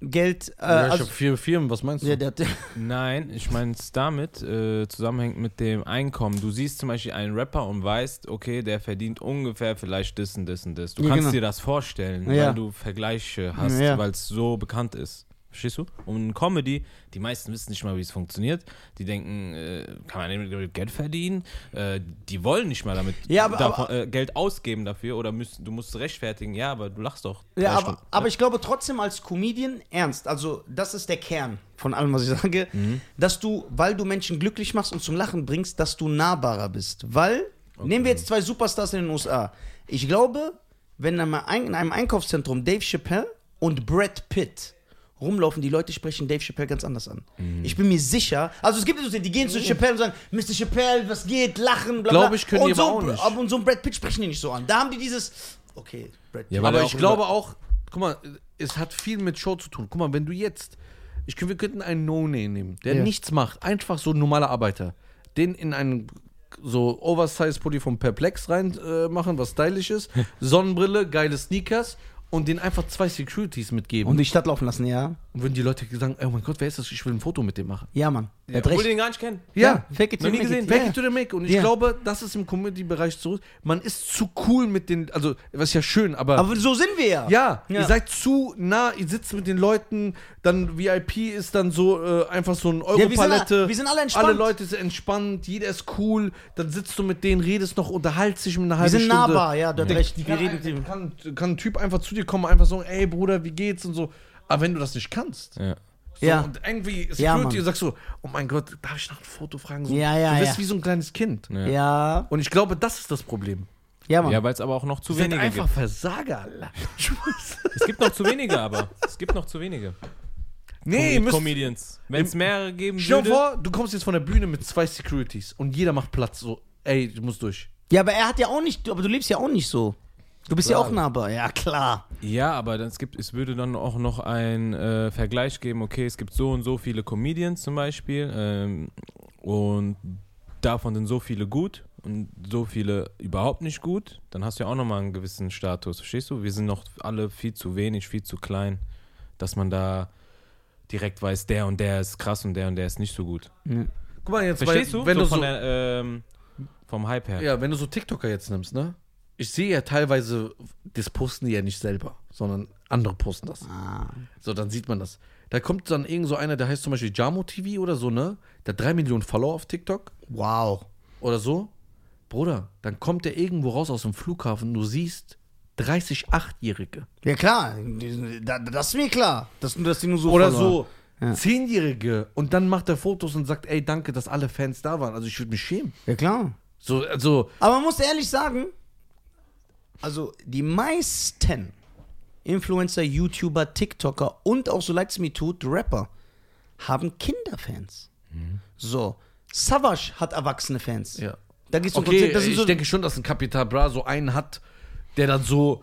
B: Geld. Äh,
A: Ja, ich
B: also,
A: hab vier Firmen, was meinst du?
B: ja, der, der,
C: Nein, ich meine es damit äh, zusammenhängt mit dem Einkommen. Du siehst zum Beispiel einen Rapper und weißt, okay, der verdient ungefähr vielleicht das und das und das. Du
B: Ja,
C: kannst
B: genau.
C: dir das vorstellen,
B: Ja.
C: weil du Vergleiche hast,
B: Ja.
C: weil es so bekannt ist. Verstehst du? Und Comedy, die meisten wissen nicht mal, wie es funktioniert. Die denken, äh, kann man damit überhaupt Geld verdienen? Äh, die wollen nicht mal damit
B: Ja, aber-
C: davon, äh, Geld ausgeben dafür oder müssen, du musst rechtfertigen. Ja, aber du lachst doch. drei
B: ja, aber,
C: Stunden.
B: aber ich glaube trotzdem als Comedian ernst. Also, das ist der Kern von allem, was ich sage.
A: Mhm.
B: Dass du, weil du Menschen glücklich machst und zum Lachen bringst, dass du nahbarer bist. Weil, nehmen wir jetzt zwei Superstars in den USA. Ich glaube, wenn einmal ein- in einem Einkaufszentrum Dave Chappelle und Brad Pitt rumlaufen, die Leute sprechen Dave Chappelle ganz anders an.
A: Mhm.
B: Ich bin mir sicher. Also es gibt so, die gehen zu Chappelle und sagen, Mr. Chappelle, was geht, lachen, bla bla.
A: Glaub ich, können
B: und
A: die
B: so,
A: aber auch nicht.
B: Aber und so ein Brad Pitt sprechen die nicht so an. Da haben die dieses, okay, Brad Pitt.
C: Ja, weil
A: Aber
C: er
A: ich
C: auch
A: glaube auch, guck mal, es hat viel mit Show zu tun. Guck mal, wenn du jetzt, ich, kö- wir könnten einen No-Name nehmen, der
B: Ja.
A: nichts macht, einfach so ein normaler Arbeiter, den in einen so oversize pulli von Perplex reinmachen, äh, machen, was stylisch ist, Sonnenbrille, geile Sneakers und den einfach zwei Securities mitgeben.
B: Und
A: Und,
B: die Stadt laufen lassen, ja.
A: würden die Leute sagen, oh mein Gott, wer ist das? Ich will ein Foto mit dem machen.
B: Ja, Mann. Er hat
C: Obwohl die
B: recht.
C: den gar nicht kennen.
A: Ja,
B: Fake it
C: Noch
B: till
C: nie
B: make
C: gesehen.
B: it.
A: Fake
B: Ja.
A: it to the make. Und ich
B: Ja.
A: glaube, das ist im Comedy-Bereich zurück. Man ist zu cool mit den, also, was ist ja schön, aber.
B: Aber so sind wir ja.
A: ja,
B: Ja.
A: ihr seid zu nah, ihr sitzt mit den Leuten, dann VIP ist dann so äh, einfach so ein
B: wir sind
A: Europalette.
B: alle- wir sind alle entspannt.
A: Alle Leute sind entspannt, jeder ist cool, dann sitzt du mit denen, redest noch, unterhältst dich mit einer
B: Wir
A: halben
B: sind
A: Stunde.
B: nahbar, ja, du hast recht.
A: Wir
B: Wir
A: kann,
B: reden mit
A: reden
B: ihm.
A: kann, kann ein Typ einfach zu dir kommen, einfach sagen, ey Bruder, wie geht's und so. Aber wenn du das nicht kannst,
C: Ja.
A: so,
B: Ja.
A: Und irgendwie ist
B: Ja,
A: ja,
B: Mann.
A: und sagst so, oh mein Gott, darf ich nach ein Foto fragen? So,
B: Ja, ja,
A: du bist
B: ja.
A: wie so ein kleines Kind.
C: Ja.
B: Ja,
A: Und ich glaube, das ist das Problem.
B: ja, Mann.
C: Ja, weil es aber auch noch zu
A: Wir sind
C: wenige gibt.
A: einfach Versager, Alter. Spaß.
C: Es gibt noch zu wenige, aber. Es gibt noch zu wenige.
A: nee, ihr
C: Com-
A: müsst,
C: Comedians. Wenn es mehrere geben
A: Stell dir
C: würde.
A: vor, du kommst jetzt von der Bühne mit zwei Securities und jeder macht Platz. So, ey, du musst durch.
B: Ja, aber er hat ja auch nicht, aber du lebst ja auch nicht so. Du bist ja
A: Klar.
B: auch nahbar. Ja, klar.
C: Ja, aber dann- es, gibt, es würde dann auch noch einen äh, Vergleich geben. Okay, es gibt so und so viele Comedians zum Beispiel. Ähm, und davon sind so viele gut und so viele überhaupt nicht gut. Dann hast du ja auch nochmal einen gewissen Status. Verstehst du? Wir sind noch alle viel zu wenig, viel zu klein, dass man da direkt weiß, der und der ist krass und der und der ist nicht so gut.
A: Guck mal, jetzt,
C: Verstehst
A: weil,
C: du?
A: wenn
C: so
A: du
C: von
A: so,
C: der, ähm, vom Hype her.
A: ja, wenn du so TikToker jetzt nimmst, ne? ich sehe ja teilweise, das posten die ja nicht selber, sondern andere posten das.
B: Ah.
A: So, dann sieht man das. Da kommt dann irgend so einer, der heißt zum Beispiel Jamo TV oder so, ne? Der hat drei Millionen Follower auf TikTok
B: Wow.
A: oder so. Bruder, dann kommt der irgendwo raus aus dem Flughafen, du siehst 30 Achtjährige.
B: Ja, klar. Da- Das ist mir klar. Dass, nur- dass die nur so.
A: Oder
B: verloren.
A: so Zehnjährige. Und dann macht er Fotos und sagt, ey, danke, dass alle Fans da waren. Also ich würde mich schämen.
B: Ja, klar.
A: So, also,
B: Aber man muss ehrlich sagen, also die meisten Influencer, YouTuber, TikToker und auch so leid es mir tut, Rapper, haben Kinderfans. So, Savage hat erwachsene Fans.
A: Mhm. ja.
B: Da gehst du
A: Okay,
B: das sind
A: ich
B: so,
A: denke schon, dass ein Capital Bra so einen hat, der dann so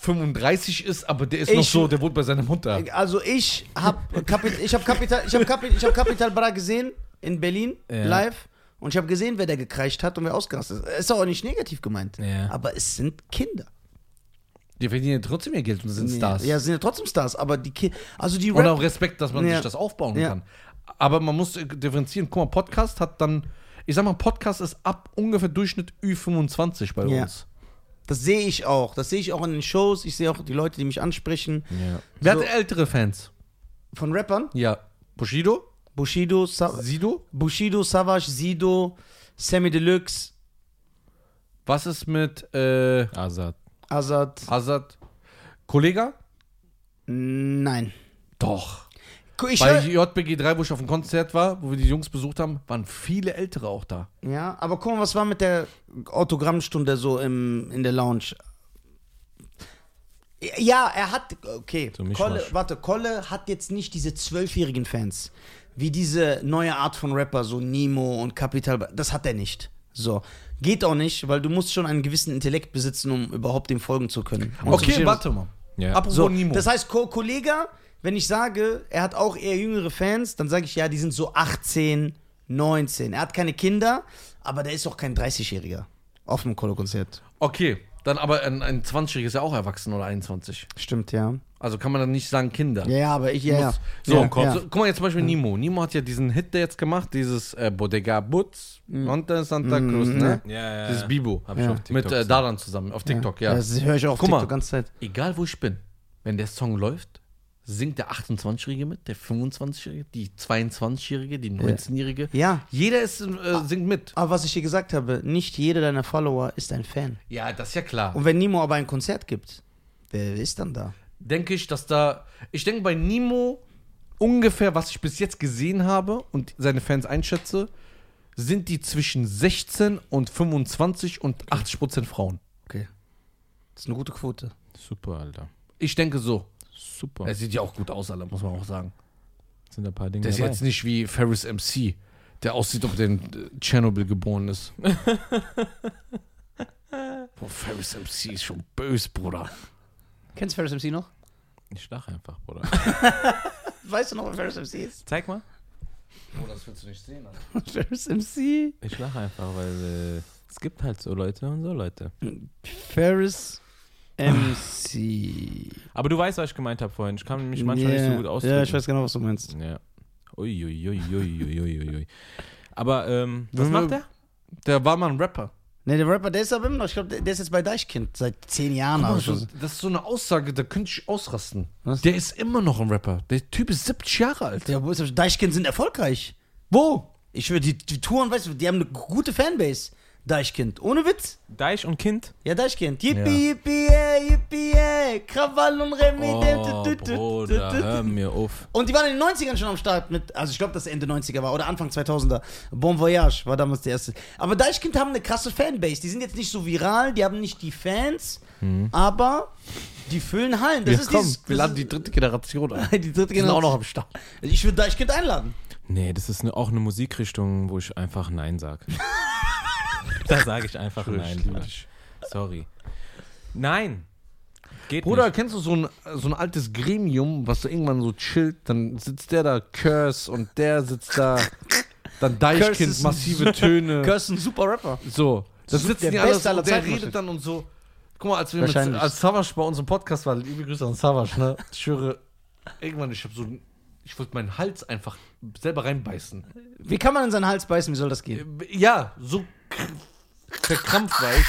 A: 35 ist, aber der ist noch
B: Ich-
A: so, der wohnt bei seiner Mutter.
B: Also ich habe Kapit ich hab Kapital ich hab Kapi ich hab Kapital Bra gesehen in Berlin
C: Ja.
B: live und ich habe gesehen, wer da gekreischt hat und wer ausgerastet ist. Ist auch nicht negativ gemeint,
C: Ja.
B: aber es sind Kinder.
A: Die verdienen ja trotzdem ihr Geld und sind Stars.
B: Ja, sind ja trotzdem Stars, aber die Ki also die
A: Und
B: Rap
A: auch Respekt, dass man
B: Ja.
A: sich das aufbauen
B: Ja.
A: kann. Aber man muss äh, differenzieren. Guck mal, Podcast hat dann, ich sag mal, Podcast ist ab ungefähr Durchschnitt Ü25 bei
B: Ja.
A: uns.
B: Das sehe ich auch. Das sehe ich auch in den Shows. Ich sehe auch die Leute, die mich ansprechen.
C: Ja.
A: Wer
B: So.
A: hat ältere Fans?
B: Von Rappern.
A: Ja. Bushido?
B: Bushido, Sa
A: Sido?
B: Bushido, Savage, Sido, Sammy Deluxe,
A: Was ist mit äh,
C: Azad.
B: Azad.
A: Azad? Kollega?
B: Nein.
A: Doch.
B: Gu- Ich
A: Bei
B: hör,
A: JBG 3, wo ich auf dem Konzert war, wo wir die Jungs besucht haben, waren viele Ältere auch da.
B: ja, aber guck mal, was war mit der Autogrammstunde so im, in der Lounge? Ja, er hat. Okay,
C: So Mischmasch.
B: Kolle, warte, Kolle hat jetzt nicht diese zwölfjährigen Fans. Wie diese neue Art von Rapper, so Nemo und Capital. Das hat er nicht. So. Geht auch nicht, weil du musst schon einen gewissen Intellekt besitzen, um überhaupt dem folgen zu können. Und zu
A: Okay,
B: verstehen, was-
A: warte mal.
C: Ja.
A: Apropos
B: So,
A: Nimo.
B: das heißt, Ko Kollega, wenn ich sage, er hat auch eher jüngere Fans, dann sage ich, ja, die sind so 18, 19. Er hat keine Kinder, aber der ist auch kein 30-Jähriger. Auf dem Kolo-Konzert.
A: okay, dann aber ein, ein 20-Jähriger ist ja auch erwachsen oder 21.
B: Stimmt, ja.
A: Also kann man dann nicht sagen Kinder.
B: Ja, ja, aber ich, ja, ja.
A: So,
B: ja,
A: komm,
B: ja.
A: so, guck mal jetzt zum Beispiel Nimo. Nimo hat ja diesen Hit der jetzt gemacht, dieses äh, Bodega Butz und äh, Santa Cruz, ne?
C: Mhm. Ja, ja,
A: Dieses
C: ja.
A: Bibo.
C: Hab ich auf TikTok
A: Mit äh,
C: gesehen.
A: Daran zusammen, auf TikTok, ja.
B: Das höre ich auch auf
A: Guck mal.
B: TikTok die ganze Zeit.
A: Egal wo ich bin, wenn der Song läuft, singt der 28-Jährige mit, der 25-Jährige, die 22-Jährige, die 19-Jährige.
B: Ja.
A: Jeder ist, äh, singt mit.
B: Aber was ich dir gesagt habe, nicht jeder deiner Follower ist ein Fan.
A: Ja, das ist ja klar.
B: Und wenn Nemo aber ein Konzert gibt, wer ist dann da?
A: denke ich, dass da. Ich denke bei Nimo ungefähr, was ich bis jetzt gesehen habe und seine Fans einschätze, sind die zwischen 16 und 25 und 80 Prozent Frauen.
B: Okay. Das ist eine gute Quote.
C: Super, Alter.
A: Ich denke so.
C: Super.
A: Er sieht ja auch gut aus, alle, muss man auch sagen.
C: sind ein paar Dinge
A: Der ist
C: dabei.
A: jetzt nicht wie Ferris MC, der aussieht, ob der in äh, Tschernobyl geboren ist. Boah, Ferris MC ist schon böse, Bruder.
B: Kennst du Ferris MC noch?
C: ich lach einfach, Bruder.
B: Weißt du noch, wer Ferris MC ist?
C: Zeig mal.
A: Oh, das willst du nicht sehen, Alter.
B: Ferris MC.
C: Ich lach einfach, weil äh, es gibt halt so Leute und so Leute.
B: Ferris MC.
C: Aber du weißt, was ich gemeint habe vorhin. Ich kann mich manchmal
B: Ja.
C: nicht so gut ausdrücken.
B: Ja, ich weiß genau, was du meinst.
C: Ja. Uiuiuiuiuiui. Aber ähm, was
A: Wenn wir-
C: macht der?
A: Der war mal ein Rapper.
B: Ne, der Rapper, der ist aber immer noch, ich glaube, der, der ist jetzt bei Deichkind seit zehn Jahren.
A: Guck mal,
B: oder
A: so,
B: so.
A: das ist so eine Aussage, da könnte ich ausrasten.
B: Was?
A: Der ist immer noch ein Rapper. Der Typ ist 70 Jahre alt.
B: Der, Bus- Deichkind sind erfolgreich.
A: Wo?
B: Ich würde die, die Touren, weißt du, die haben eine gute Fanbase. Deichkind, ohne Witz.
C: Deich und Kind?
B: Ja, Deichkind. Yippie, yippie, ey, yippie, ey. Krawall und Remy.
C: Oh,
B: dü- dü- dü- dü-
C: Bruder,
B: dü- dü-
C: hör mir auf.
B: Und die waren in den 90ern schon am Start mit, also ich glaube, dass Ende 90er war oder Anfang 2000er. Bon Voyage war damals der erste. Aber Deichkind haben eine krasse Fanbase. Die sind jetzt nicht so viral, die haben nicht die Fans, aber die füllen Hallen.
A: Mhm.
B: Das
A: Ja,
B: ist
A: komm,
B: dieses,
A: wir
B: das
A: laden
B: ist-
A: die dritte Generation ein.
B: die dritte
A: Die sind auch
B: Generation.
A: noch am Start.
B: Ich würde Deichkind einladen.
C: Nee, das ist ne- auch eine Musikrichtung, wo ich einfach Nein sag. da sage ich einfach Nein, Bruder. Sorry. Nein. Geht
A: Bruder,
C: nicht.
A: kennst du so ein, so ein altes Gremium, was so irgendwann so chillt? Dann sitzt der da, Curse, und der sitzt da. Dann
B: Curse ist
A: Deichkind,
B: ein
A: massive Töne.
B: Kirsten, super Rapper.
A: So. Dann sitzen
B: der
A: die alle
B: Beste
A: so,
B: aller
A: und der
B: Zeiten
A: redet
B: wahrscheinlich.
A: dann und so. Guck mal, als wir mit,
B: Wahrscheinlich.
A: als Savage bei uns im Podcast war, liebe Grüße an Savage, ne? Ich schwöre, irgendwann, ich habe so, ich wollte meinen Hals einfach selber reinbeißen.
B: Wie kann man in seinen Hals beißen? Wie soll das gehen?
A: Ja, so kr- verkrampft war ich.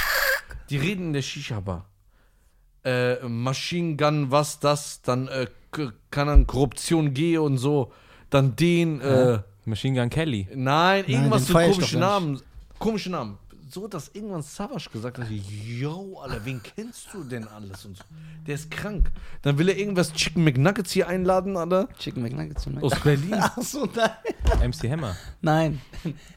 A: Die reden in der Shisha-Bar. Äh, Machine Gun, was das, dann äh, k- kann dann Korruption G und so, dann den, äh,
C: Machine Gun Kelly.
A: nein, irgendwas
B: den
A: so
B: feier ich
A: komische
B: doch gar
A: Namen, komische Namen. So, dass irgendwann Savage gesagt hat, yo, Alter, wen kennst du denn alles und so? Der ist krank. Dann will er irgendwas Chicken McNuggets hier einladen, Alter,
B: Chicken McNuggets und
A: aus Berlin.
B: Achso, nein.
C: MC Hammer.
B: Nein.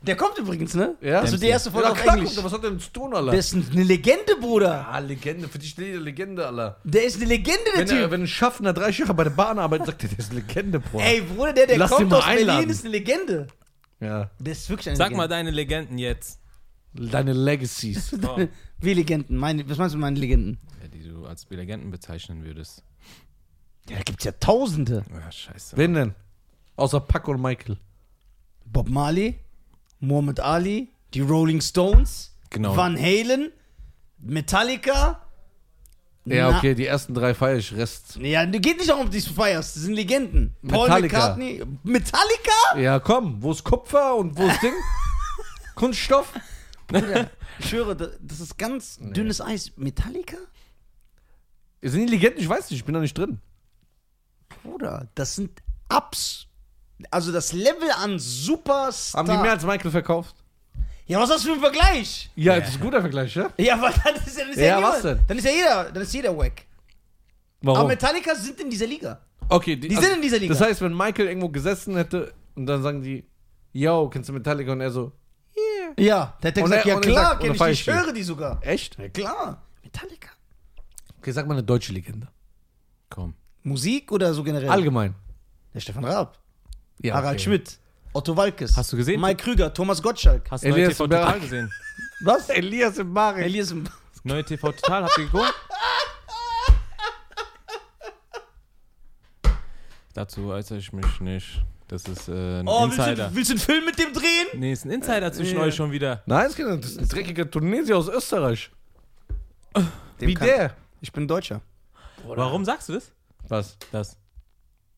B: Der kommt übrigens, ne?
A: Ja?
B: Also die erste Folge
A: Ja,
B: auf
A: klar,
B: Englisch.
A: kommt er, was hat er denn zu tun, Alter?
B: Der ist eine Legende, Bruder.
A: ah, Legende, für dich jede Legende, Alter.
B: Der ist eine Legende, der
A: Wenn, er,
B: Typ.
A: wenn ein Schaffner drei Jahre bei der Bahn arbeitet, sagt er, der ist eine Legende, Bruder.
B: Ey, Bruder, der, der
A: Lass ihn
B: kommt
A: mal
B: aus Berlin,
A: einladen.
B: ist eine Legende.
A: Ja.
B: Der ist wirklich eine
C: Sag mal
B: Legende.
C: deine Legenden jetzt.
A: Deine Legacies.
C: Komm,
B: Hm, Wie Legenden? Meine, was meinst du mit meinen Legenden?
C: ja, die du als Legenden bezeichnen würdest.
B: Ja, da gibt's ja Tausende.
C: Ja, scheiße.
A: Wen denn? Außer Paco und Michael.
B: Bob Marley, Muhammad Ali, die Rolling Stones,
C: Genau.
B: Van Halen, Metallica.
A: Ja,
B: Na-
A: okay, die ersten drei feier ich, Rest.
B: Ja, geht nicht darum, ob du es feierst. Das sind Legenden. Paul
A: Metallica.
B: McCartney. Metallica?
A: Ja, komm, wo ist Kupfer und wo ist Ding? Kunststoff?
B: Ich schwöre, da- das ist ganz dünnes Eis. Metallica?
A: Sind die Legenden? Ich weiß nicht, ich bin da nicht drin.
B: Bruder, das sind Ups. Also das Level an Superstar.
A: Haben die mehr als Michael verkauft?
B: ja, was hast du für ein Vergleich?
A: Ja, das ist ein guter Vergleich, ja?
B: Ja, aber dann ist ja, dann ist ja,
A: Ja,
B: jeder,
A: was denn?
B: Dann ist ja jeder, dann ist jeder wack. Aber
A: Warum?
B: Metallica sind in dieser Liga.
A: Okay, die,
B: Die sind in dieser Liga.
A: Das heißt, wenn Michael irgendwo gesessen hätte und dann sagen die, yo, kennst du Metallica? Und er so, yeah.
B: Ja, der hat ja
A: Und
B: gesagt,
A: er-
B: ja
A: und er
B: klar,
A: sagt-
B: kenn
A: oder
B: ich, die,
A: falsch
B: ich höre die sogar.
A: Echt?
B: Ja klar, Metallica.
A: Okay, sag mal eine deutsche Legende.
C: Komm.
B: Musik oder so generell?
A: Allgemein.
B: Der Stefan Raab,
A: Ja,
B: Harald
A: okay.
B: Schmidt, Otto Walkes.
C: Hast du gesehen?
B: Mike Krüger, Thomas Gottschalk.
C: Hast du
A: Elias
C: neue TV
A: Berg.
C: Total gesehen?
B: Was?
A: Elias im Mare.
B: Elias.
C: Neue TV Total, habt ihr geguckt? Dazu äußere ich mich nicht. Das ist äh, ein
B: Oh, willst
C: Insider.
B: du, willst du einen Film mit dem drehen?
C: Äh, Nee, ist ein Insider zwischen
B: Ja.
C: euch schon wieder.
A: Nein, das ist ein dreckiger Tunesier aus Österreich.
B: Dem
A: Wie
B: kann-
A: der.
B: Ich bin Deutscher.
C: Warum sagst du das?
A: Was?
C: Das.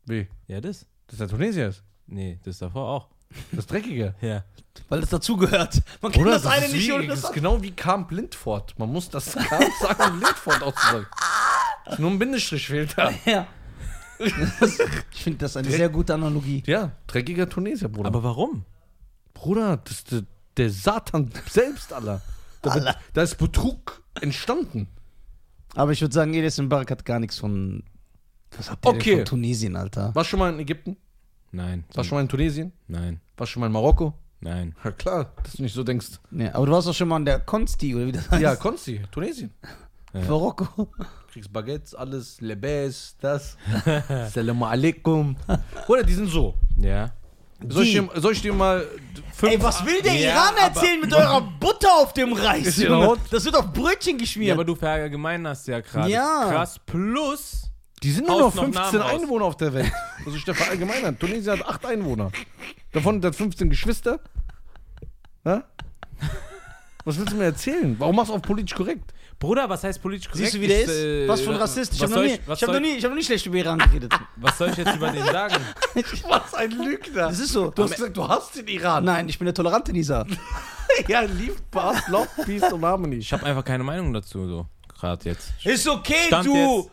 A: Wie?
C: Ja, das.
A: Dass der Tunesier ist.
C: Nee, das davor auch.
A: Das Dreckige.
C: Ja.
B: Weil das dazugehört. Man kann das, eine
A: ist
B: nicht
A: wie,
B: ohne das
A: ist
B: andere.
A: genau wie Kam Blindfort. Man muss das Kam sagen, um Blindfort auch zu sagen. Ist Nur ein Bindestrich fehlt da.
B: Ja. ich finde das eine sehr gute Analogie.
A: Ja, dreckiger Tunesier, Bruder.
C: Aber warum?
A: Bruder, das ist der, der Satan selbst, Allah. Da, wird- da ist Betrug entstanden.
B: Aber ich würde sagen, Elias Mbarek hat gar nichts von. Was hat der
A: Okay.
B: denn von Hm. Tunesien, Alter?
A: Warst schon mal in Ägypten?
C: Nein.
A: Warst schon mal in Tunesien?
C: Nein.
A: Warst schon mal in Marokko?
C: Nein.
A: Ja, klar, dass du nicht so denkst.
B: Nee, aber du warst doch schon mal an der Konsti, oder wie das heißt?
A: Ja, Konsti, Tunesien.
B: Marokko.
A: kriegst Baguettes, alles, Lebes, das. Salam alaikum. Oder die sind so.
C: Ja.
A: Soll ich, dir, soll ich dir mal fünf.
B: Ey, was will der
C: Ja,
B: Iran
C: aber-
B: erzählen mit eurer Butter auf dem Reis?
A: Ist die
B: Junge?
A: laut?
B: Das wird auf Brötchen
C: Ja,
B: geschmiert.
C: aber du verallgemeinerst ja gerade.
B: Ja.
C: Krass. Plus.
A: Die sind
C: Haust
A: nur noch
C: noch
A: 15
C: Namen raus.
A: Einwohner auf der Welt. Also ich der verallgemeinern. Tunesien hat 8 Einwohner. Davon hat 15 Geschwister. Ja? Was willst du mir erzählen? Warum machst du auf politisch korrekt?
C: Bruder, was heißt politisch korrekt?
B: Siehst du, wie der ist?
C: äh,
B: was für ein Rassist. Ich
C: was
B: habe noch,
C: soll
B: nie-
C: ich- was
B: ich hab noch,
C: soll-
B: nie- ich hab noch nie schlecht über Iran geredet.
C: Was soll ich jetzt über den sagen?
A: Was ein Lügner.
B: Das ist so.
A: Du hast gesagt, du hast den Iran.
B: Nein, ich bin der tolerante Nisa.
A: Ja, lieb, Bas, Love, Peace und Harmony.
C: Ich habe einfach keine Meinung dazu, so. Gerade jetzt.
B: Ist okay,
C: Stand
B: du
C: jetzt.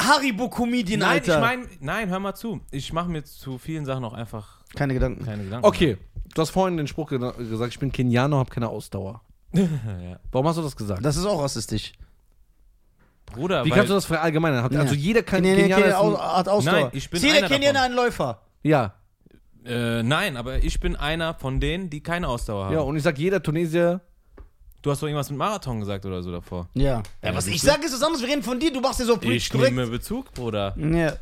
B: Haribo-Comedian,
C: Nein,
B: Alter.
C: ich meine, nein, hör mal zu. Ich mache mir zu vielen Sachen auch einfach
B: Keine Gedanken.
C: keine Gedanken.
A: Okay, du hast vorhin den Spruch gena- gesagt, ich bin Kenianer, habe keine Ausdauer.
C: Ja.
A: Warum hast du das gesagt?
B: Das ist auch rassistisch.
C: Bruder,
A: Wie
C: weil,
A: kannst du das verallgemeinern? Hat, Also
B: Ja.
A: jeder kann
B: Kenianer,
A: Kenianer ist ein,
B: hat Ausdauer.
C: Nein, ich bin
B: Ist jeder
C: einer
B: Kenianer
C: davon.
B: ein Läufer.
A: ja,
C: äh, nein, aber ich bin einer von denen, die keine Ausdauer haben.
A: ja, und ich sag jeder Tunesier,
C: Du hast doch irgendwas mit Marathon gesagt oder so davor.
B: Ja. was ich sage, ist was anderes. Wir reden von dir. Du machst dir so politisch
C: Ich
B: korrekt.
C: nehme Bezug, Bruder.
B: Ja.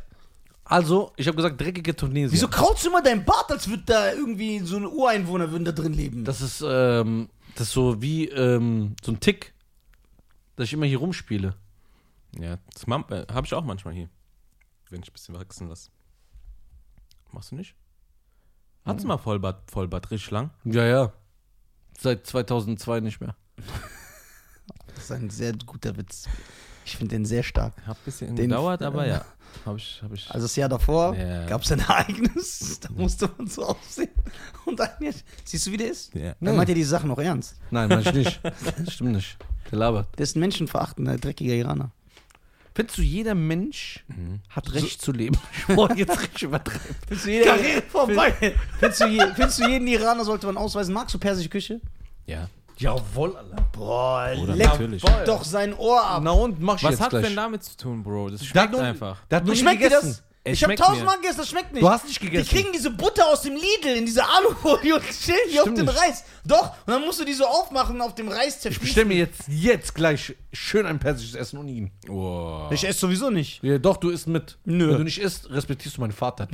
A: also, ich habe gesagt dreckige Tunesier.
B: Wieso krautst du immer deinen Bart, als würde da irgendwie so ein Ureinwohner würden da drin leben?
A: Das ist, ähm, das ist so wie ähm, so ein Tick, dass ich immer hier rumspiele.
C: Ja, das mam- äh, habe ich auch manchmal hier. Wenn ich ein bisschen wachsen lasse. Machst du nicht? Hattest du mal Vollbart, Vollbart richtig lang?
A: Ja, ja. Seit 2002 nicht mehr.
B: Das ist ein sehr guter Witz. Ich finde den sehr stark.
C: Hat ein bisschen
B: Den-
C: gedauert, aber ja. Habe ich, hab ich.
B: Also das Jahr davor
C: Ja.
B: gab es ein Ereignis, da musste man so aussehen. Und ein Jahr, siehst du, wie der ist?
C: Ja.
B: Dann meint ihr die Sache noch ernst.
A: Nein, mach ich nicht. Stimmt nicht. Der labert.
B: Der ist ein menschenverachtender, dreckiger Iraner.
A: Findest du, jeder Mensch hat Recht zu leben? Ich wollte jetzt richtig übertreiben.
B: Findest du, jeden,
A: Karriere vorbei.
B: findest, du je, findest du jeden Iraner sollte man ausweisen? Magst du persische Küche?
C: Ja.
A: Jawohl, Alter.
B: Boah,
C: Oder
B: leck
C: natürlich.
B: doch sein Ohr ab.
A: Na und, mach ich
C: Was
A: jetzt
C: hat
A: gleich.
C: denn damit zu tun, Bro? Das
A: Der hat
C: schmeckt
A: nur-
C: einfach.
A: Der hat nur nie
B: Schmeckt dir
A: gegessen.
B: das?
C: Es
B: ich habe
C: schmeckt
B: tausendmal
C: mir.
B: gegessen, das schmeckt nicht.
A: Du hast nicht gegessen.
B: Die kriegen diese Butter aus dem Lidl in diese Alufolie und stellen die auf
A: Stimmt
B: den
A: nicht.
B: Reis. Doch, und dann musst du die so aufmachen und auf dem Reis zerfließen.
A: Bestell mir jetzt, jetzt gleich schön ein persisches Essen und ihn.
C: Wow.
B: Ich esse sowieso nicht.
A: Ja, doch, du isst mit.
B: Nö.
A: Wenn du nicht isst, respektierst du meinen Vater.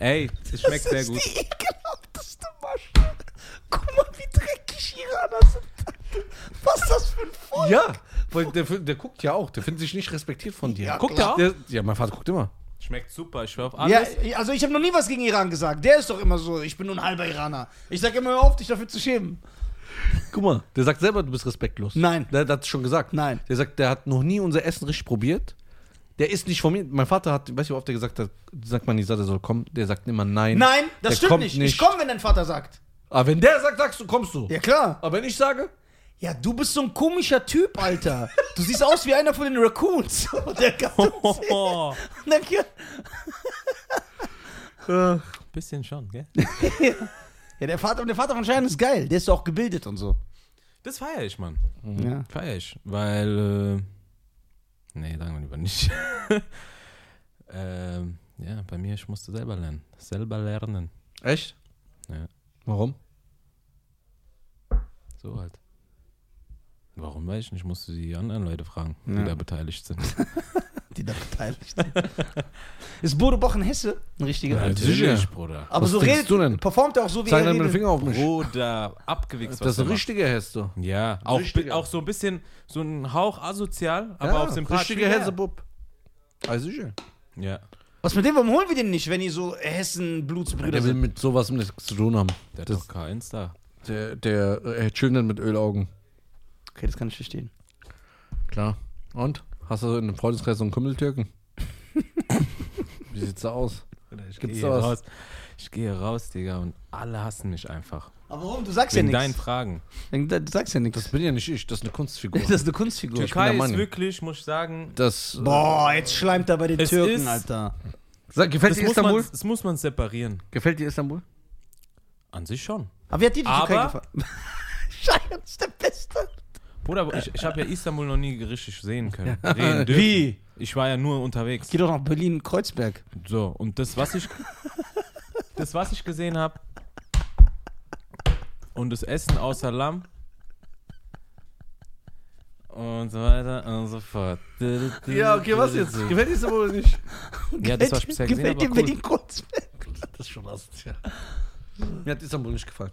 C: Ey, es schmeckt sehr gut.
B: die ekelhafteste Masche. Guck mal, wie dreckig Iraner sind. Was ist das für ein Volk?
A: ja, weil der, der guckt ja auch. Der findet sich nicht respektiert von dir.
B: Ja,
C: Guckt er auch?
A: Der, ja, mein Vater guckt immer.
C: Schmeckt super, ich schwör auf
B: Ja,
C: alles.
B: also ich habe noch nie was gegen Iran gesagt. Der ist doch immer so, ich bin nur ein halber Iraner. Ich sag immer, hör auf, dich dafür zu schämen.
A: Guck mal, der sagt selber, du bist respektlos.
B: Nein.
A: Der, der hat es schon gesagt.
B: Nein.
A: Der sagt, der hat noch nie unser Essen richtig probiert. Der ist nicht von mir. Mein Vater hat, weiß ich, wie oft der gesagt hat, sagt man, Nisa, der soll kommen. Der sagt immer nein.
B: Nein, das
A: der
B: stimmt
A: kommt
B: nicht. Ich komme, wenn dein Vater sagt.
A: Aber wenn der sagt, sagst du, kommst du.
B: Ja, klar.
A: Aber wenn ich sage,
B: Ja, du bist so ein komischer Typ, Alter. Du siehst aus wie einer von den Raccoons. Und der kann das sehen.
C: Oh,
B: Und dann hier-
C: bisschen schon, gell?
B: ja, der Vater, und der Vater von Schein ist geil. Der ist auch gebildet und so.
C: Das feiere ich, Mann.
B: Ja.
C: Feier ich, weil. Äh, nee, sagen wir lieber nicht. ähm, ja, bei mir, ich musste selber lernen. Selber lernen.
A: echt?
C: Ja.
A: Warum?
C: So halt. Warum weiß ich nicht? Ich musste die anderen Leute fragen, die
B: Ja.
C: da beteiligt sind.
B: Die da beteiligt sind. Ist Bodo Boch in Hesse ein richtiger?
A: Ja, sicher.
C: Bruder.
B: Aber
A: Was
B: so
A: denkst
B: redet,
A: du denn?
B: performt er auch so wie
A: Zeig
B: er
A: dann mit dem
B: redet.
A: Finger auf mich.
C: Bruder, abgewichst.
A: das ist
C: der
A: ein
C: macht.
A: richtiger Hesse.
C: Ja, auch, bi-
A: richtiger.
C: auch so ein bisschen, so ein Hauch asozial, aber auf dem
A: richtiger Hessebub. Ah, sicher.
C: Ja,
B: Was mit dem, warum holen wir den nicht, wenn die so Hessen-Blutsbrüder
A: Der will
B: sind?
A: mit sowas nichts zu tun haben.
C: der hat
A: Das-
C: doch kein Insta.
A: Der, der äh, chillt dann mit Ölaugen.
B: Okay, das kann ich verstehen.
A: Klar. Und? Hast du in einem Freundeskreis so einen Kümmeltürken? Wie sieht's da aus?
C: Ich
A: Gibt's
C: gehe
A: sowas?
C: raus. Ich gehe raus, Digga, und alle hassen mich einfach.
B: Aber warum? Du sagst
C: Wegen
B: ja
C: deinen
B: nichts.
C: Fragen.
B: Wegen de- Du sagst ja
A: Das
B: nichts.
A: bin ja nicht ich, das ist eine Kunstfigur.
B: Das ist eine Kunstfigur.
A: bin der
C: Türkei ist
A: Meinung.
C: wirklich, muss ich sagen,
A: Das,
B: Boah, jetzt schleimt er bei den
C: Es
B: Türken,
C: ist-
B: Alter.
A: sag, gefällt
C: das muss, man, das muss man separieren.
A: Gefällt dir Istanbul?
C: An sich schon.
B: Aber wie hat dir die Türkei
C: Aber-
B: gefallen? Schein ist der Beste.
C: Bruder, ich, ich habe ja Istanbul noch nie richtig sehen können. Reden dürfen.
B: Wie?
C: Ich war ja nur unterwegs.
B: Geh doch nach Berlin-Kreuzberg.
C: So, und das, was ich, das, was ich gesehen habe, und das Essen außer Lamm und so weiter und so fort.
A: Ja, okay, was jetzt? Gefällt dir Istanbul nicht?
C: Ja, das, was ich bisher gesehen
B: Gefällt
C: habe,
B: dir
C: war cool.
B: Berlin-Kreuzberg?
A: Das ist schon asozial. Mir hat Istanbul nicht gefallen.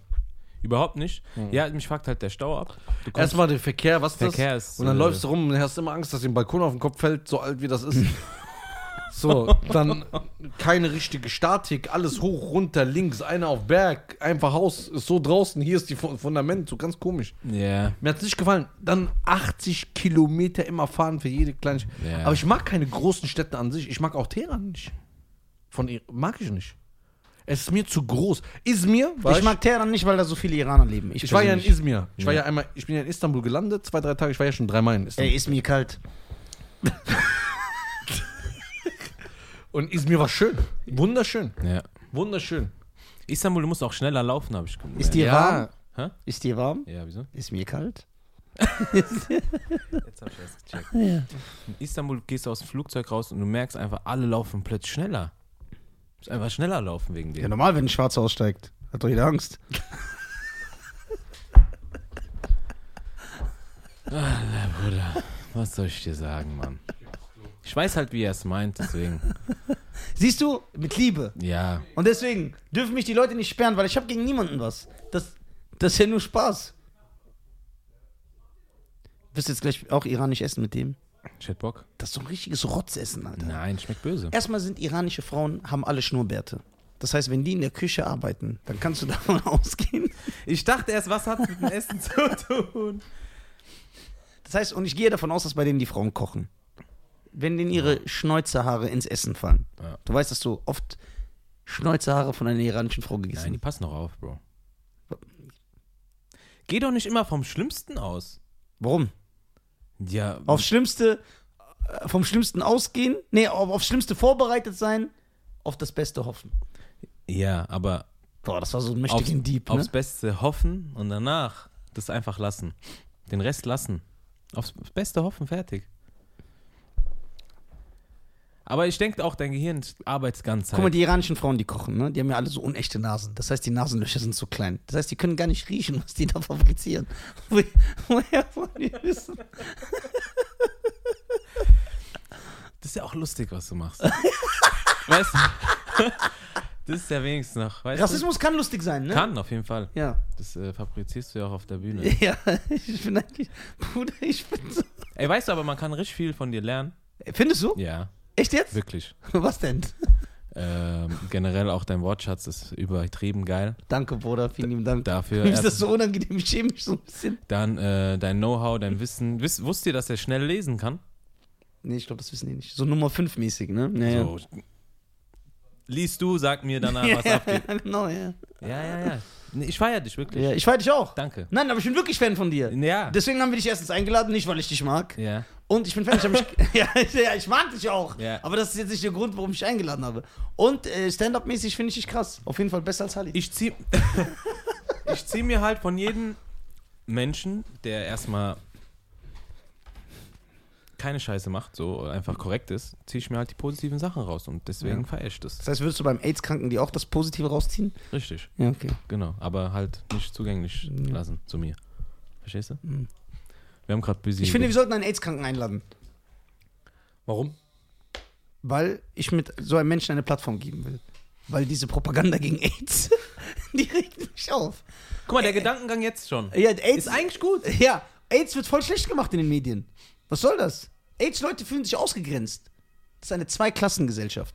C: Überhaupt nicht.
A: Hm.
C: Ja, mich fuckt halt der Stau ab. Du kommst-
A: Erstmal der Verkehr, was
C: Verkehr
A: das?
C: ist,
A: und dann
C: äh,
A: läufst du rum und hast immer Angst, dass dir ein Balkon auf den Kopf fällt, so alt wie das ist. so, dann keine richtige Statik, alles hoch, runter, links, einer auf Berg, einfach Haus, ist so draußen, hier ist die Fu- Fundament, so ganz komisch.
C: Ja.
A: Mir hat es nicht gefallen. Dann 80 Kilometer immer fahren für jede Kleinigkeit.
C: Ja.
A: Aber ich mag keine großen Städte an sich. Ich mag auch Teheran nicht. Von ihr mag ich nicht. Es ist mir zu groß. Izmir, war
B: Ich mag Teheran nicht, weil da so viele Iraner leben.
A: ich
C: Also
A: war ja in
B: persönlich.
A: Izmir. Ich war ja einmal, ich bin ja in Istanbul gelandet, zwei, drei Tage, ich war ja schon dreimal in Istanbul.
B: Ey, ist mir kalt.
A: Und Izmir war schön. Wunderschön.
C: ja.
A: Wunderschön.
C: Istanbul, du musst auch schneller laufen, habe ich gemerkt.
B: Ist dir
A: Ja.
B: warm?
C: Hä?
B: Ist dir warm?
C: Ja, wieso?
B: Ist mir kalt?
C: Jetzt habe ich erst gecheckt. In Istanbul gehst du aus dem Flugzeug raus und du merkst einfach, alle laufen plötzlich schneller. Du musst einfach schneller laufen wegen dir.
B: Ja, normal, wenn ein Schwarzer aussteigt. Hat doch jeder Angst.
C: Was soll ich dir sagen, Mann? Ich weiß halt, wie er es meint, deswegen.
B: Siehst du? Mit Liebe.
C: Ja.
B: Und deswegen dürfen mich die Leute nicht sperren, weil ich habe gegen niemanden was. Das, das ist ja nur Spaß. Wirst jetzt gleich auch iranisch essen mit dem?
C: Ich hätte Bock.
B: Das ist so ein richtiges Rotzessen, Alter.
C: Nein, schmeckt böse.
B: Erstmal sind iranische Frauen, haben alle Schnurrbärte. Das heißt, wenn die in der Küche arbeiten, dann kannst du davon ausgehen.
C: Ich dachte erst, was hat mit dem Essen zu tun?
B: Das heißt, und ich gehe davon aus, dass bei denen die Frauen kochen. Wenn denen ihre Schneuzerhaare ins Essen fallen.
C: Ja.
B: Du weißt, dass du oft Schneuzerhaare von einer iranischen Frau
C: Nein,
B: gegessen
C: die passen noch auf, Bro. Geh doch nicht immer vom Schlimmsten aus.
B: Warum?
C: Ja,
B: Aufs Schlimmste, äh, vom Schlimmsten ausgehen, nee, auf, aufs Schlimmste vorbereitet sein, auf das Beste hoffen.
C: ja aber
B: Boah, das war so ein
C: aufs,
B: mächtigen Dieb, ne?
C: aufs Beste hoffen und danach das einfach lassen. Den Rest lassen. Aufs Beste hoffen, fertig. Aber ich denke auch, dein Gehirn arbeitet ganz halt.
B: Guck mal, die iranischen Frauen, die kochen, ne? Die haben ja alle so unechte Nasen. Das heißt, die Nasenlöcher sind so klein. Das heißt, die können gar nicht riechen, was die da fabrizieren. Woher wollen die wissen?
C: Das ist ja auch lustig, was du machst. weißt du? Das ist ja wenigstens noch. Weißt
B: Rassismus kann lustig sein,
C: du?
B: ne?
C: Kann auf jeden Fall.
B: Ja.
C: Das äh, fabrizierst du ja auch auf der Bühne.
B: Ja, ich bin eigentlich. Bruder, ich bin so.
C: Ey, weißt du, aber man kann richtig viel von dir lernen.
B: Findest du?
C: Ja,
B: Echt jetzt?
C: wirklich.
B: Was denn?
C: Ähm, generell auch dein Wortschatz ist übertrieben geil.
B: Danke, Bruder, vielen lieben Dank.
C: Dafür.
B: Mir ist das
C: erstens.
B: so unangenehm, ich schäme mich so ein bisschen.
C: Dann äh, dein Know-how, dein Wissen. Wiss, wusst ihr, dass er schnell lesen kann?
B: Nee, ich glaube, das wissen die nicht. So Nummer 5 mäßig, ne? Ja,
C: So. Liest du, sag mir danach, was
B: ja.
C: abgeht.
B: ja genau, ja.
C: Ja, ja, ja. Nee, Ich feier dich wirklich.
B: ja. Ich feier dich auch.
C: Danke.
B: Nein, aber ich bin wirklich Fan von dir.
C: Ja.
B: Deswegen haben wir dich erstens eingeladen, nicht weil ich dich mag.
C: Ja.
B: Und ich bin Fan, ich, hab mich, ja, ich, ja, ich mag dich auch.
C: Ja.
B: Aber das ist jetzt nicht der Grund, warum ich dich eingeladen habe. Und äh, Stand-up-mäßig finde ich dich krass. Auf jeden Fall besser als Halli.
C: ich zieh, ich zieh mir halt von jedem Menschen, der erstmal keine Scheiße macht, so oder einfach korrekt ist, zieh ich mir halt die positiven Sachen raus und deswegen
B: Ja.
C: feier ich das.
B: das heißt, würdest du beim AIDS-Kranken die auch das Positive rausziehen?
C: Richtig,
B: Ja, okay.
C: genau. Aber halt nicht zugänglich lassen zu mir. Verstehst du?
B: Mhm.
C: Wir haben gerade busy.
B: Ich finde, wir sollten einen AIDS-Kranken einladen,
A: Warum?
B: weil ich mit so einem Menschen eine Plattform geben will. Weil diese Propaganda gegen AIDS, die regt mich auf.
C: Guck mal, der Gedankengang jetzt schon.
B: Ja, AIDS
C: Ist eigentlich gut.
B: Ja, AIDS wird voll schlecht gemacht in den Medien. Was soll das? AIDS-Leute fühlen sich ausgegrenzt. Das ist eine Zweiklassengesellschaft.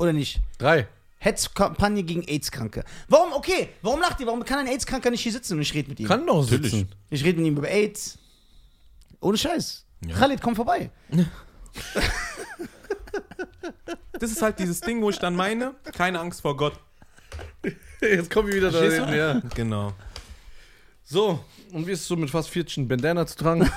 B: Oder nicht?
A: Drei.
B: Hetzkampagne gegen AIDS-Kranke. Warum, okay, warum lacht ihr? Warum kann ein AIDS-Kranker nicht hier sitzen und ich rede mit ihm?
A: Kann doch
C: Natürlich.
A: sitzen.
B: Ich rede mit ihm über AIDS. Ohne Scheiß. Khalid, komm vorbei.
C: Das ist halt dieses Ding, wo ich dann meine, keine Angst vor Gott.
A: Jetzt kommen wir wieder
C: Verstehst
A: dahin,
C: du?
A: ja.
C: Genau.
A: So, und wie ist es so mit fast 40 Bandana zu tragen?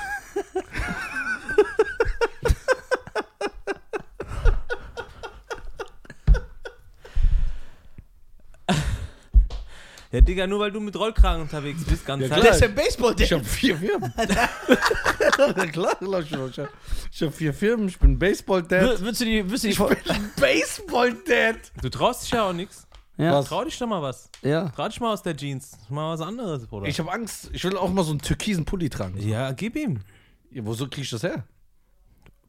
C: Ja, Digga, nur weil du mit Rollkragen unterwegs bist, ganz halt.
A: klar.
B: Der
C: Zeit.
B: ist ja baseball
A: Ich
B: -Dad.
A: habe vier Firmen. Na klar, Leute, ich habe hab vier Firmen, ich bin Baseball-Dad.
B: Würdest du die, würdest du die vor
A: Baseball-Dad!
C: Du traust dich ja auch nichts.
B: ja,
A: Was?
C: Trau dich doch mal was.
B: ja.
C: Trau dich mal aus der Jeans. Mal was anderes, Bruder.
A: Ich habe Angst, ich will auch mal so einen türkisen Pulli tragen.
C: ja, gib ihm.
A: Ja, wieso krieg ich das her?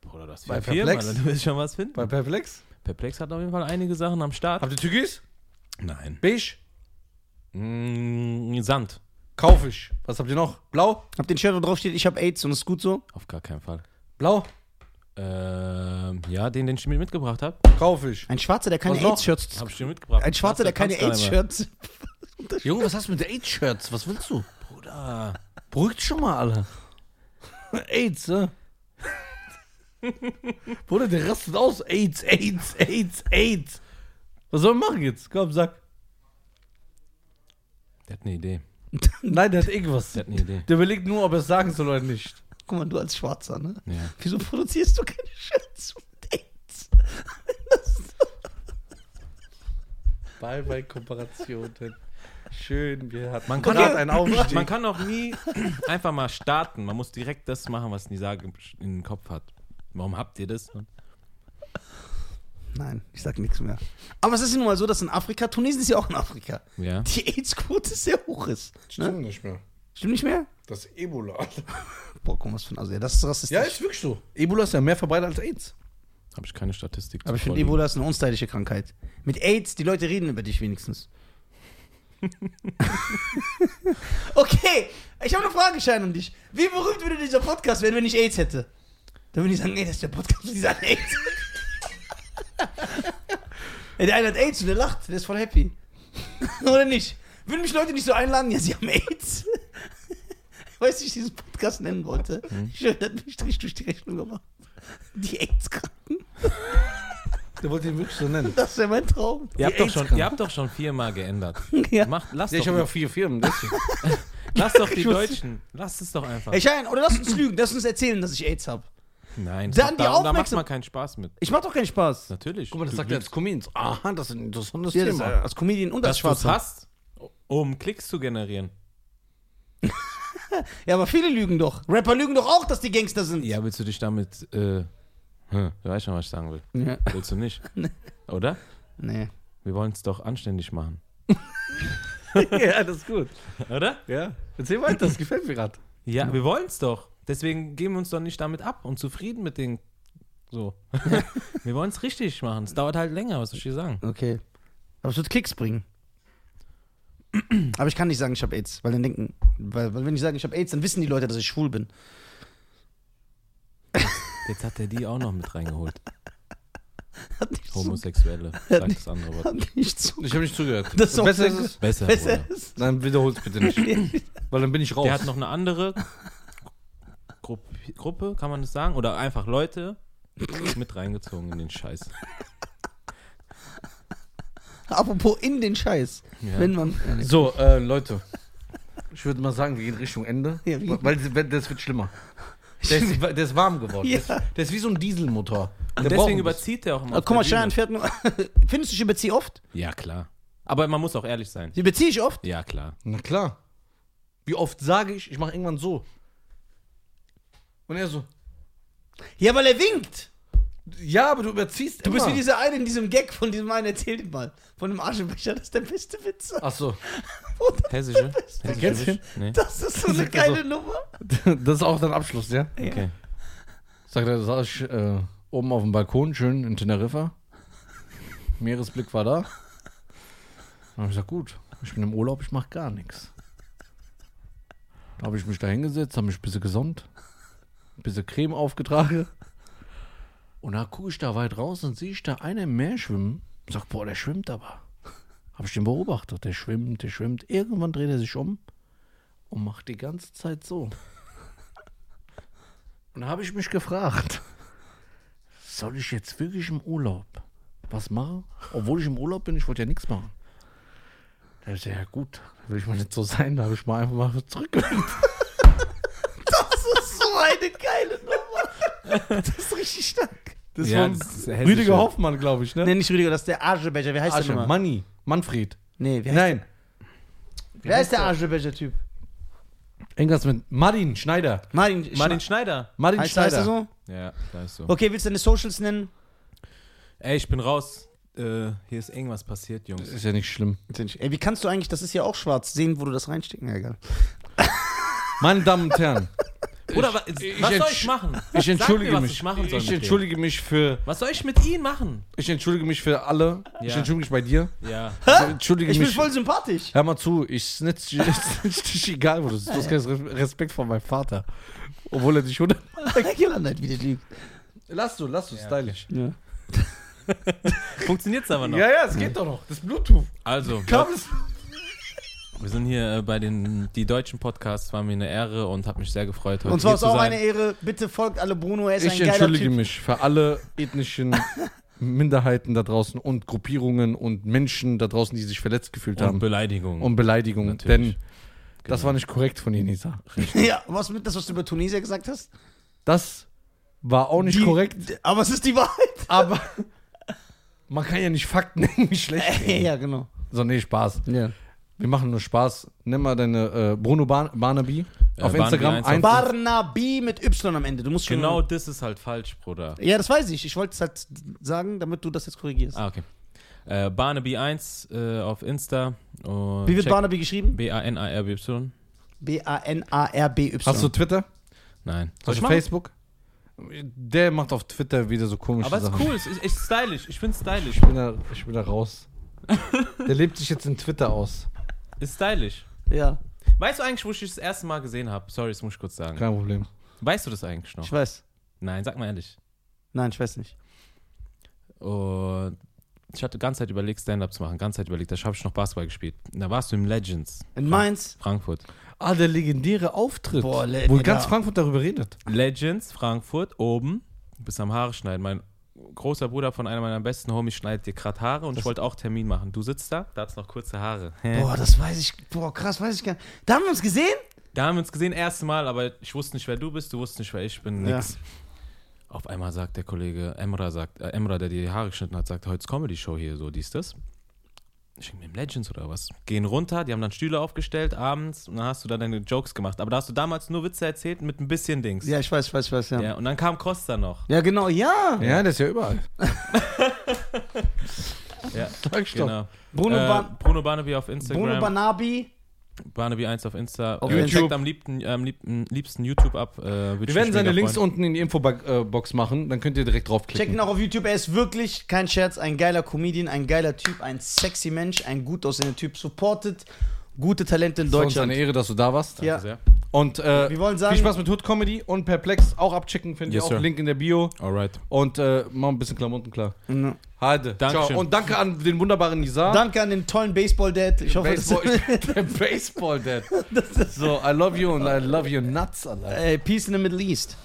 C: Bruder, das
A: Bei
C: bei Firmen,
A: Perplex?
C: Alter, du wirst schon was finden.
A: Bei Perplex?
C: Perplex hat auf jeden Fall einige Sachen am Start.
A: Habt ihr Türkis?
C: Nein.
A: Beige?
C: Mm, Sand.
A: Kauf ich. Was habt ihr noch? Blau?
B: Hab den Shirt, wo drauf steht, ich hab AIDS und ist gut so.
C: Auf gar keinen Fall.
A: Blau?
C: Ähm, ja, den, den ich mir mitgebracht habe.
A: Kauf ich.
B: Ein Schwarzer, der keine
A: Was noch?
B: AIDS-Shirts.
C: Habe ich dir mitgebracht.
B: Ein Schwarzer, der
C: Kannst
B: keine
C: du- kannst du gar nicht
B: AIDS-Shirts.
A: Junge, was hast du mit AIDS-Shirts? Was willst du?
C: mehr. Bruder.
A: Beruhigt schon mal alle. AIDS, ne? Bruder, der rastet aus. AIDS, AIDS, AIDS, AIDS. Was soll man machen jetzt? Komm, sag.
C: Der hat eine Idee.
A: Nein, der hat irgendwas.
C: Der hat eine Idee.
A: Der überlegt nur, ob er es sagen soll oder nicht.
B: Guck mal, du als Schwarzer, ne?
C: Ja.
B: Wieso produzierst du keine Shirts mit AIDS?
A: Ball bei Kooperationen. Schön, wir hatten
C: Man kann-
A: gerade einen Aufstieg.
C: Man kann auch nie einfach mal starten. Man muss direkt das machen, was Nisa in den Kopf hat. Warum habt ihr das?
B: Nein, ich sag nichts mehr. Aber es ist ja nun mal so, dass in Afrika, Tunesien ist ja auch in Afrika,
C: Ja.
B: die AIDS-Quote sehr hoch ist. Ne?
A: nicht mehr.
B: Stimmt nicht mehr?
A: Das ist Ebola.
B: Boah, guck mal, was für ein Asien. Das ist rassistisch.
A: Ja, ist wirklich so. Ebola ist ja mehr verbreitet als AIDS.
C: Habe ich keine Statistik. zu
B: Aber ich finde,
C: vorliegen.
B: Ebola ist eine unstylische Krankheit. Mit AIDS, die Leute reden über dich wenigstens. okay, ich habe eine Frage, Schein, an dich. Wie berühmt würde dieser Podcast werden, wenn ich AIDS hätte? Dann würde ich sagen, ey, das ist der Podcast mit dieser AIDS. Ey, der eine hat AIDS und der lacht, der ist voll happy. Oder nicht? Würden mich Leute nicht so einladen, ja, sie haben AIDS. Weißt du, wie ich diesen Podcast nennen wollte? Ich schwöre, der hat mich Strich durch die Rechnung gemacht. Die AIDS-Kranken.
A: Der wollte ihn wirklich so nennen.
B: Das wäre mein Traum.
C: Ihr habt, doch
A: AIDS
C: schon,
A: kann.
C: ihr habt doch schon viermal geändert.
B: Ja.
C: Macht, lass
A: Ja, ich
C: doch.
A: habe ja vier Firmen. deswegen.
C: Lass doch die
B: Ich muss-
C: Deutschen. Lass es doch einfach.
B: Ey, Schein, oder lass uns lügen, lass uns erzählen, dass ich AIDS hab.
C: Nein,
B: Dann die
C: stopp, da, da macht
B: Aufmerksam-
C: man keinen Spaß mit.
B: Ich mach doch keinen Spaß.
C: Natürlich.
A: Guck mal, das sagt er als Comedians. Aha, das ist ein interessantes
B: Ja, das,
A: Thema.
B: als Comedian und als
C: dass du es
B: Schwarzer.
C: hast, um Klicks zu generieren.
B: Ja, aber viele lügen doch. Rapper lügen doch auch, dass die Gangster sind.
C: Ja, willst du dich damit. Äh, hm, du weißt schon, was ich sagen will.
B: ja.
C: Willst du nicht? Oder?
B: Nee.
C: Wir wollen es doch anständig machen.
A: ja, das ist gut.
C: Oder?
A: Ja. Erzähl weiter, das gefällt mir gerade.
C: Ja, wir wollen es doch. Deswegen geben wir uns doch nicht damit ab und zufrieden mit den. So. wir wollen es richtig machen. Es dauert halt länger, was soll ich dir sagen?
B: Okay. Aber es wird Klicks bringen. Aber ich kann nicht sagen, ich habe AIDS, weil dann denken, weil, weil wenn ich sage, ich habe AIDS, dann wissen die Leute, dass ich schwul bin.
C: Jetzt hat er die auch noch mit reingeholt.
B: Hat nicht so,
C: Homosexuelle. Sag das andere Wort.
B: hat nicht so.
A: Ich habe nicht zugehört.
B: Das ist auch
A: Besser
B: sehr
A: ist
B: gut.
A: es.
C: Besser, Bruder.
B: Besser ist.
A: Nein, wiederhol's bitte nicht. Weil dann bin ich raus.
C: Der hat noch eine andere Grupp Gruppe, kann man das sagen? Oder einfach Leute mit reingezogen in den Scheiß.
B: Apropos in den Scheiß.
C: Ja.
B: Wenn man. Ja, nee.
A: so, äh, Leute. Ich würde mal sagen, wir gehen Richtung Ende.
B: Ja, wie-
A: weil weil das wird schlimmer. Der ist, der ist warm geworden.
B: Ja.
A: Der, ist, der ist wie so ein Dieselmotor. Der
C: Und
A: braucht
C: deswegen
A: ein
C: überzieht der auch immer.
B: Ah,
C: auf
B: guck mal,
C: der
B: Schein
C: Bühne.
B: fährt nur. Findest du, ich überziehe oft?
C: Ja, klar. Aber man muss auch ehrlich sein.
B: Die beziehe ich oft?
C: Ja, klar.
A: Na klar. Wie oft sage ich, ich mache irgendwann so. Und er so,
B: Ja, weil er winkt.
A: ja, aber du überziehst
B: Du
A: immer.
B: bist wie dieser eine in diesem Gag von diesem einen, erzähl den mal. Von dem Aschenbecher, das ist der beste Witz.
A: Ach so.
B: Oder?
C: Hessische?
A: Kennst du
C: Hessische?
A: ihn?
C: Nee.
B: Das ist so eine
A: Sagt er so.
B: geile Nummer.
A: Das ist auch dein Abschluss, ja?
C: Okay.
A: Sagt er, saß ich äh, oben auf dem Balkon, schön in Teneriffa. Meeresblick war da. Dann habe ich gesagt, gut, ich bin im Urlaub, ich mache gar nichts. Da habe ich mich da hingesetzt, habe mich ein bisschen gesonnt, ein bisschen Creme aufgetragen. Und da gucke ich da weit raus und sehe ich da einen im Meer schwimmen. Ich sag, boah, der schwimmt aber. Habe ich den beobachtet, der schwimmt, der schwimmt. Irgendwann dreht er sich um und macht die ganze Zeit so. Und da habe ich mich gefragt, soll ich jetzt wirklich im Urlaub was machen? Obwohl ich im Urlaub bin, ich wollte ja nichts machen. Da hab ich gesagt, ja gut, will ich mal nicht so sein, da habe ich mal einfach mal zurückgelenkt.
B: Das ist so eine geile Nummer. Das ist richtig stark.
A: Das
C: Ja,
A: war
C: das ist hessische.
A: Rüdiger Hoffmann, glaube ich, ne?
B: Nee, nicht Rüdiger, das ist der Aschebecher. Wer heißt
A: Asche,
B: der nochmal?
A: Manni, Manfred.
B: Nee, wer heißt,
A: Nein,
B: wer ist der Aschebecher-Typ?
A: irgendwas mit Martin Schneider.
B: Martin,
C: Martin
B: Schna-
C: Schneider.
A: Martin
B: heißt, heißt
A: Schneider.
B: er so?
C: Ja, da ist so.
B: Okay, willst du deine Socials nennen?
C: Ey, ich bin raus. Äh, hier ist irgendwas passiert, Jungs.
A: Ist ja nicht schlimm.
B: Ey, wie kannst du eigentlich, das ist ja auch schwarz, sehen, wo du das reinstecken? Ja, egal.
A: Meine Damen und Herren,
C: Oder wa- was soll ich machen?
A: ich entschuldige
C: Sag mir, was
A: mich.
C: ich machen soll
A: ich
C: mit dem.
A: entschuldige mich für,
C: Was soll ich mit ihm machen?
A: ich entschuldige mich für alle. Ich
C: Ja.
A: entschuldige mich bei dir.
C: Ja.
A: Ich entschuldige
B: Also, Ich bin
A: mich.
B: voll sympathisch.
A: Hör mal zu, ich snitch, ich snitch dich egal, wo du bist. Du hast keinen Respekt vor meinem Vater. Obwohl er dich hundert.
B: Gelandet, wie der lügt.
A: Lass du, lass du, stylisch.
B: Ja.
C: Funktioniert's aber noch.
A: Ja, ja, es geht doch noch. Das Bluetooth.
C: Also,
A: Kabels.
C: wir sind hier äh, bei den die deutschen Podcasts. War mir eine Ehre und hat mich sehr gefreut, heute
B: Und zwar
C: hier
B: ist
C: zu
B: auch
C: sein.
B: eine Ehre. Bitte folgt alle Bruno, er ist
A: Ich
B: ein geiler
A: entschuldige
B: Typ.
A: mich für alle ethnischen Minderheiten da draußen und Gruppierungen und Menschen da draußen, die sich verletzt gefühlt
C: und
A: haben.
C: Beleidigung.
A: und Genau. Beleidigungen.
C: Natürlich.
A: Denn das war nicht korrekt von Inisa.
B: Ja, was mit das, was du über Tunesier gesagt hast?
A: Das war auch nicht
B: Die-
A: korrekt,
B: Aber es ist die Wahrheit.
A: aber man kann ja nicht Fakten irgendwie schlecht reden.
B: ja, genau.
A: So, nee, Spaß.
B: Ja.
A: Wir machen nur Spaß. Nimm mal deine äh, Bruno Bar Barnaby
C: Äh,
A: auf
C: Barnaby
A: Instagram.
C: eins
A: Ein
C: auf-
B: Barnaby mit Y am Ende. Du musst schon
C: genau das ist halt falsch, Bruder.
B: Ja, das weiß ich. Ich wollte es halt sagen, damit du das jetzt korrigierst.
C: Ah, okay. Äh, Barnaby1 äh, auf Insta. Und
B: Wie wird
C: check-
B: Barnaby geschrieben?
C: B-A-N-A-R-B-Y?
B: B-A-N-A-R-B-Y.
A: Hast du Twitter?
C: Nein. Soll
A: Hast
C: ich
A: du
C: machen?
A: Facebook? Der macht auf Twitter wieder so komische
C: Aber es ist
A: Sachen.
C: cool, es ist echt stylisch. Ich find's stylisch.
A: Ich bin, da, ich bin da raus. Der lebt sich jetzt in Twitter aus.
C: Ist stylisch.
B: Ja,
C: Weißt du eigentlich, wo ich dich das erste Mal gesehen habe? Sorry, das muss ich kurz sagen.
A: Kein Problem.
C: Weißt du das eigentlich noch?
B: ich weiß.
C: Nein, sag mal ehrlich.
B: Nein, ich weiß nicht.
C: Und ich hatte die ganze Zeit überlegt, Stand-Up zu machen. Ganze Zeit überlegt. Da habe ich noch Basketball gespielt. Und Da warst du im Legends.
B: In Mainz?
C: Frankfurt.
A: Ah, der legendäre Auftritt.
B: Boah,
A: wo
B: legendär.
A: ganz Frankfurt darüber redet.
C: Legends, Frankfurt, oben. Bis am Haare schneiden. Mein großer Bruder von einer meiner besten Homies schneidet dir gerade Haare und ich wollte auch Termin machen. Du sitzt da, da hat's noch kurze Haare.
B: Boah, das weiß ich. Boah, krass, weiß ich gar nicht. Da haben wir uns gesehen?
C: Da haben wir uns gesehen, erste Mal, aber ich wusste nicht, wer du bist, du wusstest nicht, wer ich bin,
B: Ja.
C: nix. Auf einmal sagt der Kollege Emra, sagt, äh, Emra, der dir die Haare geschnitten hat, sagt, heute ist Comedy-Show hier, so, dies, das. Ich denke mir, Legends oder was? Gehen runter, die haben dann Stühle aufgestellt abends und dann hast du da deine Jokes gemacht. Aber da hast du damals nur Witze erzählt mit ein bisschen Dings.
B: Ja, ich weiß, ich weiß, ich weiß, ja.
C: Ja, Äh, und dann kam Costa noch.
B: Ja, genau, ja.
A: Ja, das ist ja überall.
C: Ja,
A: Sag ich doch.
C: genau.
B: Bruno,
C: äh,
B: Ban
C: Bruno Barnaby auf Instagram.
B: Bruno Banabi.
C: Barnaby1 auf Insta.
B: Auf
C: Äh,
B: YouTube.
C: Checkt am liebsten, am liebsten, liebsten YouTube ab. Äh,
A: Wir werden seine Links unten in die Infobox äh, machen, dann könnt ihr direkt
B: Check ihn
A: draufklicken.
B: auch auf YouTube. Er ist wirklich, kein Scherz, ein geiler Comedian, ein geiler Typ, ein sexy Mensch, ein gut aussehender Typ. Supportet gute Talente in
A: Es war uns eine
B: Deutschland.
A: Ehre, dass du da warst.
B: Ja.
C: Sehr.
A: Und äh,
B: Wir wollen sagen-
A: viel Spaß mit Hood Comedy und Perplex auch abchecken, findet
C: Yes,
A: ihr auch.
C: sir.
A: Link in der Bio.
C: Alright.
A: Und äh, mach ein bisschen Klamotten klar.
B: Ja.
A: Hade.
C: Dankeschön.
A: Ciao. Und danke an den wunderbaren Nizar.
B: genau. Danke an den tollen Baseball-Dad. Ich hoffe,
A: Baseball,
B: dass,
A: der Baseball Dad. So, I love you and I love your nuts, Alter.
B: äh, Peace in the Middle East.